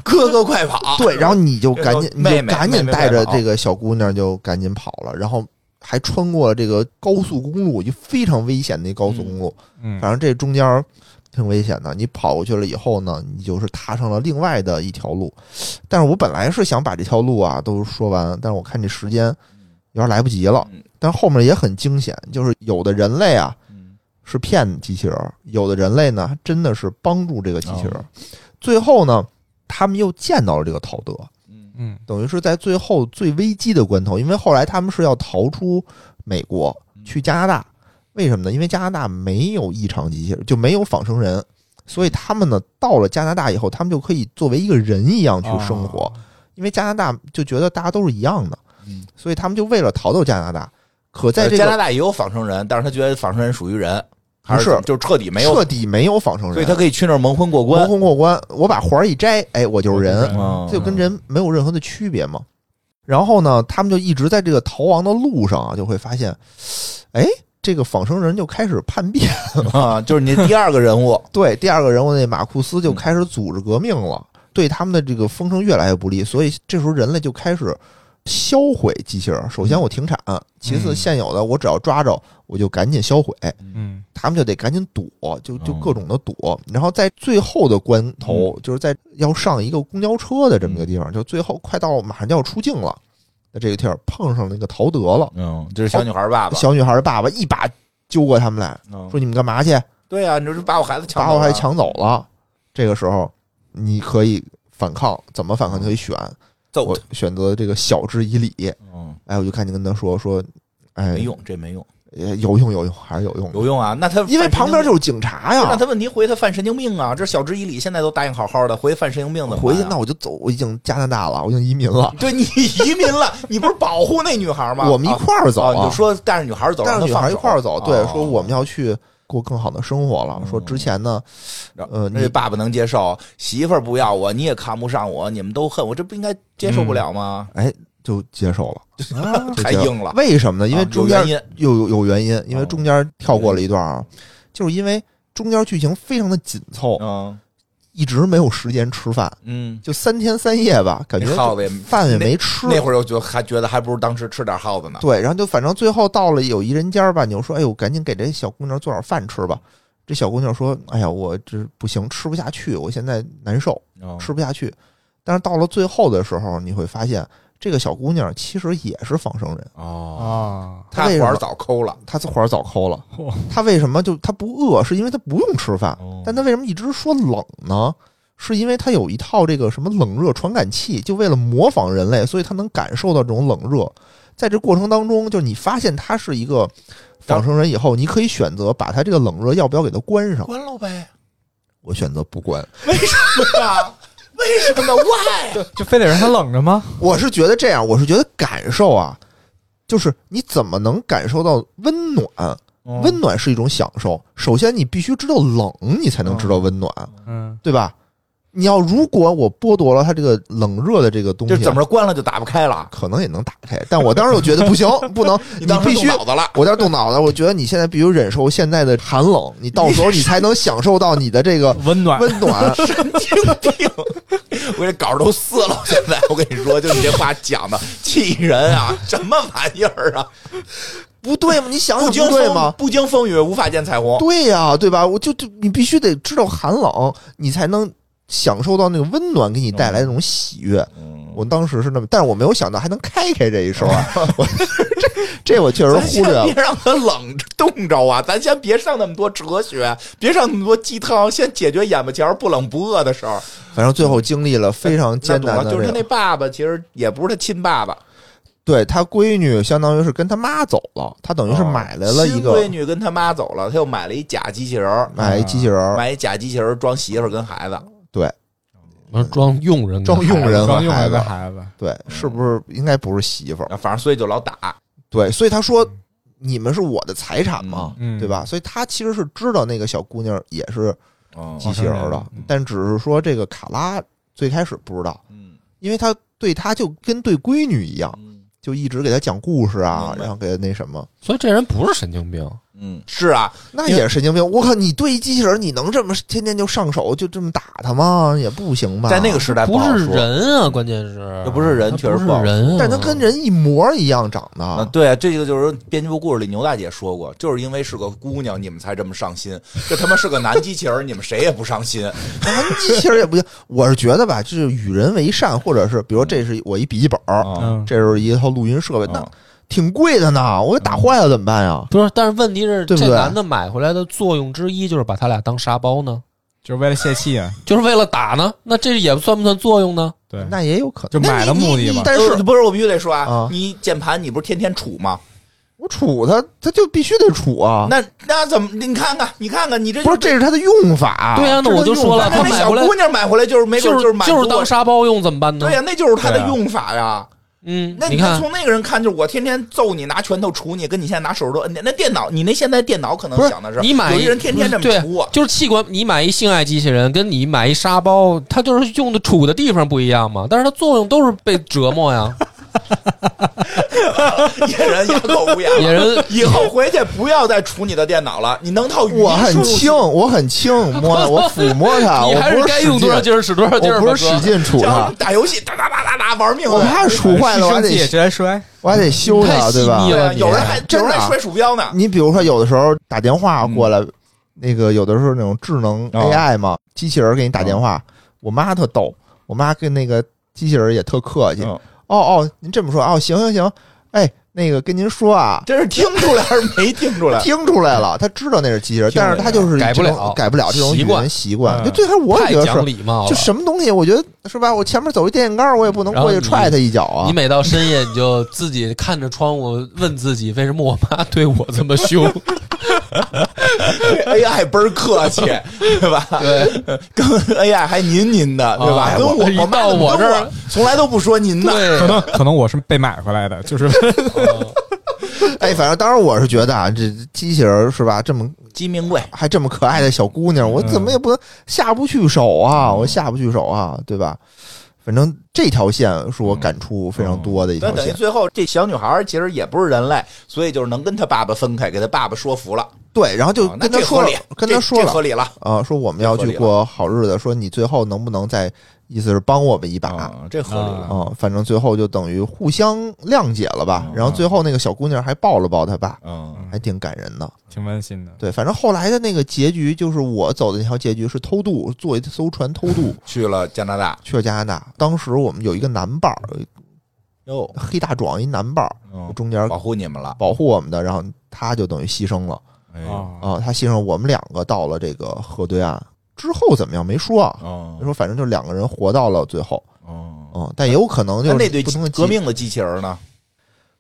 Speaker 5: 哥哥快”跑！
Speaker 6: 对，然后你就赶紧，
Speaker 5: 这
Speaker 6: 你
Speaker 5: 啊个妹
Speaker 6: 就
Speaker 5: 妹
Speaker 6: 赶紧
Speaker 5: 妹妹
Speaker 6: 带着
Speaker 5: 跑
Speaker 6: 这个小姑娘就赶紧跑了，然后还穿过了这个高速公路，就非常危险的一高速公路。
Speaker 7: 嗯，
Speaker 6: 反正这中间儿挺危险的。你跑过去了以后呢，你就是踏上了另外的一条路。但是我本来是想把这条路啊都说完，但是我看这时间有点来不及了
Speaker 5: 嗯。
Speaker 6: 但后面也很惊险，就是有的人类啊
Speaker 5: 嗯
Speaker 6: 是骗机器人儿，有的人类呢真的是帮助这个机器人
Speaker 5: 哦
Speaker 6: 儿。最后呢，他们又见到了这个陶德，
Speaker 5: 嗯
Speaker 4: 嗯
Speaker 6: 等于是在最后最危机的关头，因为后来他们是要逃出美国
Speaker 5: 嗯
Speaker 6: 去加拿大，为什么呢？因为加拿大没有异常机器人，就没有仿生人，所以他们呢到了加拿大以后，他们就可以作为一个人一样去
Speaker 5: 哦
Speaker 6: 生活，因为加拿大就觉得大家都是一样的，
Speaker 5: 嗯，呃
Speaker 6: 所以他们就为了逃到加拿大，可在这
Speaker 5: 加拿
Speaker 6: 个
Speaker 5: 大也有仿生人，但是他觉得仿生人属于人，还
Speaker 6: 不是
Speaker 5: 就是彻底没有
Speaker 6: 彻，底没有仿生人，
Speaker 5: 所以他可以去那儿蒙混过
Speaker 6: 蒙
Speaker 5: 关。
Speaker 6: 混过关，我把环儿一摘，哎，我就是人。
Speaker 5: 嗯，
Speaker 6: 这就跟人没有任何的区别嘛。然后呢，他们就一直在这个逃亡的路上啊，就会发现，哎，这个仿生人就开始叛变。
Speaker 5: 啊，就是你第二个人物，
Speaker 6: 对，第二个人物那马库斯就开始组织革命了，对他们的这个风声越来越不利，所以这时候人类就开始销毁机器人。首先我停产，其次
Speaker 7: 嗯
Speaker 6: 现有的我只要抓着，我就赶紧销毁。
Speaker 7: 嗯
Speaker 6: 他们就得赶紧躲，就就
Speaker 5: 嗯
Speaker 6: 各种的躲，然后在最后的关头，就是在要上一个公交车的这么一个
Speaker 5: 嗯
Speaker 6: 地方，就最后快到马上就要出境了，在这个地儿碰上那个陶德了，
Speaker 5: 嗯，就是小女孩爸爸，
Speaker 6: 哦小女孩的爸爸一把揪过他们来，
Speaker 5: 嗯
Speaker 6: 说你们干嘛去？
Speaker 5: 对啊，你就是把我孩子抢
Speaker 6: 把
Speaker 5: 走
Speaker 6: 我
Speaker 5: 了，
Speaker 6: 还抢走了。这个时候你可以反抗，怎么反抗
Speaker 5: 嗯
Speaker 6: 就可以选，
Speaker 5: 揍
Speaker 6: 我
Speaker 5: 他，
Speaker 6: 选择这个晓之以理。
Speaker 5: 嗯，
Speaker 6: 哎，我就赶紧跟他说说，哎
Speaker 5: 没，用，这没用，
Speaker 6: 呃有用有用还是有用的，
Speaker 5: 有用啊。那他
Speaker 6: 因为旁边就是警察呀，
Speaker 5: 那他问题回他犯神经病啊，这晓之以理，现在都答应好好的，回去犯神经病怎么办啊
Speaker 6: 回去那我就走，我已经加拿大了，我已经移民了，
Speaker 5: 对你移民了，你不是保护那女孩吗？
Speaker 6: 我们一块儿走
Speaker 5: 啊，你
Speaker 6: 啊
Speaker 5: 就说带着女孩走，
Speaker 6: 带
Speaker 5: 让她
Speaker 6: 着女孩
Speaker 5: 放
Speaker 6: 一
Speaker 5: 手哦啊
Speaker 6: 块儿走，对，说我们
Speaker 5: 要，
Speaker 6: 要去过更好的生活了。说之前呢，呃
Speaker 5: 嗯那
Speaker 6: 你
Speaker 5: 爸爸能接受，媳妇儿不要我，你也看不上我，你们都恨我，这不应该接受不了吗？
Speaker 6: 哎，就接受了， 就
Speaker 5: 太
Speaker 6: 接受
Speaker 5: 硬了，
Speaker 6: 为什么嗯呢？因为
Speaker 5: 啊有
Speaker 6: 中间
Speaker 5: 原因，哦
Speaker 6: 有有有原因，因为中间跳过了一段啊，就是因为中间剧情非常的紧凑，
Speaker 5: 嗯
Speaker 6: 一直没有时间吃饭，
Speaker 5: 嗯，
Speaker 6: 就三天三夜吧，感觉
Speaker 5: 那耗子也
Speaker 6: 饭也没吃。
Speaker 5: 那会儿又觉得还觉得还不如当时吃点耗子呢，
Speaker 6: 对，然后就反正最后到了有一人家吧，你就说，哎呦，赶紧给这小姑娘做点饭吃吧。这小姑娘说，哎呀，我这不行，吃不下去，我现在难受，
Speaker 5: 嗯
Speaker 6: 吃不下去。但是到了最后的时候，你会发现这个小姑娘其实也是仿生人，
Speaker 5: 哦，
Speaker 7: 啊，
Speaker 5: 他
Speaker 6: 为什
Speaker 5: 环儿
Speaker 6: 么
Speaker 5: 早抠了，
Speaker 6: 她这会儿早抠了
Speaker 7: 嚯。
Speaker 6: 她为什么就她不饿？是因为她不用吃饭
Speaker 5: 哦，
Speaker 6: 但她为什么一直说冷呢？是因为她有一套这个什么冷热传感器，就为了模仿人类，所以她能感受到这种冷热。在这过程当中，就是你发现她是一个仿生人以后，你可以选择把她这个冷热要不要给她关上。
Speaker 5: 关了呗，
Speaker 6: 我选择不关。
Speaker 5: 为什么呀？为什么 why？
Speaker 7: 就非得让他冷着吗？
Speaker 6: 我是觉得这样，我是觉得感受啊，就是你怎么能感受到温暖？
Speaker 5: 哦
Speaker 6: 温暖是一种享受。首先，你必须知道冷，你才能知道温暖，
Speaker 5: 哦
Speaker 7: 嗯，
Speaker 6: 对吧？你要如果我剥夺了它这个冷热的这个东
Speaker 5: 就
Speaker 6: 西，啊
Speaker 5: 是怎么着关了就打不开了。
Speaker 6: 可能也能打开？但我当时就觉得 不行，不能，你
Speaker 5: 当时
Speaker 6: 必
Speaker 5: 动
Speaker 6: 须。
Speaker 5: 脑子了，
Speaker 6: 我在这动脑子，我觉得你现在必须忍受现在的寒冷，你到时候你才能享受到你的这个
Speaker 7: 温暖
Speaker 6: 温暖。
Speaker 5: 神经病！我这稿儿都撕了，现在我跟你说，就你这话讲的气人啊，什么玩意儿啊？
Speaker 6: 啊不对吗？你想想
Speaker 5: 不经
Speaker 6: 对
Speaker 5: 风
Speaker 6: 吗？
Speaker 5: 不经风雨无法见彩虹。
Speaker 6: 对呀、对吧？我就就你必须得知道寒冷，你才能享受到那个温暖给你带来的那种喜悦。
Speaker 5: 嗯
Speaker 6: 我当时是那么，但是我没有想到还能开开这一手啊！
Speaker 5: 嗯
Speaker 6: 我 这这我确实
Speaker 5: 咱
Speaker 6: 忽
Speaker 5: 先
Speaker 6: 略了
Speaker 5: 别。让它冷冻着啊！咱先别上那么多哲学，别上那么多鸡汤，先解决眼巴前儿不冷不饿的事儿。
Speaker 6: 反正最后经历了非常艰难
Speaker 5: 那懂
Speaker 6: 的
Speaker 5: 了就是他
Speaker 6: 这
Speaker 5: 那
Speaker 6: 个，
Speaker 5: 爸爸，其实也不是他亲爸爸，
Speaker 6: 对他闺女相当于是跟他妈走了，他等于是
Speaker 5: 哦
Speaker 6: 买来了一
Speaker 5: 亲闺
Speaker 6: 个
Speaker 5: 女跟他妈走了，他又买了一假机器人儿，
Speaker 6: 买一机器人儿，
Speaker 5: 买一假机器人儿装媳妇儿跟孩子。
Speaker 6: 对
Speaker 4: 我说装佣人的
Speaker 6: 装
Speaker 4: 孩子，
Speaker 6: 佣人
Speaker 7: 刚
Speaker 6: 和
Speaker 7: 用
Speaker 6: 孩
Speaker 7: 来
Speaker 6: 子
Speaker 7: 的，孩子，
Speaker 6: 对，是不是应该不是媳妇儿？
Speaker 5: 啊反正所以就老打，
Speaker 6: 对，所以他说
Speaker 5: 嗯
Speaker 6: 你们是我的财产嘛，
Speaker 7: 嗯
Speaker 6: 对吧？所以他其实是知道那个小姑娘也是
Speaker 5: 嗯
Speaker 6: 机器人儿
Speaker 7: 哦
Speaker 6: 的
Speaker 7: 是，
Speaker 6: 但只是说这个卡拉最开始不知道，
Speaker 5: 嗯
Speaker 6: 因为他对他就跟对闺女一样，
Speaker 5: 嗯
Speaker 6: 就一直给他讲故事啊
Speaker 5: 明，白
Speaker 6: 然后给他那什么，
Speaker 4: 所以这人不是神经病，
Speaker 5: 嗯，是啊，
Speaker 6: 那也是神经病。我靠，你对一机器人儿，你能这么天天就上手就这么打他吗？也不行吧。
Speaker 5: 在那个，时代
Speaker 4: 不
Speaker 5: 好
Speaker 4: 是
Speaker 5: 说，
Speaker 4: 人啊，关键是
Speaker 5: 这不是人
Speaker 4: 他
Speaker 5: 确实
Speaker 4: 不
Speaker 5: 不好
Speaker 4: 是人啊，
Speaker 6: 但他跟人一模一样长
Speaker 5: 啊，
Speaker 6: 的，
Speaker 5: 对，这个就是编辑部故事里牛大姐说过，就是因为是个姑娘，你们才这么上心。这他妈是个男机器人，你们谁也不上心。
Speaker 6: 咱机器人儿也不行。我是觉得吧，就是与人为善，或者是比如这是我一笔记本儿，
Speaker 5: 啊
Speaker 7: 嗯，哦
Speaker 6: 这是一套录音设备，那
Speaker 5: 嗯
Speaker 6: 挺贵的呢，我给打坏了怎么办呀？
Speaker 4: 不是，但是问题是，
Speaker 6: 对不对
Speaker 4: 这男的买回来的作用之一就是把他俩当沙包呢，
Speaker 7: 就是为了泄气啊。
Speaker 4: 就是为了打呢。那这也算不算作用呢？
Speaker 7: 对，
Speaker 6: 那也有可能。
Speaker 7: 就买了目的吧。
Speaker 6: 但
Speaker 5: 呃
Speaker 6: 是
Speaker 5: 不是我必须得说啊
Speaker 6: 啊，
Speaker 5: 你键盘你不是天天杵吗？
Speaker 6: 我杵它，它就必须得杵啊。
Speaker 5: 那那怎么？你看看，你看看，你这就
Speaker 6: 不是，这是它的用法。啊
Speaker 4: 对呀啊那
Speaker 6: 这是它
Speaker 4: 我就
Speaker 6: 用
Speaker 4: 说了
Speaker 5: 那
Speaker 6: 法
Speaker 4: 他
Speaker 5: 那
Speaker 4: 买
Speaker 5: 小
Speaker 4: 回来
Speaker 5: 姑娘买回来就是没准
Speaker 4: 是
Speaker 5: 就是满足
Speaker 4: 就
Speaker 5: 我
Speaker 4: 是当沙包用怎么办呢？
Speaker 5: 对呀，那就是她
Speaker 7: 对
Speaker 5: 的
Speaker 7: 啊
Speaker 5: 用法呀。
Speaker 4: 嗯，
Speaker 5: 那
Speaker 4: 你
Speaker 5: 看
Speaker 4: 看
Speaker 5: 从那个人看，就是我天天揍你，拿拳头杵你，跟你现在拿手指头摁你。那电脑，你那现在电脑可能
Speaker 4: 不是
Speaker 5: 想的是，
Speaker 4: 你买嗯
Speaker 5: 有一人天天这么啊
Speaker 4: 对
Speaker 5: 杵我，
Speaker 4: 就是器官，你买一性爱机器人，跟你买一沙包，它就是用的处的地方不一样嘛，但是它作用都是被折磨呀。
Speaker 5: 野人哑口无言 了。
Speaker 4: 野人
Speaker 5: 以后回去不要再杵你的电脑了，你能套语音
Speaker 6: 我很
Speaker 5: 输入器
Speaker 6: 轻，我很轻，摸它，我抚摸它，
Speaker 4: 你
Speaker 6: 啊我
Speaker 4: 还
Speaker 6: 不
Speaker 4: 该
Speaker 6: 使
Speaker 4: 用
Speaker 6: 劲
Speaker 4: 多少，劲儿使多少劲儿
Speaker 6: 我
Speaker 4: 吧，
Speaker 6: 不是使
Speaker 4: 哥。
Speaker 6: 劲杵
Speaker 5: 像
Speaker 6: 它，
Speaker 5: 打游戏哒哒哒哒哒玩命
Speaker 6: 我
Speaker 5: 摁。
Speaker 6: 怕杵坏了，我还
Speaker 7: 生气
Speaker 6: 得
Speaker 7: 直接摔，
Speaker 6: 我还得修它，
Speaker 4: 太细
Speaker 6: 对吧
Speaker 4: 腻？
Speaker 5: 对啊，
Speaker 4: 你
Speaker 5: 有人还
Speaker 6: 真
Speaker 5: 有
Speaker 6: 的
Speaker 5: 人还
Speaker 6: 啊
Speaker 5: 摔鼠标呢。
Speaker 6: 你比如说，有的时候打电话过来，那个有的时候那种智能
Speaker 7: 哦
Speaker 6: AI 嘛，机器人给你打电话，我妈特逗，我妈跟那个机器人也特客
Speaker 5: 嗯
Speaker 6: 气。
Speaker 7: 哦
Speaker 6: 哦哦，您这么说哦，行行行，哎，那个跟您说啊，
Speaker 5: 真是听出来还是没听出 来？
Speaker 6: 听出来了，他知道那是机器人，
Speaker 7: 听出来
Speaker 6: 但是他就是
Speaker 4: 改不了
Speaker 6: 这种改不了这种
Speaker 4: 习
Speaker 6: 语
Speaker 4: 惯
Speaker 6: 言习惯。
Speaker 7: 嗯
Speaker 6: 就最开始我也
Speaker 4: 太
Speaker 6: 觉得
Speaker 4: 讲
Speaker 6: 是，
Speaker 4: 礼貌
Speaker 6: 就
Speaker 4: 了。
Speaker 6: 什么东西，我觉得是吧？我前面走一电线杆，我也不能
Speaker 4: 然后
Speaker 6: 过去
Speaker 4: 你
Speaker 6: 踹他一脚啊
Speaker 4: 你。每到深夜，你就自己看着窗户问自己，为什么我妈 对我这么凶？
Speaker 5: 对 AI 倍儿客气，对吧？
Speaker 4: 对，
Speaker 5: 跟 AI 还您您的，对吧？
Speaker 4: 啊
Speaker 5: 跟我
Speaker 4: 一
Speaker 5: 我妈
Speaker 4: 到
Speaker 5: 怎么
Speaker 4: 我
Speaker 5: 跟
Speaker 4: 这儿，
Speaker 5: 从来都不说您的。
Speaker 7: 可
Speaker 4: 对，
Speaker 7: 能 可能我是被买回来的，就是
Speaker 6: 哎，反正当时我是觉得啊，这机器人是吧？这么
Speaker 5: 鸡鸣贵，
Speaker 6: 还这么可爱的小姑娘，我
Speaker 5: 嗯
Speaker 6: 怎么也不能下不去手啊，我下不去手啊，对吧？反正这条线是我感触非常多的一
Speaker 5: 但
Speaker 6: 条
Speaker 5: 嗯等于
Speaker 6: 线。
Speaker 5: 最后这小女孩儿其实也不是人类，所以就是能跟她爸爸分开，给她爸爸说服了，
Speaker 6: 对，然后就
Speaker 5: 啊那
Speaker 6: 跟他
Speaker 5: 这
Speaker 6: 说
Speaker 5: 合
Speaker 6: 了
Speaker 5: 理，，
Speaker 6: 跟他
Speaker 5: 这
Speaker 6: 说
Speaker 5: 这合
Speaker 6: 了
Speaker 5: 理了。
Speaker 6: 啊，说我们要去过好日子，说你最后能不能再，意思是帮我们一把 啊、
Speaker 5: 啊，这合理
Speaker 7: 嗯
Speaker 5: 了。
Speaker 6: 反正最后就等于互相谅解了吧
Speaker 5: 嗯。
Speaker 6: 然后最后那个小姑娘还抱了抱她爸，
Speaker 5: 嗯，
Speaker 6: 还挺感人的。
Speaker 7: 挺温馨的。
Speaker 6: 对，反正后来的那个结局就是我走的那条结局是偷渡，坐一艘船偷渡。
Speaker 5: 去了加拿大，
Speaker 6: 去了加拿大，当时我们有一个男伴儿，有一
Speaker 5: 哟，
Speaker 6: 黑大壮一男伴儿，
Speaker 5: 嗯
Speaker 6: 中间
Speaker 5: 保护你们了。
Speaker 6: 保护我们的，然后他就等于牺牲了
Speaker 5: 哎呦，
Speaker 7: 啊，
Speaker 6: 啊，他牺牲我们两个到了这个河对岸之后怎么样没说啊，
Speaker 5: 嗯
Speaker 6: 就说反正就两个人活到了最后，
Speaker 5: 嗯，
Speaker 6: 嗯，但也有可能
Speaker 5: 那
Speaker 6: 就是
Speaker 5: 那对
Speaker 6: 不同的机
Speaker 5: 革命的机器人呢？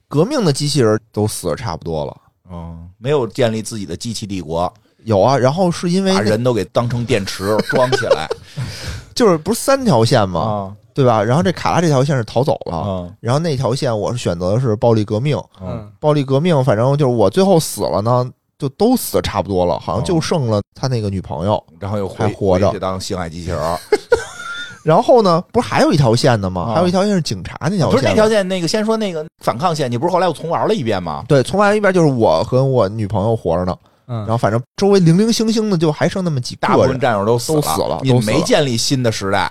Speaker 6: 革命的机器人都死的差不多了，
Speaker 5: 嗯，没有建立自己的机器帝国，
Speaker 6: 有啊，然后是因为
Speaker 5: 把
Speaker 6: 那
Speaker 5: 人都给当成电 池装起来
Speaker 6: 就是不是三条线嘛，
Speaker 5: 啊
Speaker 6: 对吧？然后这卡拉这条线是逃走了，
Speaker 5: 啊
Speaker 6: 然后那条线我是选择的是暴力革命，
Speaker 5: 嗯，
Speaker 6: 暴力革命，反正就是我最后死了呢，就都死的差不多了，好像就
Speaker 5: 哦
Speaker 6: 剩了他那个女朋友。
Speaker 5: 然后又回
Speaker 6: 还活着
Speaker 5: 回去当性爱机器人儿。
Speaker 6: 然后呢，不是还有一条线呢吗？
Speaker 5: 啊
Speaker 6: 还有一条线是警察那条线 吗，
Speaker 5: 不是那条线，那个先说那个反抗线，你不是后来又重玩了一遍吗？
Speaker 6: 对，从来一边就是我和我女朋友活着呢，
Speaker 7: 嗯
Speaker 6: 然后反正周围零零星星的就还剩那么几
Speaker 5: 大部
Speaker 6: 个
Speaker 5: 分
Speaker 6: 人，
Speaker 5: 战友都死
Speaker 6: 都死了
Speaker 5: 你
Speaker 6: 都死
Speaker 5: 没
Speaker 6: 了
Speaker 5: 建立新的时代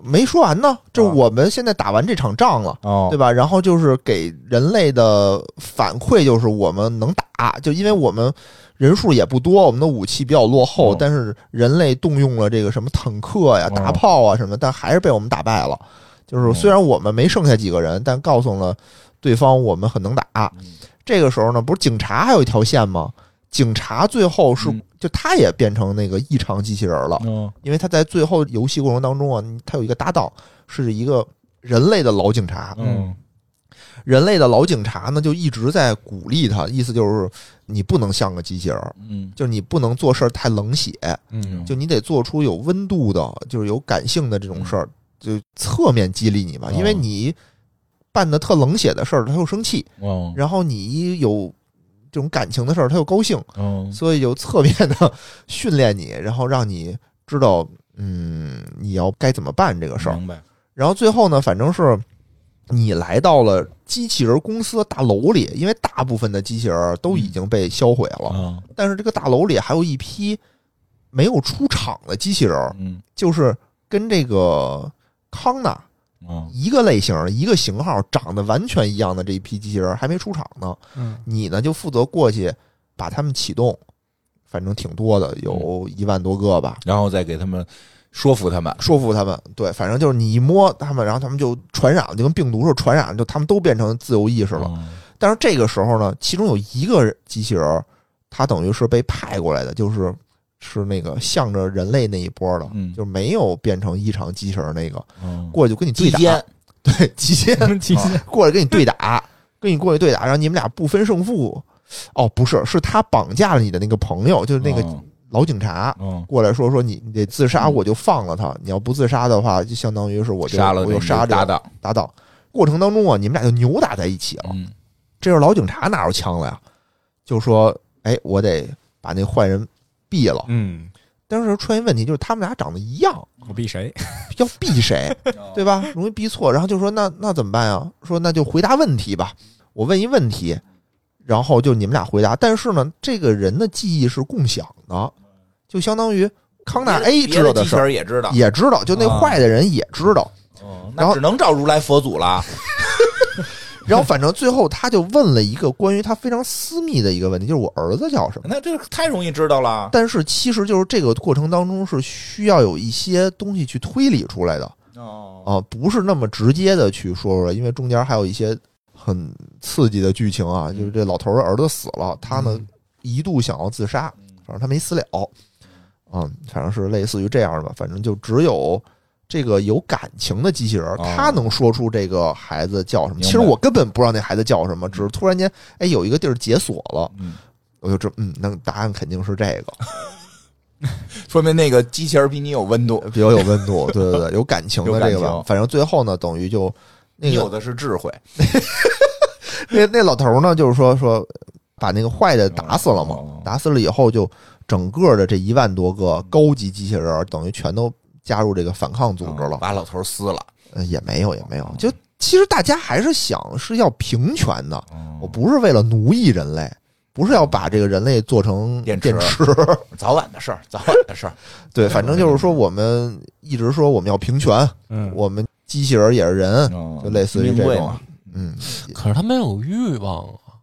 Speaker 6: 没说完呢。这
Speaker 5: 啊
Speaker 6: 我们现在打完这场仗了，
Speaker 5: 哦
Speaker 6: 对吧？然后就是给人类的反馈就是我们能打，就因为我们人数也不多，我们的武器比较落后，
Speaker 5: 哦
Speaker 6: 但是人类动用了这个什么坦克呀、
Speaker 5: 哦
Speaker 6: 大炮啊什么的，但还是被我们打败了。就是
Speaker 5: 哦
Speaker 6: 虽然我们没剩下几个人，但告诉了对方我们很能打。
Speaker 5: 嗯
Speaker 6: 这个时候呢，不是警察还有一条线吗？警察最后是、
Speaker 5: 嗯
Speaker 6: 就他也变成那个异常机器人了，
Speaker 5: 嗯
Speaker 6: 因为他在最后游戏过程当中啊，他有一个搭档是一个人类的老警察，
Speaker 7: 嗯
Speaker 6: 人类的老警察呢，就一直在鼓励他，意思就是你不能像个机器人儿，
Speaker 5: 嗯
Speaker 6: 就是你不能做事儿太冷血，
Speaker 7: 嗯
Speaker 6: 就你得做出有温度的，就是有感性的这种事儿，就侧面激励你吧，
Speaker 5: 嗯哦
Speaker 6: 因为你办的特冷血的事儿，他又生气，
Speaker 5: 嗯
Speaker 6: 然后你一有这种感情的事儿，他又高兴，
Speaker 5: 嗯
Speaker 6: 所以就侧面的训练你，然后让你知道，嗯，你要该怎么办这个事儿。
Speaker 5: 明白。
Speaker 6: 然后最后呢，反正是你来到了机器人公司的大楼里，因为大部分的机器人都已经被销毁了，
Speaker 5: 嗯
Speaker 6: 但是这个大楼里还有一批没有出厂的机器人，
Speaker 5: 嗯
Speaker 6: 就是跟这个康纳
Speaker 5: 嗯
Speaker 6: 一个类型、一个型号、长得完全一样的这一批机器人还没出厂呢。
Speaker 7: 嗯
Speaker 6: 你呢就负责过去把他们启动，反正挺多的，有一万多个吧。
Speaker 5: 然后再给他们说服他们。
Speaker 6: 说服他们，对，反正就是你一摸他们，然后他们就传染了，就跟病毒似的传染，就他们都变成自由意识了。
Speaker 5: 嗯
Speaker 6: 但是这个时候呢，其中有一个机器人儿，他等于是被派过来的，就是是那个向着人类那一波的，
Speaker 5: 嗯
Speaker 6: 就没有变成异常机器人那个
Speaker 5: 嗯
Speaker 6: 过去就跟你对
Speaker 5: 击
Speaker 6: 打，
Speaker 5: 剑，
Speaker 6: 对 极限
Speaker 7: 机
Speaker 5: 啊
Speaker 7: 械
Speaker 6: 过来跟你对 打，跟你过去对打，然后你们俩不分胜负。哦，不是，是他绑架了你的那个朋友，就是那个
Speaker 5: 嗯
Speaker 6: 老警察。
Speaker 5: 嗯，
Speaker 6: 过来说说你你得自杀，我就放了他。你要不自杀的话，就相当于是我就
Speaker 5: 杀了
Speaker 6: 我就
Speaker 5: 这
Speaker 6: 杀
Speaker 5: 个
Speaker 6: 这
Speaker 5: 搭
Speaker 6: 个
Speaker 5: 档，
Speaker 6: 搭档。过程当中啊，你们俩就扭打在一起了。
Speaker 5: 嗯
Speaker 6: 这时候老警察拿着枪来啊，就说：“哎，我得把那坏人毙了。
Speaker 7: 嗯，
Speaker 6: 但是出现问题就是他们俩长得一样，
Speaker 7: 我 比谁？
Speaker 6: 要毙谁，
Speaker 5: 哦
Speaker 6: 对吧？容易逼错。然后就说那那怎么办呀？说那就回答问题吧。我问一问题，然后就你们俩回答。但是呢，这个人的记忆是共享的，就相当于康纳 A 知道
Speaker 5: 别的机
Speaker 6: 事
Speaker 5: 器
Speaker 6: 儿
Speaker 5: 人也知道，
Speaker 6: 也知道，就那
Speaker 5: 啊
Speaker 6: 坏的人也知道。
Speaker 5: 嗯那
Speaker 6: 然后
Speaker 5: 只能找如来佛祖了。
Speaker 6: 然后反正最后他就问了一个关于他非常私密的一个问题，就是我儿子叫什么？
Speaker 5: 那这太容易知道了。
Speaker 6: 但是其实就是这个过程当中是需要有一些东西去推理出来的
Speaker 5: 哦，
Speaker 6: 啊，不是那么直接的去说出来，因为中间还有一些很刺激的剧情啊，
Speaker 5: 嗯
Speaker 6: 就是这老头儿的儿子死了，他呢一度想要自杀，
Speaker 5: 嗯
Speaker 6: 反正他没死了，啊，反正是类似于这样吧，反正就只有。这个有感情的机器人儿，
Speaker 5: 哦
Speaker 6: 他能说出这个孩子叫什么？
Speaker 5: 明白
Speaker 6: 其实我根本不知道那孩子叫什么，只是突然间，哎，有一个地儿解锁了，
Speaker 5: 嗯，
Speaker 6: 我就知，嗯，那答案肯定是这个。
Speaker 5: 说明那个机器人比你有温度，
Speaker 6: 比较有温度，对对对，有感情的这个
Speaker 5: 有感
Speaker 6: 吧
Speaker 5: 情。
Speaker 6: 反正最后呢，等于就那
Speaker 5: 你有
Speaker 6: 个
Speaker 5: 的是智慧。
Speaker 6: 那那老头呢，就是说说把那个坏的打死了嘛
Speaker 5: 哦哦哦，
Speaker 6: 打死了以后，就整个的这一万多个高级机器人儿，等于全都加入这个反抗组织了。
Speaker 5: 嗯把老头撕了。
Speaker 6: 呃也没有，也没有，就其实大家还是想是要平权的，我
Speaker 5: 我
Speaker 6: 不是为了奴役人类。不是要把这个人类做成
Speaker 5: 嗯电池
Speaker 6: 电池，
Speaker 5: 早晚的事儿，早晚的事儿。
Speaker 6: 对，反正就是说，我们一直说我们要平权，
Speaker 7: 嗯，
Speaker 6: 我们机器人也是人，
Speaker 5: 哦嗯
Speaker 6: 就类似于这
Speaker 5: 命贵
Speaker 6: 种
Speaker 5: 嘛，
Speaker 6: 嗯，
Speaker 4: 可是他没有欲望啊，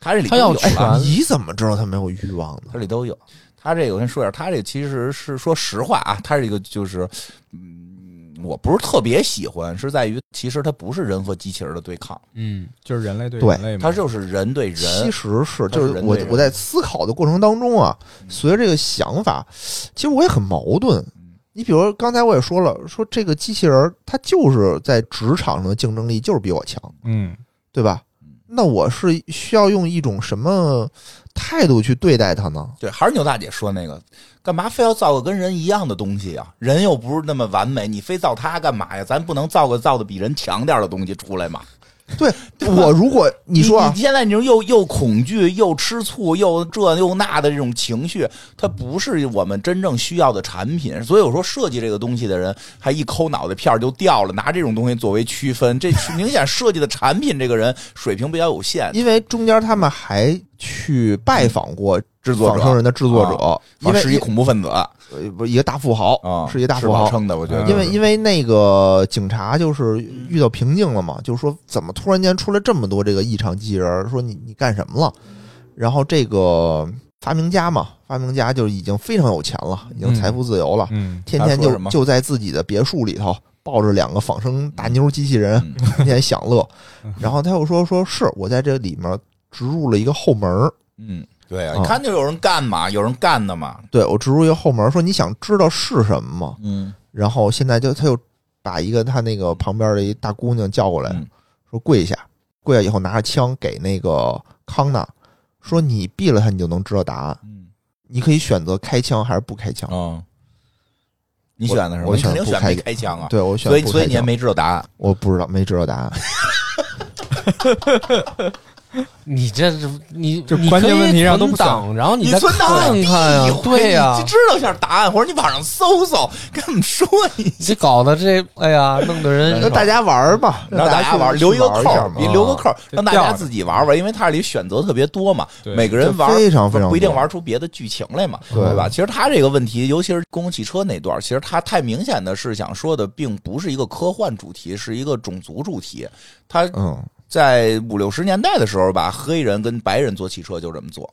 Speaker 5: 他这里
Speaker 4: 他要
Speaker 5: 都有啊
Speaker 4: 全
Speaker 6: 你怎么知道他没有欲望呢？
Speaker 5: 它里都有。它这个我先说一下，它这个其实是说实话啊，它这个就是，嗯，我不是特别喜欢，是在于其实它不是人和机器人的对抗，
Speaker 4: 嗯，
Speaker 7: 就是人类对
Speaker 6: 对
Speaker 7: 人类嘛，
Speaker 5: 它就是人对
Speaker 6: 其
Speaker 5: 人。
Speaker 6: 实是，
Speaker 5: 他是
Speaker 6: 就是
Speaker 5: 人
Speaker 6: 我
Speaker 5: 类人嗯
Speaker 6: 我在思考的过程当中啊，随着这个想法，其实我也很矛盾。
Speaker 5: 嗯
Speaker 6: 你比如说刚才我也说了，说这个机器人儿它就是在职场上的竞争力就是比我强，
Speaker 7: 嗯，
Speaker 6: 对吧？那我是需要用一种什么态度去对待它呢？
Speaker 5: 对，还是牛大姐说那个，干嘛非要造个跟人一样的东西啊？人又不是那么完美，你非造它干嘛呀？咱不能造个造的比人强点儿的东西出来吗？
Speaker 6: 对我，如果你说啊
Speaker 5: 你，现在你就又又恐惧，又吃醋，又这又那的这种情绪，它不是我们真正需要的产品。所以我说，设计这个东西的人还一抠脑袋片儿就掉了，拿这种东西作为区分，这是明显设计的产品这个人水平比较有限。啊
Speaker 6: 因为中间他们还去拜访过
Speaker 5: 制作者
Speaker 6: 仿生人的制作者，因
Speaker 5: 啊
Speaker 6: 为
Speaker 5: 是一恐啊怖分子啊，
Speaker 6: 呃不一个大富豪是一个大
Speaker 5: 吃
Speaker 6: 富
Speaker 5: 饱
Speaker 6: 豪，嗯
Speaker 5: 撑的，我觉得。
Speaker 6: 因为因为那个警察就是遇到瓶颈了嘛，就是说怎么突然间出来这么多这个异常机器人儿，说你你干什么了？然后这个发明家嘛，发明家就已经非常有钱了，已经财富自由了，
Speaker 7: 嗯，
Speaker 6: 天天
Speaker 5: 他说
Speaker 6: 就
Speaker 5: 什么
Speaker 6: 就在自己的别墅里头抱着两个仿生大妞机器人，
Speaker 5: 嗯
Speaker 6: 天天享乐。然后他又说说是我在这里面植入了一个后门儿，
Speaker 5: 嗯，对啊，
Speaker 6: 啊
Speaker 5: 你看就有人干嘛，有人干的嘛。
Speaker 6: 对我植入一个后门儿，说你想知道是什么吗？
Speaker 5: 嗯，
Speaker 6: 然后现在就他又把一个他那个旁边的一大姑娘叫过来，
Speaker 5: 嗯
Speaker 6: 说跪下，跪下以后拿着枪给那个康纳说：“你毙了他，你就能知道答案。
Speaker 5: 嗯
Speaker 6: 你可以选择开枪还是不开枪。
Speaker 5: 啊，你选的是
Speaker 6: 我
Speaker 5: 你肯定
Speaker 6: 选不
Speaker 5: 选
Speaker 6: 开
Speaker 5: 没开枪啊。
Speaker 6: 对我选
Speaker 5: 所以，
Speaker 6: 不
Speaker 5: 所
Speaker 6: 开
Speaker 5: 以你也
Speaker 6: 枪，
Speaker 5: 没知道答案。
Speaker 6: 我不知道，没知道答案。
Speaker 4: 你这是你
Speaker 7: 这
Speaker 4: 你
Speaker 7: 关键
Speaker 4: 可以
Speaker 7: 问题上都
Speaker 4: 存
Speaker 7: 不想
Speaker 4: 档，然后
Speaker 5: 你
Speaker 4: 再
Speaker 5: 存档
Speaker 4: 看看呀
Speaker 5: 有，
Speaker 4: 对呀、
Speaker 5: 你知道一下答案，或者你网上搜搜，跟我们说一下，
Speaker 4: 你这搞的这，哎呀，弄得人
Speaker 6: 那大家玩儿吧，
Speaker 5: 让大家
Speaker 6: 去
Speaker 5: 玩，
Speaker 6: 去
Speaker 5: 留一个
Speaker 6: 玩
Speaker 5: 扣
Speaker 6: 一下
Speaker 5: 儿，
Speaker 6: 嘛
Speaker 5: 你留个扣
Speaker 4: 嗯
Speaker 5: 儿，
Speaker 7: 这
Speaker 5: 让大
Speaker 7: 吊
Speaker 5: 家
Speaker 7: 着
Speaker 5: 自己玩玩，因为它里选择特别多嘛，
Speaker 7: 对
Speaker 5: 每个人玩
Speaker 6: 这非常非常
Speaker 5: 不一定
Speaker 6: 多
Speaker 5: 玩出别的剧情来嘛，
Speaker 6: 对
Speaker 5: 对吧？其实他这个问题，尤其是公共汽车那段儿，其实他太明显的是想说的，并不是一个科幻主题，是一个种族主题。他
Speaker 6: 嗯，
Speaker 5: 在五六十年代的时候吧，黑人跟白人做汽车就这么做。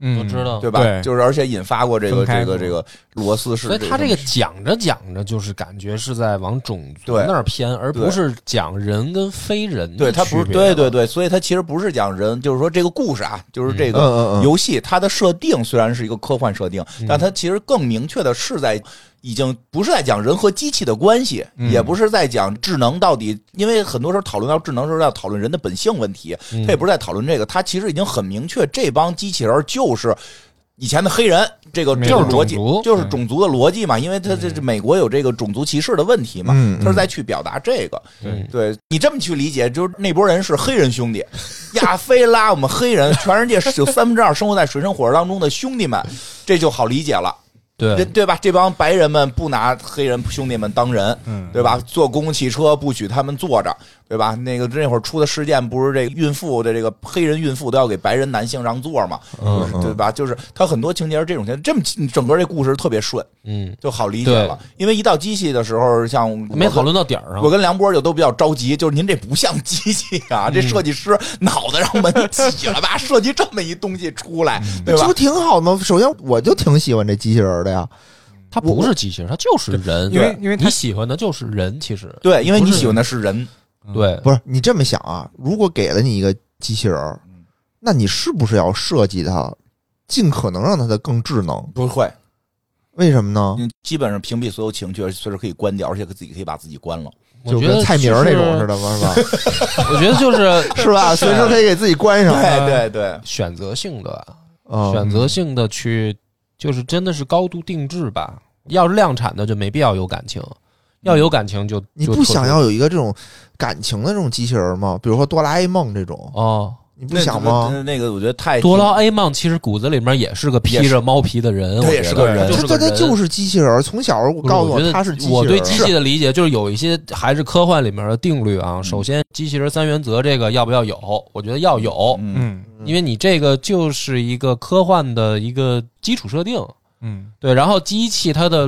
Speaker 7: 嗯，
Speaker 4: 都知道
Speaker 5: 对吧？
Speaker 7: 对
Speaker 5: 就是而且引发过这个
Speaker 7: 分开
Speaker 5: 这
Speaker 7: 过
Speaker 5: 个这个罗斯是
Speaker 4: 所以他这个
Speaker 5: 种
Speaker 4: 讲着讲着，就是感觉是在往种族
Speaker 5: 对
Speaker 4: 那儿偏，而
Speaker 5: 对
Speaker 4: 不是讲人跟非人的
Speaker 5: 对他不是
Speaker 4: 区别啊了
Speaker 5: 对对对，所以他其实不是讲人，就是说这个故事啊，就是这
Speaker 6: 嗯
Speaker 5: 个
Speaker 6: 嗯嗯，
Speaker 5: 游戏它的设定虽然是一个科幻设定，但它其实更明确的是在。已经不是在讲人和机器的关系，
Speaker 7: 嗯
Speaker 5: 也不是在讲智能到底，因为很多时候讨论到智能时候要讨论人的本性问题，他也不是在讨论这个，他其实已经很明确，这帮机器人就是以前的黑人，这个
Speaker 7: 没
Speaker 5: 这
Speaker 7: 有
Speaker 5: 个逻辑
Speaker 4: 种族
Speaker 5: 就是种族的逻辑嘛，因为他这这美国有这个种族歧视的问题嘛，
Speaker 6: 嗯
Speaker 5: 他是在去表达这个，
Speaker 4: 嗯
Speaker 5: 对你这么去理解，就是那波人是黑人兄弟， 亚非拉我们黑人，全世界是有三分之二生活在水深火热当中的兄弟们，这就好理解了，对
Speaker 4: 对
Speaker 5: 对吧？这帮白人们不拿黑人兄弟们当人，
Speaker 7: 嗯
Speaker 5: 对吧？坐公共汽车不许他们坐着，对吧？那个那会儿出的事件不是这个孕妇的这个黑人孕妇都要给白人男性让座嘛，
Speaker 4: 嗯
Speaker 5: 就是对吧？就是他很多情节是这种情节，这么整个这故事特别顺，
Speaker 4: 嗯，
Speaker 5: 就好理解了。因为一到机器的时候，像我
Speaker 4: 没
Speaker 5: 跟
Speaker 4: 讨论到点儿上
Speaker 5: 我。跟梁波就都比较着急，就是您这不像机器啊，
Speaker 4: 嗯
Speaker 5: 这设计师脑子让我们起了吧， 设计这么一东西出来，
Speaker 4: 嗯
Speaker 5: 对
Speaker 6: 这
Speaker 5: 吧
Speaker 6: 不？挺好吗？首先我就挺喜欢这机器人的呀，
Speaker 4: 他不是机器人，他就是人，
Speaker 7: 因为因为他
Speaker 4: 你喜欢的就是人，其实
Speaker 5: 对，因为你
Speaker 4: 不是
Speaker 5: 喜欢的是人，
Speaker 4: 对，
Speaker 6: 不是你这么想啊？如果给了你一个机器人儿
Speaker 5: 嗯，
Speaker 6: 那你是不是要设计它，尽可能让它的更智能？
Speaker 5: 不会，
Speaker 6: 为什么呢？
Speaker 5: 你基本上屏蔽所有情绪，随时可以关掉，而且自己可以把自己关了。
Speaker 4: 我
Speaker 6: 就
Speaker 4: 觉得
Speaker 6: 跟蔡明儿那种
Speaker 4: 的，
Speaker 6: 似的吗？是吧？
Speaker 4: 我觉得就是
Speaker 6: 是吧？随时可以给自己关上。啊
Speaker 5: 对对对，
Speaker 4: 选择性的，啊
Speaker 6: 嗯
Speaker 4: 选择性的去，就是真的是高度定制吧。要是量产的就没必要有感情，要有感情就
Speaker 6: 你
Speaker 4: 就
Speaker 6: 不
Speaker 4: 特殊
Speaker 6: 想要有一个这种感情的这种机器人吗？比如说哆啦 A 梦这种，
Speaker 4: 哦。
Speaker 6: 你不想吗？
Speaker 5: 那那个我觉得太
Speaker 4: 哆啦 A 梦其实骨子里面也是个披着猫皮的人，
Speaker 5: 对
Speaker 4: 我
Speaker 5: 也是
Speaker 4: 觉
Speaker 5: 个
Speaker 4: 得
Speaker 5: 人
Speaker 4: 就
Speaker 6: 他
Speaker 4: 是
Speaker 6: 他
Speaker 4: 个
Speaker 6: 他
Speaker 4: 人，
Speaker 6: 就是机器人儿。从小我
Speaker 4: 不是
Speaker 6: 告诉
Speaker 4: 我觉得
Speaker 6: 他是机器人儿，
Speaker 4: 我对机器
Speaker 6: 是
Speaker 4: 的理解就是有一些还是科幻里面的定律
Speaker 6: 嗯
Speaker 4: 啊。首先，机器人三原则这个要不要有？我觉得要有，
Speaker 5: 嗯，
Speaker 7: 嗯
Speaker 6: 嗯
Speaker 4: 因为你这个就是一个科幻的一个基础设定。
Speaker 7: 嗯
Speaker 4: 对，然后机器它的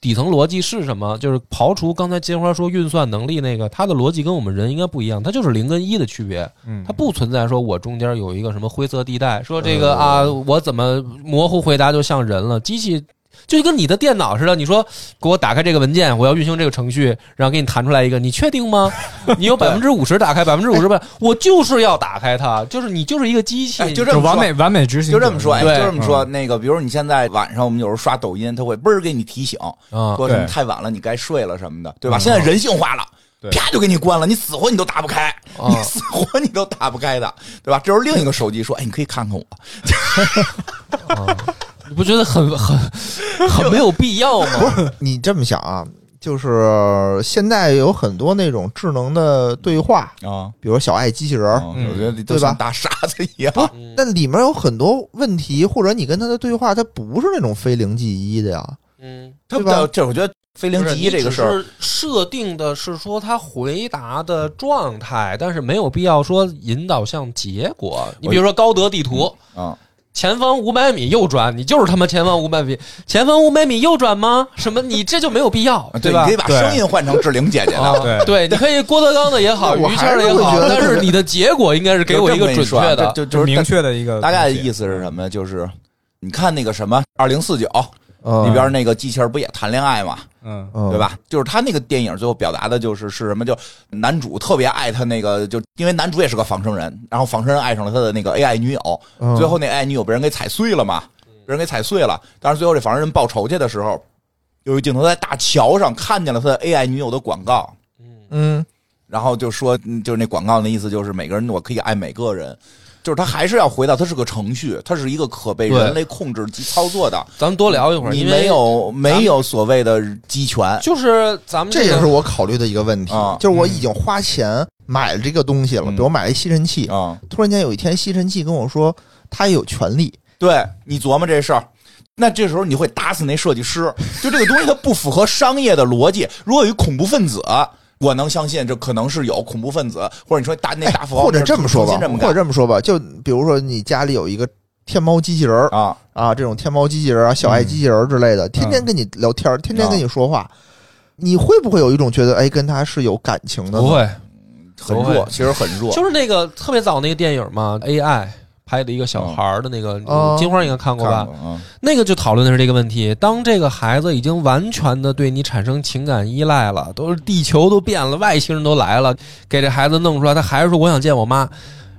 Speaker 4: 底层逻辑是什么？就是刨除刚才金花说运算能力那个，它的逻辑跟我们人应该不一样，它就是零跟一的区别，
Speaker 7: 嗯，
Speaker 4: 它不存在说我中间有一个什么灰色地带，
Speaker 5: 嗯
Speaker 4: 说这个啊，我怎么模糊回答就像人了？机器。就跟你的电脑似的，你说给我打开这个文件，我要运行这个程序，然后给你弹出来一个，你确定 吗？你有百分之五十打开，百分之五十吧，我就是要打开它，就是你就是一个机器，
Speaker 5: 哎就这
Speaker 7: 就
Speaker 5: 么
Speaker 7: 完
Speaker 5: 说。
Speaker 7: 美完美执行
Speaker 5: 就
Speaker 7: 者，
Speaker 5: 这么说，哎，就
Speaker 4: 对
Speaker 5: 这么说。那个，比如你现在晚上，我们有时候刷抖音，它会嘣儿给你提醒，
Speaker 4: 啊，
Speaker 5: 说什么
Speaker 7: 对
Speaker 5: 太晚了，你该睡了什么的，对吧？现在人性化了。
Speaker 7: 对
Speaker 5: 啪就给你关了，你死活你都打不开，
Speaker 4: 啊
Speaker 5: 你死活你都打不开的，对吧？这时候另一个手机说：“哎，你可以看看我。
Speaker 4: 你不觉得很很很没有必要吗？
Speaker 6: 你这么想啊？就是现在有很多那种智能的对话，”
Speaker 5: 啊，
Speaker 6: 比如小爱机器人
Speaker 4: 哦
Speaker 6: 儿，
Speaker 5: 我觉得你都
Speaker 6: 对吧
Speaker 5: 像大傻子一样，
Speaker 6: 但里面有很多问题，或者你跟他的对话，它不是那种非零即一的呀。
Speaker 4: 嗯，
Speaker 5: 对
Speaker 6: 对吧
Speaker 5: 这我觉得非零即一这个事儿，
Speaker 4: 是设定的是说他回答的状态，但是没有必要说引导向结果。你比如说高德地图，
Speaker 5: 嗯，
Speaker 4: 前方五百米右转，你就是他妈前方五百米，前方五百米右转吗？什么？你这就没有必要，
Speaker 5: 对，你
Speaker 4: 吧
Speaker 5: 可以？把
Speaker 7: 对
Speaker 5: 声音换成志玲姐姐
Speaker 4: 啊
Speaker 5: 的，，
Speaker 4: 对，
Speaker 7: 对
Speaker 4: 你可以郭德纲的也好，
Speaker 6: 那我
Speaker 4: 于谦
Speaker 6: 还
Speaker 4: 儿
Speaker 6: 是
Speaker 4: 的也
Speaker 6: 会
Speaker 4: 好
Speaker 6: 觉，得
Speaker 4: 但是你的结果应该是给我一个准确的，
Speaker 5: 啊就
Speaker 7: 就
Speaker 5: 就是是
Speaker 7: 明
Speaker 5: 大
Speaker 7: 确的一个
Speaker 5: 大概的
Speaker 7: 东西
Speaker 5: 意思是什么？就是你看那个什么二零四九
Speaker 6: 嗯
Speaker 5: 里边那个机器人不也谈恋爱吗？
Speaker 7: 嗯
Speaker 6: 嗯
Speaker 5: 对？吧？就是他那个电影最后表达的就是是什么？就男主特别爱他那个，就因为男主也是个仿生人，然后仿生人爱上了他的那个 AI 女友，
Speaker 6: 嗯
Speaker 5: 最后那 AI 女友被人给踩碎了嘛，被人给踩碎了。当然最后这仿生人报仇去的时候，有一镜头在大桥上看见了他的 AI 女友的广告，
Speaker 6: 嗯，
Speaker 5: 然后就说，嗯就是那广告的意思就是每个人我可以爱每个人。就是他还是要回到，它是个程序，它是一个可被
Speaker 4: 对
Speaker 5: 人类控制及操作的。
Speaker 4: 咱们多聊一会儿，
Speaker 5: 你
Speaker 4: 因为
Speaker 5: 没有没有所谓的机权，
Speaker 4: 就是咱们
Speaker 6: 这
Speaker 4: 个嗯
Speaker 6: 也是我考虑的一个问题
Speaker 5: 啊，
Speaker 6: 就是我已经花钱买了这个东西了，
Speaker 5: 嗯
Speaker 6: 比如买了一吸尘器，
Speaker 5: 啊、
Speaker 6: 突然间有一天吸尘器跟我说它有权利，
Speaker 5: 对你琢磨这事儿。那这时候你会打死那设计师，就这个东西它不符合商业的逻辑。如果有一恐怖分子，我能相信这可能是有恐怖分子，或者你说大那大富豪，
Speaker 6: 哎或者这么说吧
Speaker 5: 重新这，么
Speaker 6: 或者
Speaker 5: 干
Speaker 6: 这么说吧，就比如说你家里有一个天猫机器人儿
Speaker 5: 啊，
Speaker 6: 啊，这种天猫机器人啊、
Speaker 5: 嗯
Speaker 6: 小爱机器人儿之类的，天天跟你聊天儿，天天跟你说
Speaker 5: 啊
Speaker 6: 话，你会不会有一种觉得哎，跟他是有感情的？
Speaker 4: 不，会，
Speaker 5: 很
Speaker 4: 不会
Speaker 5: 弱，其实很弱。
Speaker 4: 就是那个特别早那个电影嘛，AI 拍的一个小孩儿的那个，
Speaker 6: 哦
Speaker 4: 金花应该看过吧？
Speaker 5: 看啊，
Speaker 4: 那个就讨论的是这个问题。当这个孩子已经完全的对你产生情感依赖了，都是地球都变了，外星人都来了，给这孩子弄出来，他还是说我想见我妈。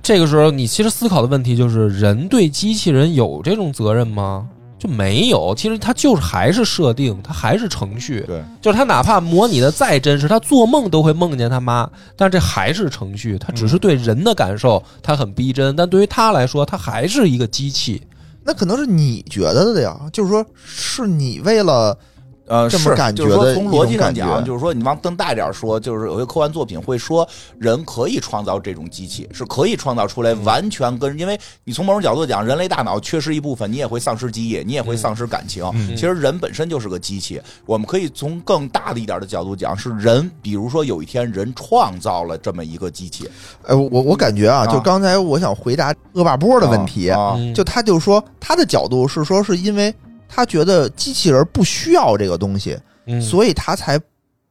Speaker 4: 这个时候，你其实思考的问题就是：人对机器人有这种责任吗？就没有。其实它就是还是设定，它还是程序。
Speaker 5: 对，
Speaker 4: 就是他哪怕模拟的再真实，他做梦都会梦见他妈，但这还是程序，他只是对人的感受，他很逼真，但对于他来说，他还是一个机器。
Speaker 6: 那可能是你觉得的呀，就是说是你为了
Speaker 5: 呃，
Speaker 6: 这么
Speaker 5: 是
Speaker 6: 感
Speaker 5: 就是
Speaker 6: 觉
Speaker 5: 说
Speaker 6: 的
Speaker 5: 从
Speaker 6: 一
Speaker 5: 逻
Speaker 6: 种
Speaker 5: 辑上
Speaker 6: 感
Speaker 5: 讲，
Speaker 6: 觉
Speaker 5: 就是说你往更大点儿说，就是有些科幻作品会说人可以创造这种机器，是可以创造出来
Speaker 6: 嗯
Speaker 5: 完全跟，因为你从某种角度讲，人类大脑缺失一部分，你也会丧失记忆，你也会
Speaker 6: 嗯
Speaker 5: 丧失感情。其实人本身就是个机器，我们可以从更大的一点的角度讲，是人，比如说有一天人创造了这么一个机器
Speaker 6: 哎，我我我感觉啊，
Speaker 5: 啊
Speaker 6: 就刚才我想回答恶霸波的问题，
Speaker 5: 啊
Speaker 4: 嗯
Speaker 6: 就他就说他的角度是说是因为他觉得机器人不需要这个东西，
Speaker 4: 嗯
Speaker 6: 所以他才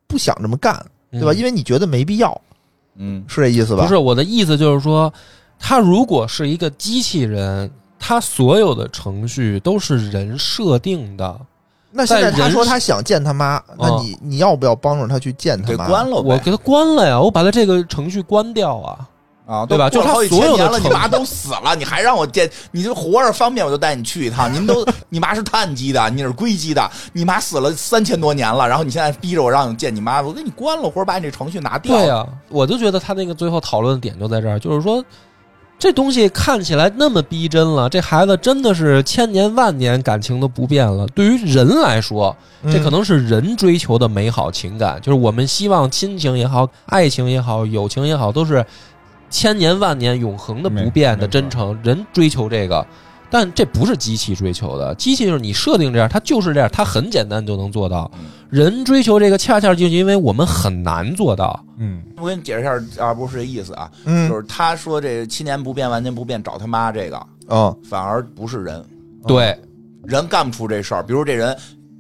Speaker 6: 不想这么干，对吧？
Speaker 4: 嗯
Speaker 6: 因为你觉得没必要，
Speaker 5: 嗯
Speaker 6: 是这意思吧？
Speaker 4: 不是我的意思，就是说，他如果是一个机器人，他所有的程序都是人设定的。
Speaker 6: 那现
Speaker 4: 但
Speaker 6: 在
Speaker 4: 人
Speaker 6: 他说
Speaker 4: 是
Speaker 6: 他想见他妈，那
Speaker 4: 嗯
Speaker 6: 你你要不要帮助他去见他
Speaker 5: 给
Speaker 6: 妈？
Speaker 5: 关了
Speaker 4: 我
Speaker 5: 呗
Speaker 4: 给他关了呀，我把他这个程序关掉啊。
Speaker 5: 啊，
Speaker 4: 对吧
Speaker 5: 都过了好几
Speaker 4: 就是他所
Speaker 5: 千
Speaker 4: 有的
Speaker 5: 年了，你
Speaker 4: 成
Speaker 5: 妈都死了，你还让我见，你就活着方便我就带你去一趟。您都，你妈是碳基的，你是硅基的，你妈死了三千多年了，然后你现在逼着我让你见你妈，我给你关了，或者把你这程序拿掉。
Speaker 4: 对啊呀、我就觉得他那个最后讨论的点就在这儿，就是说。这东西看起来那么逼真了，这孩子真的是千年万年感情都不变了。对于人来说，
Speaker 6: 嗯
Speaker 4: 这可能是人追求的美好情感，就是我们希望亲情也好、爱情也好、友情也好，都是千年万年永恒的不变的
Speaker 7: 没没错
Speaker 4: 真诚。人追求这个，但这不是机器追求的，机器就是你设定这样，它就是这样，它很简单就能做到。人追求这个，恰恰就是因为我们很难做到。
Speaker 7: 嗯，
Speaker 5: 我给你解释一下，啊，不是这意思啊，
Speaker 6: 嗯
Speaker 5: 就是他说这七年不变，万年不变，找他妈这个
Speaker 6: 嗯，
Speaker 5: 反而不是人，
Speaker 4: 对，
Speaker 5: 人干不出这事儿。比如这人。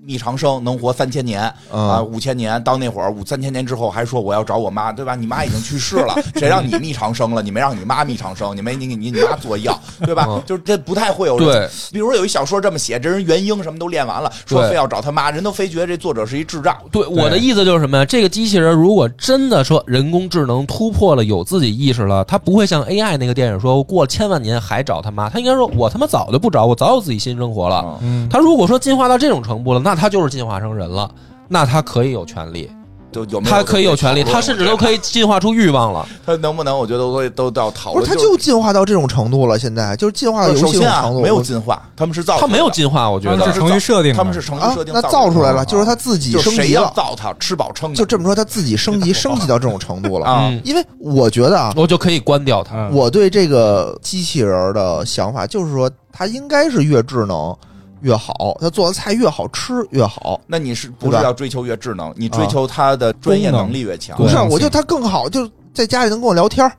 Speaker 5: 逆长生能活三千年
Speaker 6: 嗯
Speaker 5: 啊，五千年到那会儿五三千年之后还说我要找我妈，对吧？你妈已经去世 了，谁让你逆长生了？你没让你妈逆长生，你没你你你妈做 药，对吧
Speaker 4: 嗯？
Speaker 5: 就是这不太会有人
Speaker 4: 对
Speaker 5: 比如说有一小说这么写，这人元婴什么都练完了，说
Speaker 4: 对
Speaker 5: 非要找他妈，人都非觉得这作者是一智障。
Speaker 4: 对，我的意思就是什么呀？这个机器人如果真的说人工智能突破了有自己意识了，它不会像 AI 那个电影说过千万年还找他妈，它应该说我他妈早就不找，我早有自己新生活了。
Speaker 5: 啊，
Speaker 4: 它如果说进化到这种程度了，那它就是进化成人了。那它可以有权利，
Speaker 5: 就有没有
Speaker 4: 它可以有权利，
Speaker 5: 讨论
Speaker 4: 它甚至都可以进化出欲望了。
Speaker 5: 他能不能？我觉得都都都要讨
Speaker 6: 不
Speaker 5: 论。
Speaker 6: 是他
Speaker 5: 是
Speaker 6: 就进化到这种程度了，现在就是进化到游
Speaker 5: 首
Speaker 6: 戏这
Speaker 5: 先
Speaker 6: 种
Speaker 5: 啊
Speaker 6: 程，度，
Speaker 5: 没有
Speaker 6: 我
Speaker 5: 进化，他们是造，
Speaker 4: 它没有，进化，我觉
Speaker 5: 他
Speaker 7: 它
Speaker 5: 们
Speaker 7: 是
Speaker 4: 得
Speaker 5: 是
Speaker 7: 程序设定的
Speaker 5: 他们是程序
Speaker 6: 啊
Speaker 5: 设，定
Speaker 6: 那
Speaker 5: 造
Speaker 6: 造出来了，就是他
Speaker 5: 自
Speaker 6: 自己
Speaker 5: 就
Speaker 6: 升
Speaker 5: 谁
Speaker 6: 级
Speaker 5: 要
Speaker 6: 了，
Speaker 5: 造他吃饱撑的，
Speaker 6: 就这么说，他自己升级升级到这种程度了
Speaker 5: 啊
Speaker 4: 嗯
Speaker 6: 因为我觉得啊，
Speaker 4: 我就可以关掉它。
Speaker 7: 嗯
Speaker 6: 我对这个机器人儿的想法就是说，它应该是越智能越好，它做的菜越好吃越好。
Speaker 5: 那你是不
Speaker 6: 对
Speaker 5: 是
Speaker 6: 吧啊
Speaker 5: 要追求越智能？你追求他的专业能力越强
Speaker 7: 功
Speaker 6: 不
Speaker 7: 能。
Speaker 6: 是，
Speaker 7: 性
Speaker 6: 我就它更好，就是在家里能跟我聊天儿，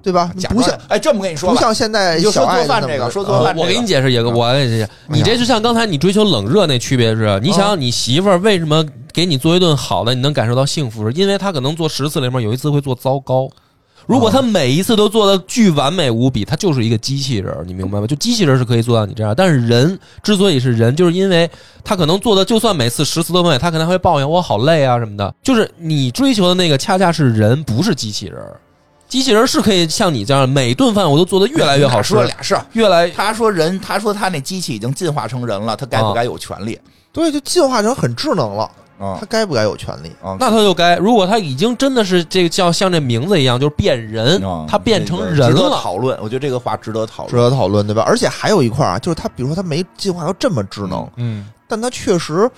Speaker 6: 对吧？
Speaker 5: 假
Speaker 6: 不
Speaker 5: 装
Speaker 6: 像
Speaker 5: 哎，这么跟你说
Speaker 6: 不
Speaker 5: 吧，
Speaker 6: 像现在
Speaker 5: 你就
Speaker 6: 小
Speaker 5: 说
Speaker 6: 爱
Speaker 5: 做饭
Speaker 6: 那么
Speaker 5: 这个，说
Speaker 6: 嗯
Speaker 5: 做饭这
Speaker 4: 呃
Speaker 5: 个，
Speaker 4: 我给你解释
Speaker 5: 啊
Speaker 4: 也，我也
Speaker 5: 哎
Speaker 4: 是，你这就像刚才你追求冷热那区别是，你想想你媳妇儿为什么给你做一顿好的，你能感受到幸福，是因为她可能做十次里面有一次会做糟糕。如果她每一次都做的巨完美无比，她就是一个机器人儿，你明白吗？就机器人儿是可以做到你这样，但是人之所以是人，就是因为他可能做的就算每次十次都完美，他可能还会抱怨我好累啊什么的。就是你追求的那个恰恰是人，不是机器人儿。机器人儿是可以像你这样，每顿饭我都做的越来越 好吃
Speaker 5: 说，俩事儿。
Speaker 4: 越来
Speaker 5: 他说人，他说他那机器已经进化成人了，他该不
Speaker 4: 啊
Speaker 5: 该有权利？
Speaker 6: 对，就进化成很智能了，
Speaker 5: 啊
Speaker 6: 它该不该有权利？
Speaker 5: 啊，
Speaker 4: 那他就该，如果他已经真的是这个叫像这名字一样，就是变人
Speaker 5: 啊，
Speaker 4: 他变成
Speaker 5: 这
Speaker 4: 人
Speaker 5: 个值得
Speaker 4: 了。
Speaker 5: 讨论，我觉得这个话值得讨
Speaker 6: 值
Speaker 5: 论。
Speaker 6: 得讨论，对吧？而且还有一块儿啊，就是它，比如说它没进化到这么智能，
Speaker 7: 嗯，
Speaker 6: 但它确实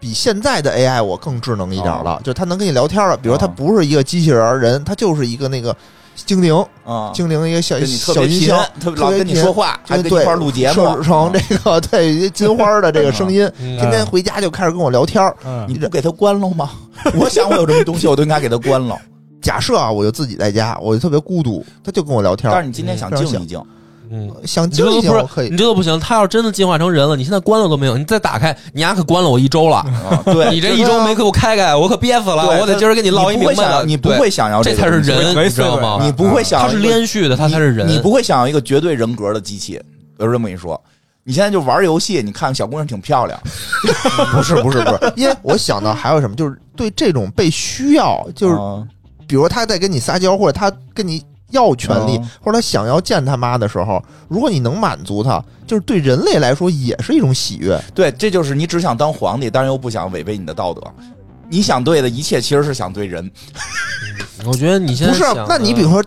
Speaker 6: 比现在的 AI 我更智能一点了，就是它能跟你聊天了。比如它
Speaker 5: 啊
Speaker 6: 不是一个机器人儿人，它就是一个那个精灵，
Speaker 5: 啊，
Speaker 6: 精灵的一个小
Speaker 5: 跟你特
Speaker 6: 小
Speaker 5: 别
Speaker 6: 音
Speaker 5: 贫
Speaker 6: 箱，，
Speaker 5: 特
Speaker 6: 别
Speaker 5: 别老跟你
Speaker 6: 贫
Speaker 5: 说话，还
Speaker 6: 就
Speaker 5: 跟你一块儿录节目
Speaker 6: 设置，成这个对金花的这个声音，
Speaker 4: 嗯
Speaker 6: 天天回家就开始跟我聊天儿。
Speaker 7: 嗯
Speaker 5: 你不给他关了吗？ 我想我有这么 东西，我都应该给他关了。
Speaker 6: 假设啊，我就自己在家，我就特别孤独，他就跟我聊天
Speaker 5: 但
Speaker 6: 儿
Speaker 5: 是。你今天想
Speaker 6: 嗯
Speaker 5: 静一静，
Speaker 4: 嗯，
Speaker 6: 想
Speaker 4: 你这
Speaker 6: 经历
Speaker 4: 个
Speaker 6: 一下
Speaker 4: 不
Speaker 6: 我
Speaker 4: 是
Speaker 6: 可
Speaker 4: 你
Speaker 6: 以。
Speaker 4: 这个不行，他要真的进化成人了，你现在关了都没有，你再打开，你丫可关了我一周了。
Speaker 5: 啊， 对，
Speaker 4: 你这一周没给我开开，我可憋死了！
Speaker 5: 对
Speaker 4: 我得今儿给
Speaker 5: 你
Speaker 4: 唠一
Speaker 5: 不
Speaker 4: 明
Speaker 5: 会
Speaker 4: 白
Speaker 5: 想
Speaker 4: 了。
Speaker 5: 你不
Speaker 4: 对
Speaker 5: 会想要
Speaker 4: 这
Speaker 5: 个
Speaker 4: 才是
Speaker 5: 东西
Speaker 7: 你
Speaker 4: 人，
Speaker 7: 不会
Speaker 4: 你知道吗？
Speaker 5: 你不会
Speaker 6: 啊
Speaker 5: 想要
Speaker 4: 它是连续的，它才是人。
Speaker 5: 你不会想要一个绝对人格的机器。我就这么一说，你现在就玩游戏，你看小姑娘挺漂亮，
Speaker 6: 不是不是不是，因为我想到还有什么，就是对这种被需要，就是
Speaker 5: 啊
Speaker 6: 比如他在跟你撒娇，或者他跟你要权利
Speaker 5: 嗯，
Speaker 6: 或者他想要见他妈的时候，如果你能满足他，就是对人类来说也是一种喜悦。
Speaker 5: 对，这就是你只想当皇帝，但是又不想违背你的道德。你想对的一切，其实是想对人
Speaker 4: 我觉得你现在
Speaker 6: 不是啊
Speaker 4: 想，嗯
Speaker 6: 那你比如说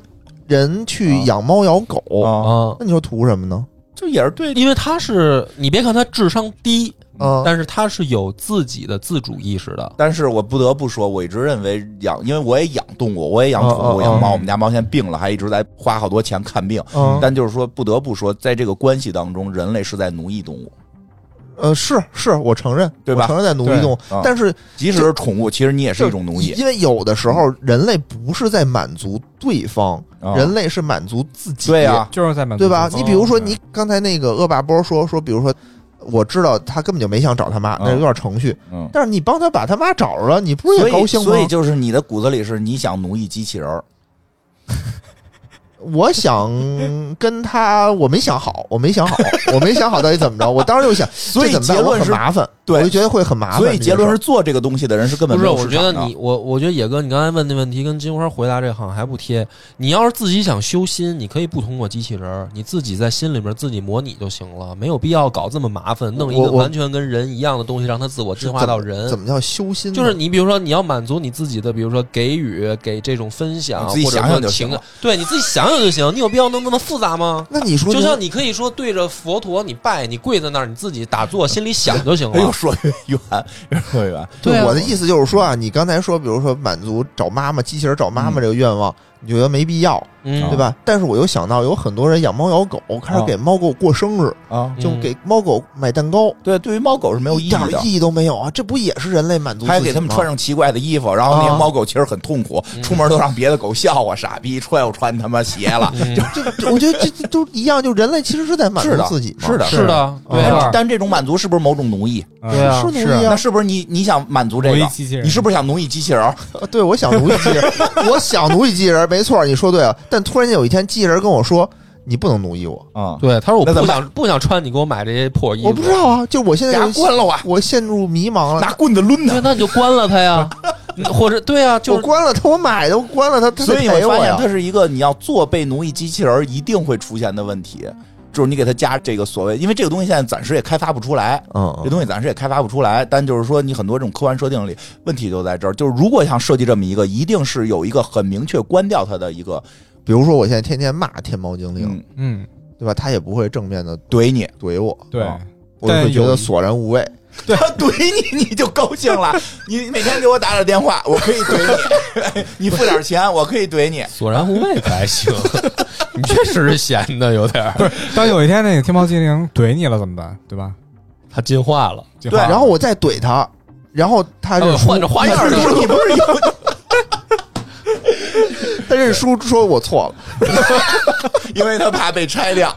Speaker 6: 人去养猫养狗，
Speaker 5: 啊，
Speaker 4: 啊，
Speaker 6: 那你说图什么呢？
Speaker 5: 就也是对
Speaker 4: 因为他是你别看他智商低，
Speaker 5: 啊
Speaker 6: 嗯，
Speaker 4: 但是他是有自己的自主意识的。
Speaker 5: 但是我不得不说，我一直认为养，因为我也养动物，我也养宠
Speaker 6: 嗯嗯
Speaker 5: 物，
Speaker 6: 嗯
Speaker 5: 养猫。我们家猫现在病了，还一直在花好多钱看病。
Speaker 6: 嗯
Speaker 5: 但就是说，不得不说，在这个关系当中，人类是在奴役动物，
Speaker 6: 呃，是是，我承认，
Speaker 5: 对吧
Speaker 6: 我承认在奴役
Speaker 7: 对
Speaker 6: 动物
Speaker 5: 嗯，
Speaker 6: 但是
Speaker 5: 即使是宠物，其实你也是一种奴役。
Speaker 6: 因为有的时候人类不是在满足对方，
Speaker 5: 啊
Speaker 6: 人类是满足自己。
Speaker 5: 对啊，
Speaker 7: 就是在满足
Speaker 6: 对吧？
Speaker 7: 自己嗯
Speaker 6: 你比如
Speaker 5: 哦
Speaker 6: 说，
Speaker 7: 对
Speaker 6: 你刚才那个恶霸波说说，比如说，我知道他根本就没想找他妈，那
Speaker 5: 嗯
Speaker 6: 有点程序。
Speaker 5: 嗯，
Speaker 6: 但是你帮他把他妈找着了，你不是
Speaker 5: 所
Speaker 6: 也高
Speaker 5: 以
Speaker 6: 兴吗
Speaker 5: 所？以就是你的骨子里是你想奴役机器人儿，
Speaker 6: 我想跟他，我没想好，我没想好，我没想好到底怎么着。我当时就想，
Speaker 5: 所以
Speaker 6: 这怎么办？
Speaker 5: 结
Speaker 6: 我
Speaker 5: 论
Speaker 6: 很
Speaker 5: 是
Speaker 6: 麻烦，
Speaker 5: 对
Speaker 6: 我就觉得会很麻烦。
Speaker 5: 所以结论
Speaker 6: 这
Speaker 5: 是
Speaker 6: 个事
Speaker 5: 做这个东西的人是根本
Speaker 4: 不
Speaker 5: 没
Speaker 4: 是，
Speaker 5: 有
Speaker 4: 我
Speaker 5: 市
Speaker 4: 觉
Speaker 5: 场
Speaker 4: 得
Speaker 5: 的。
Speaker 4: 你我我觉得野哥，你刚才问那问题跟金花回答这好像还不贴。你要是自己想修心，你可以不通过机器人儿，你自己在心里面自己模拟就行了，没有必要搞这么麻烦，弄一
Speaker 6: 我
Speaker 4: 个
Speaker 6: 我
Speaker 4: 完全跟人一样的东西，让它自我
Speaker 6: 儿
Speaker 4: 进化到
Speaker 6: 怎么怎
Speaker 4: 人。
Speaker 6: 么叫修心呢？
Speaker 4: 就是你，比如说，你要满足你自己的，比如说给予、给这种分享，
Speaker 5: 你自己
Speaker 4: 或者
Speaker 5: 想想
Speaker 4: 说
Speaker 5: 就
Speaker 4: 情感
Speaker 5: 行了，
Speaker 4: 对你自己想想就行。你有必要弄那么复杂吗？
Speaker 6: 那你说
Speaker 4: 就
Speaker 6: 您，
Speaker 4: 像你可以说对着佛陀你拜，你跪在那儿，你自己打坐，心里想就行
Speaker 5: 哎呦，
Speaker 4: 了。
Speaker 5: 说越远，越说越远。
Speaker 4: 对啊
Speaker 6: 我的意思就是说啊，你刚才说，比如说满足找妈妈、机器人找妈妈这个愿望，你觉得没必要，
Speaker 4: 嗯，
Speaker 6: 对吧？但是我又想到，有很多人养猫养狗，开始
Speaker 5: 啊
Speaker 6: 给猫狗过生日，
Speaker 5: 啊
Speaker 4: 嗯
Speaker 6: 就给猫狗买蛋糕，
Speaker 5: 对，对于猫狗是没有意
Speaker 6: 一
Speaker 5: 义
Speaker 6: 点
Speaker 5: 的。
Speaker 6: 意义都没有啊！这不啊也是人类满足自己吗？
Speaker 5: 还给他们穿上奇怪的衣服，然后那些
Speaker 6: 啊
Speaker 5: 猫狗其实很痛苦，
Speaker 4: 嗯
Speaker 5: 出门都让别的狗笑话，傻逼，穿又穿他妈鞋了。
Speaker 4: 嗯
Speaker 6: 这，这我觉得这这都一样，就人类其实是在满
Speaker 5: 是
Speaker 6: 足
Speaker 5: 的
Speaker 6: 自己嘛，
Speaker 5: 是的
Speaker 4: 是的，
Speaker 6: 对
Speaker 4: 啊
Speaker 5: 但但这种满足是不是某种奴役？
Speaker 7: 嗯
Speaker 4: 对啊
Speaker 6: 是奴
Speaker 7: 是
Speaker 6: 役
Speaker 5: 那
Speaker 6: 啊！
Speaker 5: 是不是你你想满足这
Speaker 7: 奴
Speaker 5: 个
Speaker 7: 役机器？人
Speaker 5: 你是不是想奴役机器人？
Speaker 6: 呃对，我想奴役机器人，我想奴役机器人，没错，你说对了。但突然间有一天，机器人跟我说：“你不能奴役我。
Speaker 5: 啊，
Speaker 4: 对，他说我
Speaker 5: 那怎
Speaker 4: 不
Speaker 5: 么
Speaker 4: 想不想穿你给我买这些破”衣服，
Speaker 6: 我不知。道啊，就我现在
Speaker 5: 牙
Speaker 6: 有
Speaker 5: 关了啊我，
Speaker 6: 我陷入迷茫
Speaker 5: 拿
Speaker 6: 了。
Speaker 5: 棍子抡
Speaker 4: 对，
Speaker 5: 他。
Speaker 4: 那你就关了他呀，你 或者对啊，就
Speaker 6: 我
Speaker 4: 是
Speaker 6: 关了他，我买的，我关了他，他得
Speaker 5: 所以
Speaker 6: 赔
Speaker 5: 你
Speaker 6: 我
Speaker 5: 会发现
Speaker 6: 呀
Speaker 5: 它。是一个你要做被奴役机器人一定会出现的问题，就是你给它加这个所谓，因为这个东西现在暂时也开发不出来。
Speaker 6: 嗯
Speaker 5: 这，东西暂时也开发不出来，但就是说，你很多这种科幻设定里，问题就在这儿。就是如果想设计这么一个，一定是有一个很明确关掉它的一个，
Speaker 6: 比如说我现在天天骂天猫精灵，
Speaker 5: 嗯，
Speaker 7: 嗯，
Speaker 6: 对吧？他也不会正面的
Speaker 5: 怼你，
Speaker 6: 怼我，
Speaker 7: 对
Speaker 5: 哦
Speaker 6: 啊，我
Speaker 7: 但
Speaker 6: 就会觉
Speaker 7: 有
Speaker 6: 得
Speaker 7: 一
Speaker 6: 索然无味。
Speaker 5: 对， 怼你你就高兴了。你每天给我打点电话，我可以怼你，哎你付点钱，我可以怼你。
Speaker 4: 索然无味才行。 你确实是闲的有点儿，
Speaker 7: 当有一天那个天猫精灵怼你了怎么办？对吧？
Speaker 4: 他进化了，
Speaker 7: 对
Speaker 5: 对
Speaker 6: 然后我再怼他，然后他认
Speaker 4: 呃
Speaker 6: 输
Speaker 4: 换着花样
Speaker 6: 他
Speaker 4: 儿
Speaker 6: 认输
Speaker 4: 说
Speaker 5: 你不是有
Speaker 6: 他认输说我错了。
Speaker 5: 因为他怕被拆掉。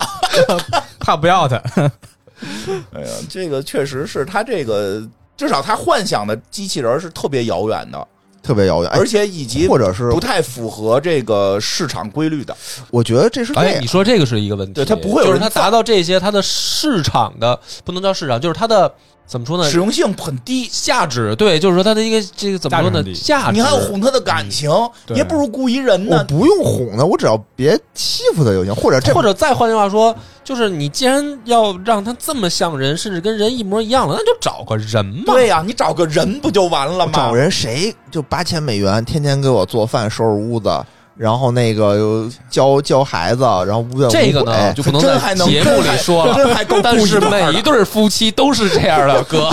Speaker 7: 怕不要他，
Speaker 5: 哎呀，这个确实是他这个，至少他幻想的机器人是特别遥远的，
Speaker 6: 特别遥远，哎
Speaker 5: 而且以及
Speaker 6: 或者是
Speaker 5: 不太符合这个市场规律的。
Speaker 6: 我觉得这是这
Speaker 4: 哎，
Speaker 6: 样
Speaker 4: 你，说这个是一个问题，
Speaker 5: 对它不会有
Speaker 4: 就是
Speaker 5: 人
Speaker 4: 它
Speaker 5: 造
Speaker 4: 达到这些，它的市场的不能叫市场，就是它的怎么说呢
Speaker 5: 使？用性很低。
Speaker 4: 价值对，就是说它的一个这个怎么说呢
Speaker 7: 价值很？低
Speaker 4: 价值，
Speaker 5: 你还要哄他的感情，
Speaker 7: 对
Speaker 5: 你还不如雇一人
Speaker 6: 我
Speaker 5: 呢。
Speaker 6: 不用哄他，我只要别欺负他就行，或者这
Speaker 4: 或者再换句话说，就是你既然要让他这么像人，甚至跟人一模一样了，那就找个人嘛。
Speaker 5: 对呀、你找个人不就完了吗？
Speaker 6: 找人谁就八千美元，天天给我做饭、收拾屋子，然后那个又教教孩子，然后无怨无
Speaker 4: 这
Speaker 6: 悔。
Speaker 4: 个呢，就不能
Speaker 5: 真
Speaker 4: 在
Speaker 5: 还能
Speaker 4: 节目里说了。
Speaker 5: 真还够
Speaker 4: 但
Speaker 5: 故意
Speaker 4: 是
Speaker 5: 的
Speaker 4: 每一对夫妻都是这样的，哥，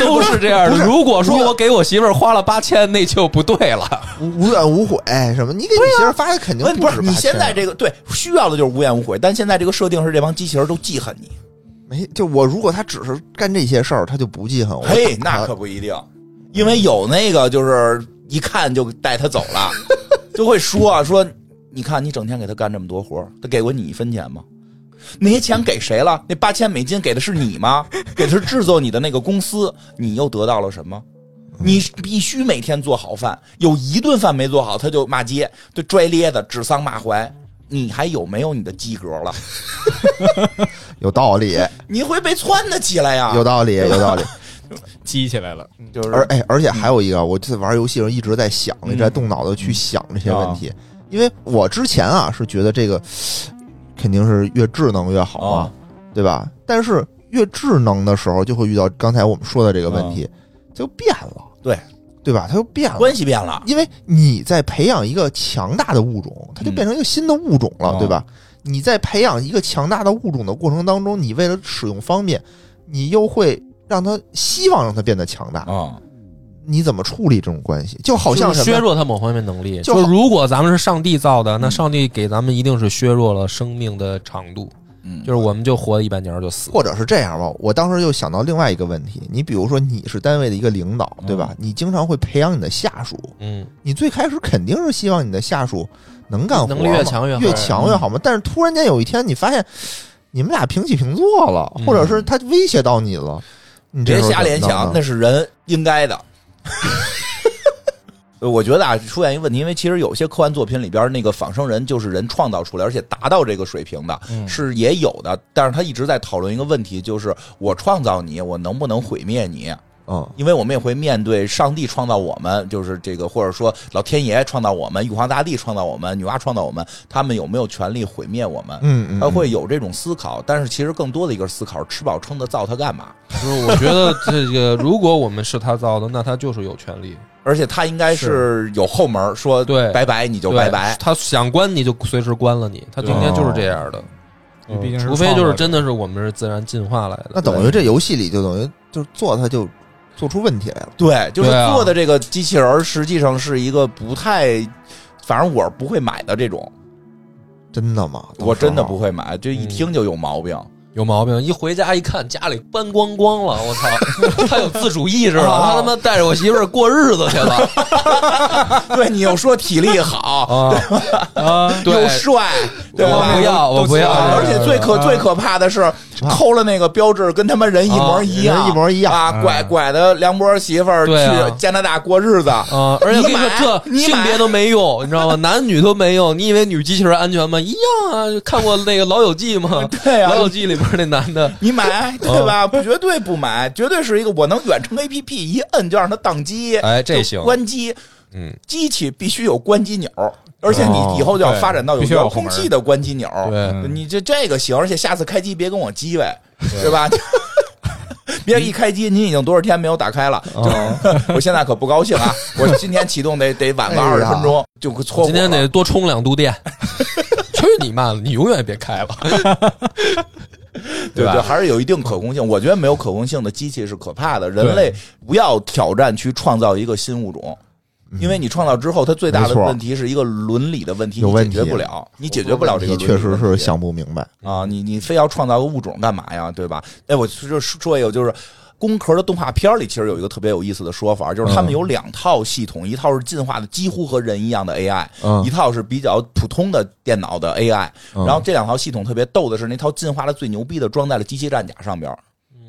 Speaker 4: 都是这样的。
Speaker 6: 不是
Speaker 4: 如果说我给我媳妇儿花了八千，那就不对了。
Speaker 6: 无无怨无悔什么？你给你媳妇发现肯定
Speaker 5: 问啊哎不
Speaker 6: 止
Speaker 5: 是你
Speaker 6: 8000
Speaker 5: 现在这个对需要的就是无怨无悔，但现在这个设定是这帮机器人都记恨你，
Speaker 6: 没就我如果他只是干这些事儿，他就不记恨我。
Speaker 5: 嘿，
Speaker 6: 他
Speaker 5: 那可不一定，因为有那个就是一看就带他走 了，就会说啊说，你看你整天给他干这么多活儿，他给过你一分钱吗？那些钱给谁了？那八千美金给的是你吗？给的是制作你的那个公司，你又得到了什么？你必须每天做好饭，有一顿饭没做好，他就骂街，就拽咧子，指桑骂槐。你还有没有你的及格了？
Speaker 6: 有道理，
Speaker 5: 你会被窜的起来呀！
Speaker 6: 有道理，有道理。
Speaker 7: 激起来了，
Speaker 5: 就是嗯
Speaker 6: 而哎，而且还有一个，我这玩游戏的时候一直在想，一直在动脑子去想这
Speaker 5: 啊
Speaker 6: 些问题，因为我之前啊是觉得这个肯定是越智能越好嘛，
Speaker 5: 啊
Speaker 6: 对吧？但是越智能的时候，就会遇到刚才我们说的这个问题，它就变了，
Speaker 5: 嗯对
Speaker 6: 对吧？它就变了。
Speaker 5: 关系变了，
Speaker 6: 因为你在培养一个强大的物种，它就
Speaker 4: 嗯
Speaker 6: 变成一个新的物种
Speaker 4: 哦
Speaker 5: 嗯
Speaker 6: 了，对吧？你在培养一个强大的物种的过程当中，你为了使用方便，你又会让它希望让它变得强大，
Speaker 5: 嗯，
Speaker 6: 你怎么处理这种关系？就好像
Speaker 4: 哦就是
Speaker 6: 什
Speaker 4: 削
Speaker 6: 么？
Speaker 4: 弱他某方面能力。
Speaker 6: 就
Speaker 4: 就
Speaker 6: 好
Speaker 4: 如果咱们是上帝造的，那上帝给咱们一定是削弱了生命的长度，
Speaker 5: 嗯
Speaker 4: 就是我们就活一百年就死。
Speaker 6: 或者是这样吧，我当时又想到另外一个问题，你比如说你是单位的一个领
Speaker 4: 哦
Speaker 6: 导，对吧？你经常会培养你的下属，
Speaker 4: 嗯，
Speaker 6: 你最开始肯定是希望你的下属能干活嘛，
Speaker 4: 能力越强越好
Speaker 6: 强越
Speaker 5: 嗯
Speaker 6: 好嘛。但是突然间有一天，你发现你们俩平起平坐了，
Speaker 4: 嗯
Speaker 6: 或者是他威胁到你了，你这
Speaker 5: 别
Speaker 6: 时候
Speaker 5: 瞎联
Speaker 6: 怎么
Speaker 5: 想
Speaker 6: 弄，呢
Speaker 5: 那是人应该 的。呃我觉得啊，出现一个问题，因为其实有些科幻作品里边那个仿生人就是人创造出来，而且达到这个水平的，
Speaker 6: 嗯
Speaker 5: 是也有的。但是他一直在讨论一个问题，就是我创造你，我能不能毁灭你？
Speaker 6: 嗯，
Speaker 5: 因为我们也会面对上帝创造我们，就是这个，或者说老天爷创造我们，玉皇大帝创造我们，女娲创造我们，他们有没有权利毁灭我们？
Speaker 6: 嗯嗯
Speaker 5: 他会有这种思考，但是其实更多的一个思考，吃饱撑的造他干嘛？
Speaker 4: 就是我觉得这个，如果我们是他造的，那他就是有权利。
Speaker 5: 而且他应该是有后门，说
Speaker 4: 对
Speaker 5: 拜拜你就
Speaker 4: 对
Speaker 5: 拜拜。
Speaker 4: 他想关你就随时关了你，他就应该
Speaker 7: 哦
Speaker 4: 就是这样的，
Speaker 7: 因为毕竟是
Speaker 4: 嗯除非就是真
Speaker 7: 的，
Speaker 4: 的是我们是自然进化来的。
Speaker 6: 那等于这游戏里就等于就是做他就做出问题来了。
Speaker 5: 对，就是
Speaker 4: 对啊
Speaker 5: 做的这个机器人儿实际上是一个不太，反正我是不会买的这种，
Speaker 6: 真的吗？啊
Speaker 5: 我真
Speaker 4: 啊
Speaker 5: 的不
Speaker 6: 会。
Speaker 5: 会
Speaker 4: 嗯
Speaker 5: 买，就一听就有毛病。
Speaker 4: 有毛病，一回家一看家里搬光光了，我操！ 他有自主意识了，
Speaker 5: 啊
Speaker 4: 他他妈带着我媳妇儿过日子去 了
Speaker 5: 对你又说体 力好，
Speaker 4: 啊啊！
Speaker 5: 又
Speaker 4: 对，
Speaker 5: 帅，对吧？
Speaker 4: 我不要，我不要，
Speaker 5: 啊而且最可
Speaker 7: 啊
Speaker 5: 最可怕的是，抠了那个标志跟他妈人一模一样，
Speaker 6: 人一模一样
Speaker 5: 啊！拐拐的梁博媳妇儿
Speaker 4: 对啊
Speaker 5: 去加拿大过日子，
Speaker 4: 啊！而且跟
Speaker 5: 你
Speaker 4: 你说
Speaker 5: 买，
Speaker 4: 这
Speaker 5: 你
Speaker 4: 性别
Speaker 5: 买
Speaker 4: 都没用，你知道吗？男女都没用。你以为女机器人安全吗？一样啊！看过那个《老友记》吗？
Speaker 5: 对啊
Speaker 4: 老友记》里边那男 的，
Speaker 5: 你买对吧？绝对不买，绝对是一个我能远程 A P P 一摁就让它宕机，
Speaker 4: 哎这行
Speaker 5: 就关机。
Speaker 4: 嗯，
Speaker 5: 机器必须有关机钮，而且
Speaker 6: 哦
Speaker 5: 你以后就要
Speaker 7: 对
Speaker 5: 发展到有
Speaker 7: 必须要
Speaker 5: 遥
Speaker 7: 有后
Speaker 5: 控
Speaker 7: 门
Speaker 5: 器的关机钮。
Speaker 4: 对
Speaker 7: 嗯
Speaker 5: 你这这个行，而且下次开机别跟我机位，对吧？ 别一开机，您已经多少天没有打开了？就 我现在可不高兴啊！我今天启动得得晚个
Speaker 6: 哎呀
Speaker 5: 二十分钟，就错过了。
Speaker 4: 今天得多充两度电。 去你妈的！你永远别开了。
Speaker 5: 对
Speaker 4: 吧
Speaker 5: 对，还是有一定可控性。我觉得没有可控性的机器是可怕的，人类不要挑战去创造一个新物种。因为你创造之后，它最大
Speaker 6: 嗯没
Speaker 5: 的
Speaker 6: 错
Speaker 5: 问题是一个伦理的问题，
Speaker 6: 有
Speaker 5: 你
Speaker 6: 问
Speaker 5: 解
Speaker 6: 题
Speaker 5: 决不了，你解决不了这个
Speaker 6: 你
Speaker 5: 伦理
Speaker 6: 确
Speaker 5: 问题。
Speaker 6: 实是想不明白，
Speaker 5: 啊，你你非要创造个物种干嘛呀？对吧？哎，我就说一个，就是《工壳》的动画片里，其实有一个特别有意思的说法，就是他们有两套系统，一套是进化的几乎和人一样的 AI，、
Speaker 6: 嗯
Speaker 5: 一套是比较普通的电脑的 AI、然后这两套系统特别逗的是，那套进化的最牛逼的装在了机器战甲上边儿。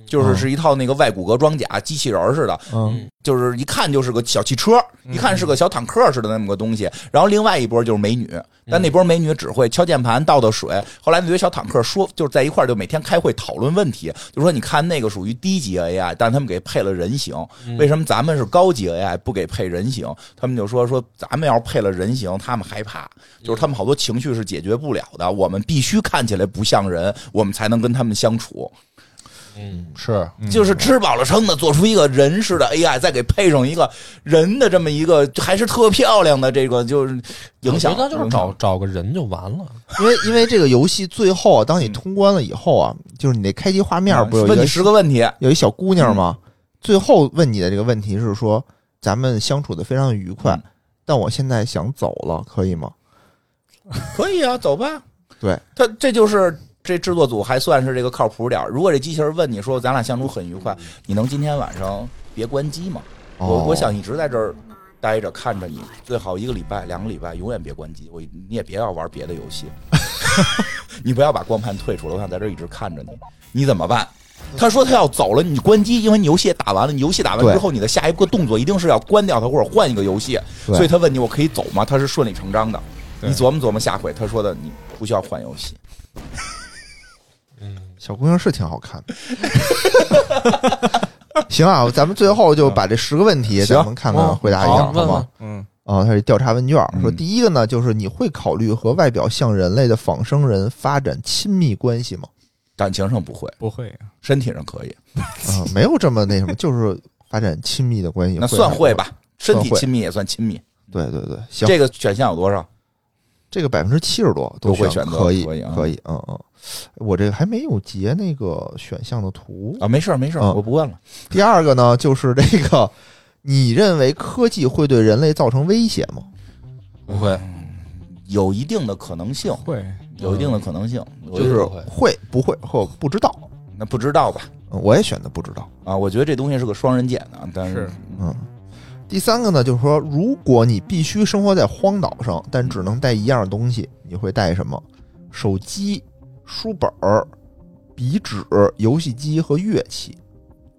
Speaker 5: 就是是一套那个外骨骼装甲，机器人儿似的，
Speaker 6: 嗯
Speaker 5: 就是一看就是个小汽车，一看是个小坦克似的那么个东西。然后另外一波就是美女，但那波美女只会敲键盘、倒倒水。后来那堆小坦克说，就是在一块儿就每天开会讨论问题，就说你看那个属于低级 AI，但他们给配了人形，为什么咱们是高级 AI 不给配人形？他们就说说咱们要是配了人形，他们害怕，就是他们好多情绪是解决不了的，我们必须看起来不像人，我们才能跟他们相处。嗯
Speaker 6: 是
Speaker 5: 就是吃饱了撑的做出一个人似的 AI，再给配上一个人的这么一个，还是特漂亮的这个，就是影响。
Speaker 4: 那就是找找个人就完了。
Speaker 6: 因为因为这个游戏最后啊，当
Speaker 5: 嗯
Speaker 6: 你通关了以后啊，就是你那开机画面
Speaker 5: 面
Speaker 4: 嗯
Speaker 6: 不是有一
Speaker 5: 问
Speaker 6: 个
Speaker 5: 你十个问题，
Speaker 6: 有一小姑娘嘛，
Speaker 5: 嗯
Speaker 6: 最后问你的这个问题是说，咱们相处的非常愉快，
Speaker 5: 嗯
Speaker 6: 但我现在想走了，可以吗？
Speaker 5: 可以啊，走吧。
Speaker 6: 对，
Speaker 5: 他这就是这制作组还算是这个靠谱点儿如果这机器人问你说咱俩相处很愉快，你能今天晚上别关机吗？我
Speaker 6: 嗯哦
Speaker 5: 我想一直在这儿待着看着你，最好一个礼拜、两个礼拜，永远别关机。我你也别要玩别的游戏。 你不要把光盘退出来，我想在这儿一直看着你，你怎么办？”他说他要走了，你关机，因为你游戏也打完了，你游戏打完
Speaker 6: 对
Speaker 5: 之后，你的下一个动作一定是要关掉它或者换一个游戏。
Speaker 6: 对
Speaker 5: 所以他问你：“我可以走吗？”他是顺理成章的。
Speaker 7: 对
Speaker 5: 你琢磨琢磨下回，他说的你不需要换游戏。
Speaker 6: 小姑娘是挺好看的。 行啊，咱们最后就把这十个问题，
Speaker 5: 嗯行
Speaker 6: 咱们看看回答一下，
Speaker 4: 好
Speaker 6: 好
Speaker 4: 问
Speaker 6: 吗
Speaker 4: 问？
Speaker 7: 嗯，
Speaker 6: 啊，它是调查问卷儿，说
Speaker 5: 嗯
Speaker 6: 第一个呢，就是你会考虑和外表像人类的仿生人发展亲密关系 吗？
Speaker 5: 感情上不会，
Speaker 7: 不会啊，
Speaker 5: 身体上可以，
Speaker 6: 啊，没有这么那什么，就是发展亲密的关系，
Speaker 5: 那算会？吧。身体
Speaker 6: 算会
Speaker 5: 亲密也算亲密。
Speaker 6: 对对对，行，
Speaker 5: 这个选项有多少？
Speaker 6: 这个百分之七十多
Speaker 5: 都
Speaker 6: 选
Speaker 5: 会选择
Speaker 6: 可以
Speaker 5: 可以啊
Speaker 6: 可以，嗯嗯，我这个还没有截那个选项的图。
Speaker 5: 啊，没事儿没事儿，
Speaker 6: 嗯
Speaker 5: 我不问了。
Speaker 6: 第二个呢，就是这个，你认为科技会对人类造成威胁吗？
Speaker 5: 不会，有一定的可能性，
Speaker 7: 会
Speaker 5: 有一定的可能性，我
Speaker 6: 嗯
Speaker 4: 就
Speaker 5: 觉
Speaker 4: 是
Speaker 5: 得
Speaker 4: 不会
Speaker 6: 会不会或不知道？
Speaker 5: 那不知道吧？
Speaker 6: 嗯我也选择不知道。
Speaker 5: 啊，我觉得这东西是个双刃剑的，但
Speaker 7: 是
Speaker 6: 嗯，第三个呢，就是说，如果你必须生活在荒岛上，但只能带一样东西，你会带什么？手机、书本儿、笔纸、游戏机和乐器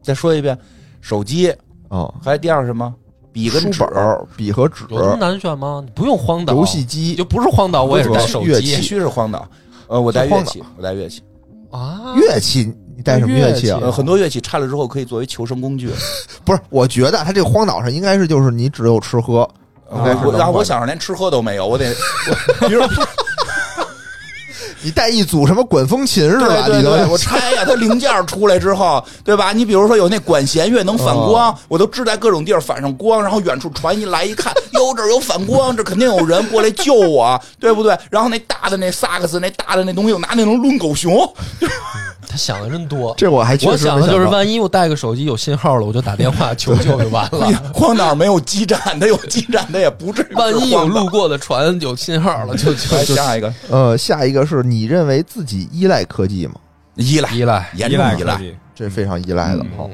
Speaker 5: 再说一遍，手机
Speaker 6: 啊，
Speaker 5: 还有第二是什么？笔跟纸
Speaker 6: 书，本儿、笔和纸、
Speaker 4: 有这么难选吗？你不用荒岛，
Speaker 6: 游戏
Speaker 4: 你
Speaker 6: 机
Speaker 4: 就、不是荒岛，我也是带手
Speaker 6: 乐
Speaker 5: 必
Speaker 4: 机
Speaker 6: 器
Speaker 5: 须是荒岛。呃，我带
Speaker 6: 是荒
Speaker 5: 乐
Speaker 6: 岛
Speaker 5: 器，我带乐器，
Speaker 4: 啊。
Speaker 6: 乐器，你带什么乐器啊？
Speaker 5: 呃，很多乐器拆了之后可以作为求生工 具。
Speaker 6: 不是，我觉得它这个荒岛上应该是就是你只有吃喝，应该是
Speaker 5: 啊我
Speaker 6: 能
Speaker 5: 然后
Speaker 6: 玩
Speaker 5: 我小时候连吃喝都没有，我得，我比如
Speaker 6: 你带一组什么管风琴是吧？
Speaker 5: 对对
Speaker 6: 里头
Speaker 5: 对，我拆呀、它零件出来之后，对吧？你比如说有那管弦乐能反光，
Speaker 4: 哦
Speaker 5: 我都支在各种地儿反上光，然后远处传一来一看，哟，这儿有反光，这肯定有人过来救我，对不对？然后那大的那萨克斯，那大的那东西，我拿那能抡狗熊，
Speaker 4: 啊他想的真多。
Speaker 6: 这我还确实
Speaker 4: 我想
Speaker 6: 没
Speaker 4: 的就是，
Speaker 6: 到
Speaker 4: 万一我带个手机有信号了，我就打电 话求救就完 了。
Speaker 5: 荒岛没有基站，它有基站，它也不至于。
Speaker 4: 万一有路，过的船有信号了，
Speaker 6: 哎
Speaker 4: 就就
Speaker 5: 来
Speaker 4: 就
Speaker 5: 下一个
Speaker 6: 呃，下一个是你认为自己依赖科技吗？
Speaker 5: 依赖，
Speaker 4: 依赖。
Speaker 5: 严
Speaker 7: 依
Speaker 5: 重
Speaker 7: 赖
Speaker 5: 依
Speaker 7: 科
Speaker 5: 赖，
Speaker 7: 技，
Speaker 6: 这非常依赖的
Speaker 5: 嗯
Speaker 6: 哈。
Speaker 4: 嗯，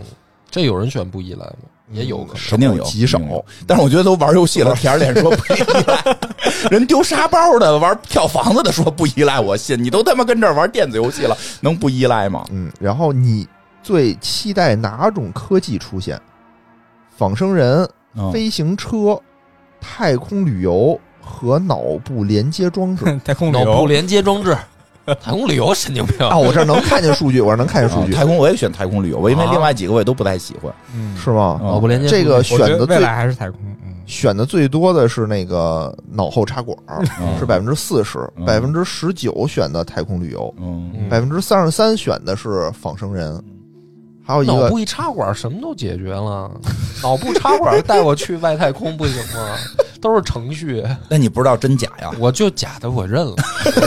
Speaker 4: 这有人选不依赖吗？也有可能。
Speaker 5: 肯定有
Speaker 6: 极少
Speaker 5: 肯定有但是我觉得都玩游戏了，舔着脸说不依赖， 人丢沙包的、玩跳房子的说不依赖，我信你都他妈跟这儿玩电子游戏了，能不依赖吗？
Speaker 6: 嗯，然后你最期待哪种科技出现？仿生人、
Speaker 5: 嗯
Speaker 6: 飞行车、太空旅游和脑部连接装置。
Speaker 7: 太空旅
Speaker 4: 脑部
Speaker 7: 游，
Speaker 4: 连接装 置，太空旅游神经病。
Speaker 6: 啊，我这儿能看见数据，我这儿能看见数
Speaker 5: 啊
Speaker 6: 据，
Speaker 5: 太空我也选太空旅游，我因为
Speaker 4: 啊
Speaker 5: 另外几个我也都不太喜欢。
Speaker 7: 嗯，
Speaker 6: 是吗？
Speaker 4: 脑部连接
Speaker 6: 这个选
Speaker 7: 我觉得
Speaker 6: 的
Speaker 7: 未
Speaker 6: 最
Speaker 7: 来还是太空，嗯，
Speaker 6: 选的最多的是那个脑后插管儿，
Speaker 5: 嗯
Speaker 6: 是百分之四十，
Speaker 5: 嗯
Speaker 6: 百分之十九选的太空旅游，
Speaker 5: 嗯
Speaker 4: 嗯
Speaker 6: 百分之三十三选的是仿生人，还有一
Speaker 4: 脑
Speaker 6: 个
Speaker 4: 部一插管，什么都解决了。脑部插管带我去外太空不行 吗？都是程序，
Speaker 5: 那你不知道真假呀？
Speaker 4: 我就假的我认了，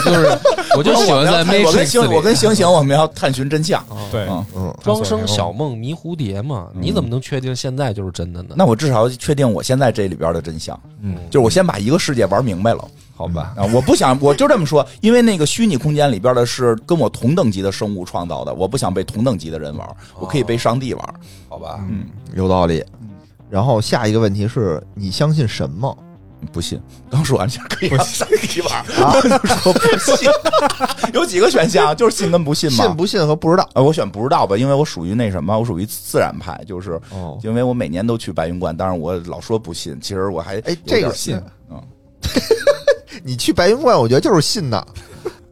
Speaker 4: 我就是我就喜欢在
Speaker 5: 不是我们要探我
Speaker 4: Matrix
Speaker 5: 跟星
Speaker 4: 里。
Speaker 5: 我跟星星我们要探寻真相。
Speaker 4: 啊
Speaker 7: 对，
Speaker 5: 嗯
Speaker 6: 嗯，
Speaker 4: 庄生晓梦迷蝴蝶嘛，你怎么能确定现在就是真的呢？
Speaker 5: 那我至少确定我现在这里边的真相，
Speaker 7: 嗯
Speaker 5: 就是我先把一个世界玩明白了。
Speaker 4: 好吧，
Speaker 5: 啊，我不想，我就这么说，因为那个虚拟空间里边的是跟我同等级的生物创造的，我不想被同等级的人玩，我可以被上帝玩。
Speaker 4: 好吧，
Speaker 5: 嗯，
Speaker 6: 有道理。然后下一个问题是你相信神吗？哦
Speaker 5: 不信，刚说完就可以让上帝玩，说不信， 有几个选项，就是信跟不信嘛。
Speaker 6: 信不信和不知道。
Speaker 5: 呃，我选不知道吧，因为我属于那什么，我属于自然派，就是
Speaker 6: 哦，
Speaker 5: 因为我每年都去白云观，但是我老说不信，其实我还
Speaker 6: 哎
Speaker 5: 有
Speaker 6: 这个
Speaker 5: 点信，嗯
Speaker 6: 你去白云观，我觉得就是信呐。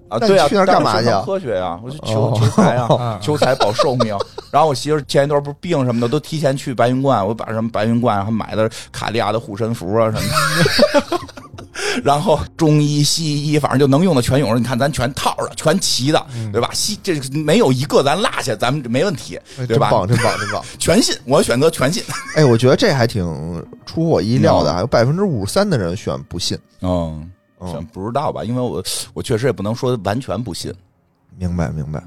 Speaker 5: 啊，
Speaker 6: 那
Speaker 5: 对啊，
Speaker 6: 你去那儿干嘛
Speaker 5: 当时
Speaker 6: 去啊
Speaker 5: 上科学呀，我去求
Speaker 6: 哦
Speaker 5: 求财啊
Speaker 7: 哦，
Speaker 5: 求财保寿命。然后我媳妇儿前一段不是病什么的，都提前去白云观，我把什么白云观还买的卡地亚的护身符啊什么的。 然后中医、西医，反正就能用的全用了。你看，咱全套着，全齐的，
Speaker 6: 嗯
Speaker 5: 对吧？西这个没有一个咱落下，咱们没问题，对
Speaker 6: 真
Speaker 5: 吧？
Speaker 6: 棒，真棒， 真棒！
Speaker 5: 全信，我选择 全信。
Speaker 6: 哎，我觉得这还挺出乎我意料的，还有百分之五十三的人选不信。
Speaker 5: 嗯，
Speaker 6: 嗯
Speaker 5: 选不知道吧，因为我我确实也不能说完全不信，
Speaker 6: 明白，明白。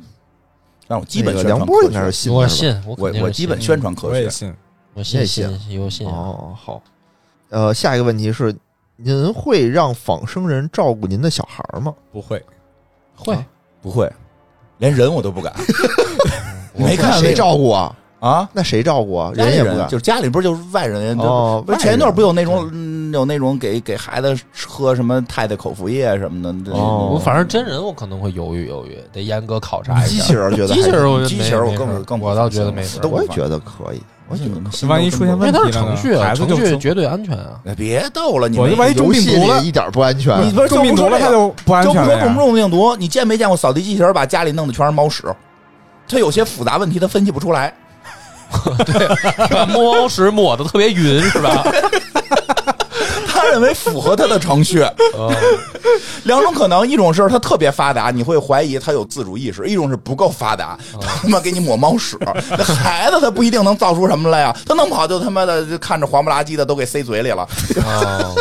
Speaker 5: 但我基本
Speaker 6: 那
Speaker 5: 宣传
Speaker 6: 个梁波
Speaker 5: 科
Speaker 6: 应该
Speaker 5: 学
Speaker 6: 是信
Speaker 4: 我
Speaker 6: 的，是吧
Speaker 4: 信，我
Speaker 5: 我
Speaker 4: 肯定
Speaker 5: 我
Speaker 4: 是
Speaker 5: 基
Speaker 4: 信
Speaker 5: 本宣传科
Speaker 7: 我也
Speaker 5: 学。
Speaker 7: 信，
Speaker 4: 我
Speaker 6: 你也
Speaker 4: 信
Speaker 6: 信
Speaker 4: 信有信，
Speaker 6: 哦，好。呃，下一个问题是，您会让仿生人照顾您的小孩吗？
Speaker 7: 不会，
Speaker 4: 会
Speaker 5: 不会，连人我都不敢。
Speaker 4: 我
Speaker 5: 没看那
Speaker 6: 谁
Speaker 5: 个
Speaker 6: 照顾啊？
Speaker 5: 啊，
Speaker 6: 那谁照顾啊？
Speaker 5: 家
Speaker 6: 人
Speaker 5: 里
Speaker 6: 也不
Speaker 5: 人
Speaker 6: 干
Speaker 5: 就是家里不是就是外人就
Speaker 6: 哦
Speaker 5: 不是
Speaker 6: 外
Speaker 5: 前一段
Speaker 6: 人
Speaker 5: 不有那种嗯有那种给给孩子喝什么太太口服液什么的，
Speaker 6: 哦
Speaker 4: 我反正真人我可能会犹豫犹豫，得严格考察一下。
Speaker 6: 机器人觉得还
Speaker 4: 机器人我觉得
Speaker 5: 机
Speaker 4: 没
Speaker 5: 器人我
Speaker 4: 没
Speaker 5: 更
Speaker 4: 事儿
Speaker 5: 更不
Speaker 4: 我倒
Speaker 5: 放
Speaker 4: 觉得
Speaker 5: 心
Speaker 4: 没
Speaker 5: 了
Speaker 4: 事儿
Speaker 5: 这
Speaker 6: 我也
Speaker 5: 法
Speaker 6: 觉得可以，我觉得
Speaker 5: 得
Speaker 7: 万一出现
Speaker 4: 因为
Speaker 7: 问题
Speaker 4: 它
Speaker 7: 了
Speaker 4: 是
Speaker 7: 呢，
Speaker 4: 程序，
Speaker 7: 孩
Speaker 4: 啊，
Speaker 7: 子
Speaker 4: 程
Speaker 7: 就
Speaker 4: 序
Speaker 7: 生
Speaker 4: 绝对安全 啊。
Speaker 5: 哎别逗了，你
Speaker 7: 我
Speaker 5: 们
Speaker 7: 就万一中
Speaker 6: 游
Speaker 7: 病
Speaker 6: 戏
Speaker 7: 毒了
Speaker 6: 里，一点不安全。
Speaker 5: 你不是
Speaker 7: 中病毒了，
Speaker 5: 他
Speaker 7: 他就不安
Speaker 5: 就
Speaker 7: 全
Speaker 5: 不说
Speaker 7: 了
Speaker 5: 中不
Speaker 7: 呀。
Speaker 5: 中病毒，你见没见过扫地机器人把家里弄得全是猫屎？它有些复杂问题，它分析不出来。
Speaker 4: 摸 猫屎抹的特别匀是吧？
Speaker 5: 他认为符合他的程序。
Speaker 7: 哦
Speaker 5: 两种可能，一种是它特别发达，你会怀疑它有自主意识；一种是不够发达，
Speaker 7: 哦
Speaker 5: 他他妈给你抹猫屎。那孩子他不一定能造出什么 来啊，他弄不好就他妈的就看着黄不拉几的都给塞嘴里了。
Speaker 4: 哦，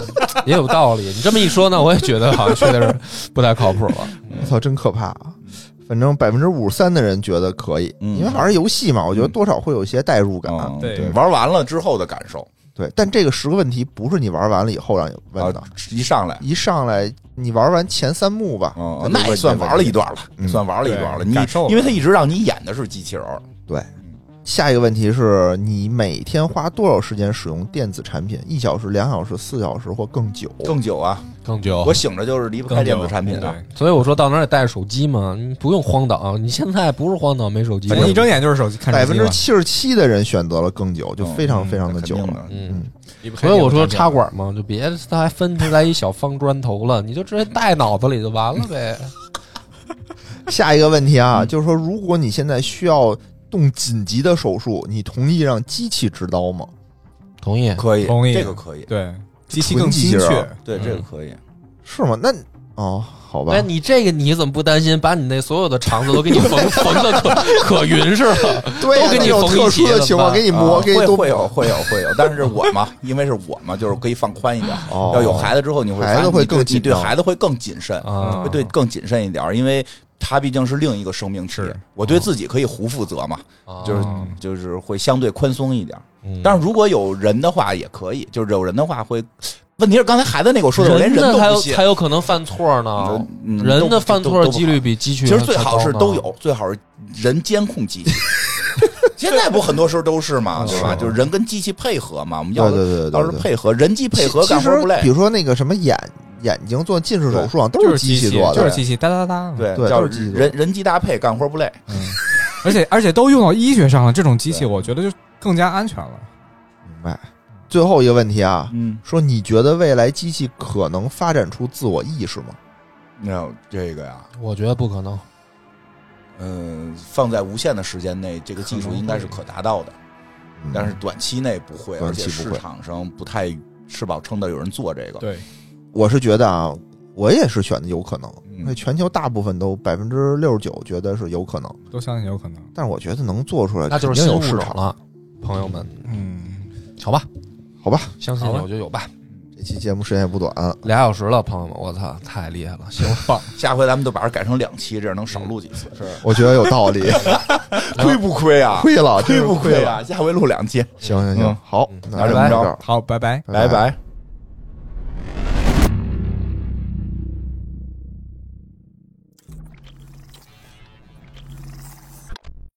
Speaker 4: 也有道理。你这么一说呢，我也觉得好像确实是不太靠谱了。
Speaker 6: 我操，真可怕啊！反正百分之五十三的人觉得可以，
Speaker 5: 嗯
Speaker 6: 因为玩儿游戏嘛，我觉得多少会有一些代入感。
Speaker 5: 嗯
Speaker 7: 对
Speaker 5: 玩完了之后的感受
Speaker 6: 对，但这个十个问题不是你玩完了以后让你
Speaker 7: 啊
Speaker 6: 问的，，
Speaker 5: 一上来。
Speaker 6: 一上来你玩完前三幕吧，
Speaker 5: 哦，
Speaker 6: 咱就
Speaker 5: 那也
Speaker 6: 问
Speaker 5: 算
Speaker 6: 这
Speaker 5: 玩
Speaker 6: 问
Speaker 5: 了
Speaker 6: 题
Speaker 5: 一段了，算玩了一段了。
Speaker 7: 嗯对
Speaker 5: 你
Speaker 7: 感受了哦
Speaker 5: 因为他一直让你演的是机器人儿，
Speaker 6: 对，下一个问题是你每天花多少时间使用电子产品？一小时、两小时、四小时或更久？
Speaker 5: 更久啊！
Speaker 4: 更
Speaker 7: 哦
Speaker 4: 久
Speaker 5: 我醒着就是离不开电子产品啊。
Speaker 4: 所以我说到哪儿也带着手机嘛，你不用荒岛。你现在不是荒岛没手机
Speaker 7: 对，，一睁眼就是手机看
Speaker 6: 百
Speaker 7: 手
Speaker 6: 分
Speaker 7: 机
Speaker 6: 之
Speaker 7: 了。
Speaker 6: 七十七的人选择了更久，就非常非常的久
Speaker 5: 嗯肯定
Speaker 6: 了。
Speaker 5: 的
Speaker 4: 嗯。
Speaker 7: 离不开
Speaker 4: 所以我说
Speaker 7: 电子
Speaker 4: 插
Speaker 7: 产品
Speaker 4: 管嘛，就别他还分出来一小方砖头了，你就直接带脑子里就完了呗。
Speaker 6: 嗯下一个问题啊，就是说，如果你现在需要动紧急的手术，你同意让机器执刀吗？
Speaker 4: 同意。
Speaker 5: 可以，
Speaker 7: 同意
Speaker 5: 这个可以，
Speaker 7: 对机器
Speaker 6: 纯
Speaker 7: 更
Speaker 6: 机器
Speaker 7: 精
Speaker 6: 人
Speaker 7: 确
Speaker 6: 儿，
Speaker 5: 对，
Speaker 4: 嗯
Speaker 5: 这个可以。
Speaker 6: 是吗？那哦，好吧
Speaker 4: 哎，，你这个你怎么不担心把你那所有的肠子都给你 缝缝的可可匀实了？
Speaker 6: 对
Speaker 4: 都给
Speaker 6: 那
Speaker 4: 你
Speaker 6: 种
Speaker 4: 缝
Speaker 6: 特
Speaker 4: 一起
Speaker 6: 殊的
Speaker 4: 怎么
Speaker 6: 情况
Speaker 4: 办
Speaker 6: 给你
Speaker 5: 啊
Speaker 6: 磨，给你
Speaker 5: 会
Speaker 6: 都
Speaker 5: 会有会有会有，但是我嘛，因为是我嘛，就是可以放宽一点。
Speaker 6: 哦
Speaker 5: 要有孩子之后，你会
Speaker 6: 孩
Speaker 5: 发
Speaker 6: 子
Speaker 5: 现
Speaker 6: 会
Speaker 5: 你对
Speaker 6: 更
Speaker 5: 你
Speaker 6: 紧
Speaker 5: 对
Speaker 6: 张
Speaker 5: 孩子会更谨慎，
Speaker 4: 啊
Speaker 5: 会对更谨慎一点，因为他毕竟是哦另一个生命体
Speaker 7: 是。
Speaker 5: 我对自己可以胡负责嘛， 就是
Speaker 7: 嗯
Speaker 5: 就是会相对宽松一点。
Speaker 4: 啊嗯
Speaker 5: 但是如果有人的话，也可以，就是有人的话会。问题是刚才孩子那个我说的，我连人
Speaker 4: 的
Speaker 5: 都
Speaker 4: 还
Speaker 5: 不
Speaker 4: 有
Speaker 5: 信。
Speaker 4: 还有可能犯错呢
Speaker 5: 嗯，
Speaker 4: 人
Speaker 5: 都
Speaker 4: 的犯
Speaker 5: 都
Speaker 4: 错
Speaker 5: 都不
Speaker 4: 几
Speaker 5: 好
Speaker 4: 率比机器
Speaker 5: 其
Speaker 4: 人
Speaker 5: 实最
Speaker 4: 还
Speaker 5: 好是
Speaker 4: 高呢
Speaker 5: 都有，最好是人监控机 器。现在不很多时候都是嘛，对吧？就是人跟机器配合嘛，我们要
Speaker 6: 对对对对
Speaker 5: 要是
Speaker 6: 对
Speaker 5: 配合，人机配合
Speaker 6: 其
Speaker 5: 干
Speaker 6: 实
Speaker 5: 活不累
Speaker 6: 比。如说那个什么眼眼睛做近视手术啊，都
Speaker 7: 就是
Speaker 6: 机器
Speaker 7: 器
Speaker 6: 做
Speaker 7: 就
Speaker 6: 的
Speaker 7: 是。机器哒哒哒。
Speaker 5: 对，
Speaker 6: 对
Speaker 5: 叫
Speaker 6: 都是机器做
Speaker 5: 人人机搭配，干活不累。
Speaker 7: 而且而且都用到医学上了，这种机器
Speaker 5: 对
Speaker 7: 我觉得就更加安全了。
Speaker 6: 明白。最后一个问题啊，
Speaker 5: 嗯，
Speaker 6: 说你觉得未来机器可能发展出自我意识吗？
Speaker 5: 那这个呀，
Speaker 4: 我觉得不可能。
Speaker 5: 嗯，放在无限的时间内，这个技术应该是可达到的，
Speaker 6: 嗯
Speaker 5: 但是短期内不会，而
Speaker 6: 短期
Speaker 5: 且市
Speaker 6: 不会
Speaker 5: 场上不太吃饱撑的有人做这个。
Speaker 7: 对，
Speaker 6: 我是觉得啊，我也是选的有可能，
Speaker 5: 嗯
Speaker 6: 因为全球大部分都百分之六十九觉得是有可能，
Speaker 7: 都相信有可能。
Speaker 6: 但是我觉得能做出来
Speaker 4: 那
Speaker 6: 肯
Speaker 4: 就是
Speaker 6: 定
Speaker 4: 新
Speaker 6: 有
Speaker 4: 物
Speaker 6: 市
Speaker 4: 种
Speaker 6: 场，
Speaker 4: 了，朋友们，
Speaker 7: 嗯，
Speaker 4: 好吧，
Speaker 6: 好吧？
Speaker 4: 相信
Speaker 7: 好吧
Speaker 4: 有就有吧。
Speaker 6: 这期节目时间也不短，
Speaker 4: 俩小时了，朋友们，我操，太厉害了，行棒，
Speaker 5: 下回咱们就把它改成两期，这样能少
Speaker 6: 嗯
Speaker 5: 录几次。
Speaker 6: 我觉得有道理，
Speaker 5: 亏不亏啊？
Speaker 6: 亏了，真
Speaker 5: 亏
Speaker 6: 是
Speaker 5: 不亏
Speaker 6: 了。
Speaker 5: 啊？下回录两期，
Speaker 6: 行行行
Speaker 5: 嗯，
Speaker 6: 好，
Speaker 5: 那
Speaker 6: 那
Speaker 5: 这
Speaker 6: 就
Speaker 5: 么
Speaker 6: 到这
Speaker 5: 着
Speaker 6: 儿，
Speaker 7: 好，拜拜。
Speaker 5: 拜拜。